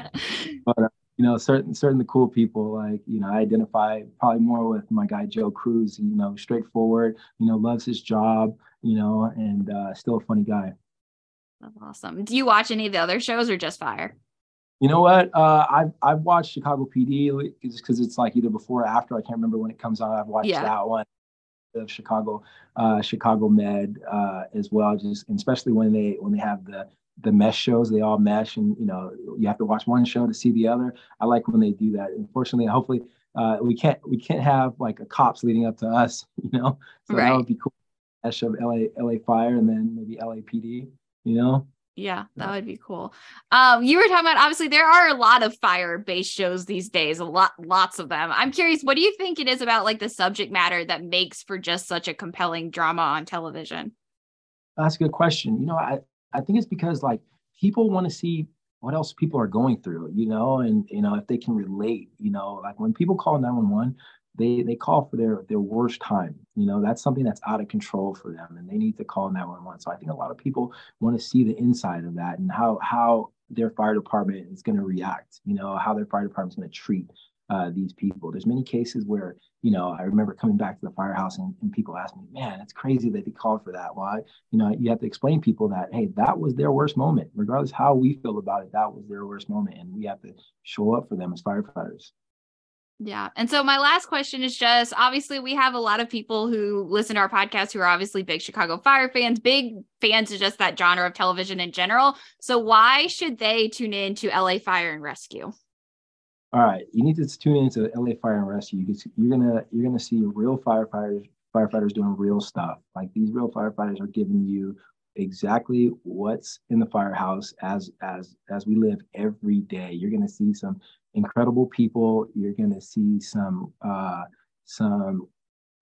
[SPEAKER 8] you know, certain certain the cool people like you know I identify probably more with my guy Joe Cruz. You know, straightforward. You know, loves his job. You know, and uh, still a funny guy.
[SPEAKER 5] That's awesome. Do you watch any of the other shows or just fire?
[SPEAKER 8] You know what? Uh, I've I've watched Chicago PD because it's like either before or after. I can't remember when it comes out. I've watched
[SPEAKER 5] Yeah.
[SPEAKER 8] that one of Chicago, uh, Chicago Med uh, as well. Just and especially when they when they have the the mesh shows, they all mesh, and you know you have to watch one show to see the other. I like when they do that. Unfortunately, hopefully uh, we can't we can't have like a cops leading up to us. You know, so
[SPEAKER 5] Right.
[SPEAKER 8] that would be cool. Mesh of LA LA Fire and then maybe LAPD. You know.
[SPEAKER 5] Yeah, that
[SPEAKER 8] Yeah.
[SPEAKER 5] would be cool. Um, you were talking about obviously there are a lot of fire based shows these days, a lot, lots of them. I'm curious, what do you think it is about like the subject matter that makes for just such a compelling drama on television?
[SPEAKER 8] That's a good question. You know, I, I think it's because like people want to see what else people are going through, you know, and you know, if they can relate, you know, like when people call 911, they they call for their their worst time. You know, that's something that's out of control for them and they need to call 911. So I think a lot of people want to see the inside of that and how how their fire department is going to react, you know, how their fire department's going to treat uh, these people. There's many cases where, you know, I remember coming back to the firehouse and, and people asked me, man, it's crazy that they called for that. Well, I, you know you have to explain people that hey that was their worst moment regardless how we feel about it that was their worst moment and we have to show up for them as firefighters
[SPEAKER 5] Yeah. And so my last question is just obviously we have a lot of people who listen to our podcast who are obviously big Chicago Fire fans, big fans of just that genre of television in general. So why should they tune in to LA Fire and Rescue?
[SPEAKER 8] all right you need to tune into la fire and rescue you can see, you're gonna you're gonna see real firefighters firefighters doing real stuff like these real firefighters are giving you exactly what's in the firehouse as as as we live every day you're going to see some incredible people you're going to see some uh some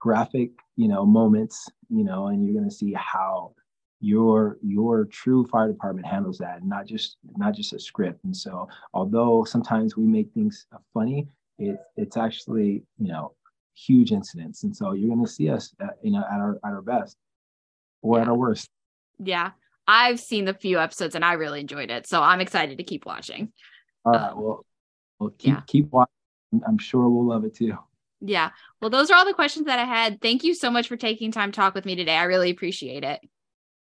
[SPEAKER 8] graphic you know moments you know and you're going to see how your your true fire department handles that not just not just a script and so although sometimes we make things uh, funny it it's actually you know huge incidents and so you're going to see us uh you know at our at our best or at
[SPEAKER 5] Yeah.
[SPEAKER 8] our worst
[SPEAKER 5] Yeah. I've seen the few episodes and I really enjoyed it. So I'm excited to keep watching.
[SPEAKER 8] All
[SPEAKER 5] Uh,
[SPEAKER 8] right. Well, well, keep
[SPEAKER 5] yeah.
[SPEAKER 8] keep watching. I'm- I'm sure we'll love it too.
[SPEAKER 5] Yeah. Well, those are all the questions that I had. Thank you so much for taking time to talk with me today. I really appreciate it.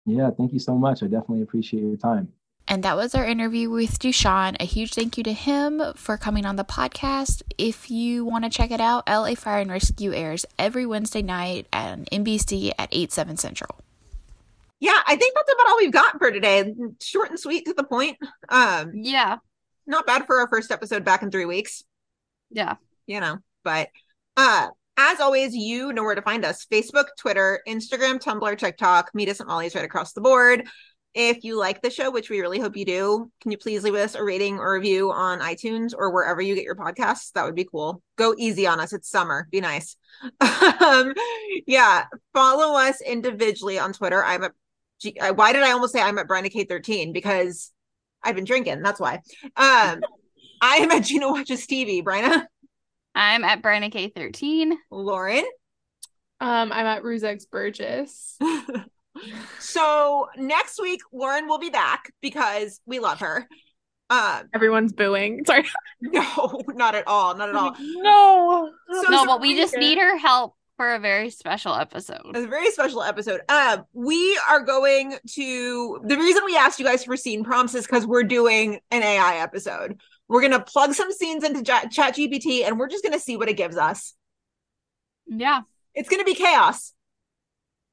[SPEAKER 8] Yeah. Thank you so much. I definitely appreciate your time.
[SPEAKER 7] And that was our interview with Dushan. A huge thank you to him for coming on the podcast. If you want to check it out, LA Fire and Rescue airs every Wednesday night on NBC at 8, 7 central.
[SPEAKER 4] Yeah, I think that's about all we've got for today. Short and sweet to the point. Um,
[SPEAKER 5] Yeah.
[SPEAKER 4] not bad for our first episode back in three weeks,
[SPEAKER 5] Yeah.
[SPEAKER 4] you know. But uh as always, you know where to find us. Facebook, Twitter, Instagram, Tumblr, TikTok, meet us at Molly's right across the board. If you like the show, which we really hope you do, can you please leave us a rating or review on iTunes or wherever you get your podcasts? That would be cool. Go easy on us. It's summer. Be nice. um, yeah. Follow us individually on Twitter. I'm at G- I- why did I almost say I'm at Brianna K13? Because I've been drinking. That's why. Um, I am at Gina Watches TV. Brianna,
[SPEAKER 5] I'm at Brianna K13.
[SPEAKER 4] Lauren.
[SPEAKER 6] Um, I'm at Ruzex Burgess.
[SPEAKER 4] so next week, Lauren will be back because we love her. Uh,
[SPEAKER 6] Everyone's booing. Sorry.
[SPEAKER 4] no, not at all. Not at all.
[SPEAKER 6] No.
[SPEAKER 4] So-
[SPEAKER 5] No, but we just need her help for a very special episode.
[SPEAKER 4] It's a very special episode. Uh, we are going to the reason we asked you guys for scene prompts is because we're doing an AI episode. We're gonna plug some scenes into J- ChatGPT, and we're just gonna see what it gives us.
[SPEAKER 5] Yeah.
[SPEAKER 4] It's gonna be chaos,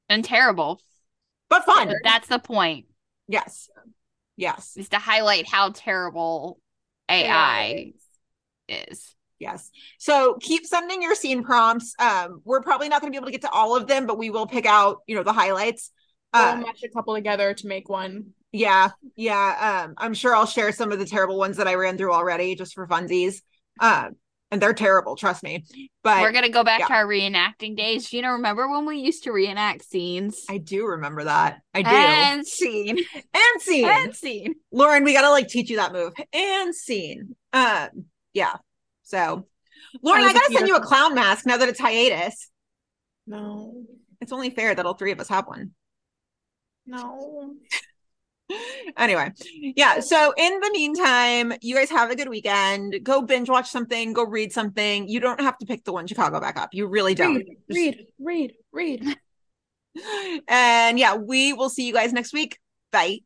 [SPEAKER 5] And terrible.
[SPEAKER 4] but fun.
[SPEAKER 5] But that's the point,
[SPEAKER 4] Yes, yes,
[SPEAKER 5] is to highlight how terrible AI is.
[SPEAKER 4] yes. So keep sending your scene prompts. Um, we're probably not gonna be able to get to all of them, but we will pick out you know the highlights.
[SPEAKER 6] I'll
[SPEAKER 4] Uh,
[SPEAKER 6] match a couple together to make one.
[SPEAKER 4] Yeah, yeah. Um, I'm sure I'll share some of the terrible ones that I ran through already just for funsies. Um, and they're terrible, trust me. But
[SPEAKER 5] We're gonna go back
[SPEAKER 4] yeah.
[SPEAKER 5] to our reenacting days. Gina, remember when we used to reenact scenes?
[SPEAKER 4] I do remember that. I do.
[SPEAKER 5] And scene.
[SPEAKER 4] And scene.
[SPEAKER 5] And scene.
[SPEAKER 4] Lauren, we gotta like teach you that move. And scene. Um, yeah. So Lauren,
[SPEAKER 6] That was
[SPEAKER 4] I
[SPEAKER 6] a
[SPEAKER 4] gotta send you a
[SPEAKER 6] beautiful-
[SPEAKER 4] clown mask now that it's hiatus.
[SPEAKER 6] No,
[SPEAKER 4] It's only fair that all three of us have one.
[SPEAKER 6] no.
[SPEAKER 4] anyway yeah so in the meantime you guys have a good weekend go binge watch something go read something you don't have to pick the one chicago back up you really don't
[SPEAKER 6] Read, read, read, read.
[SPEAKER 4] and yeah we will see you guys next week bye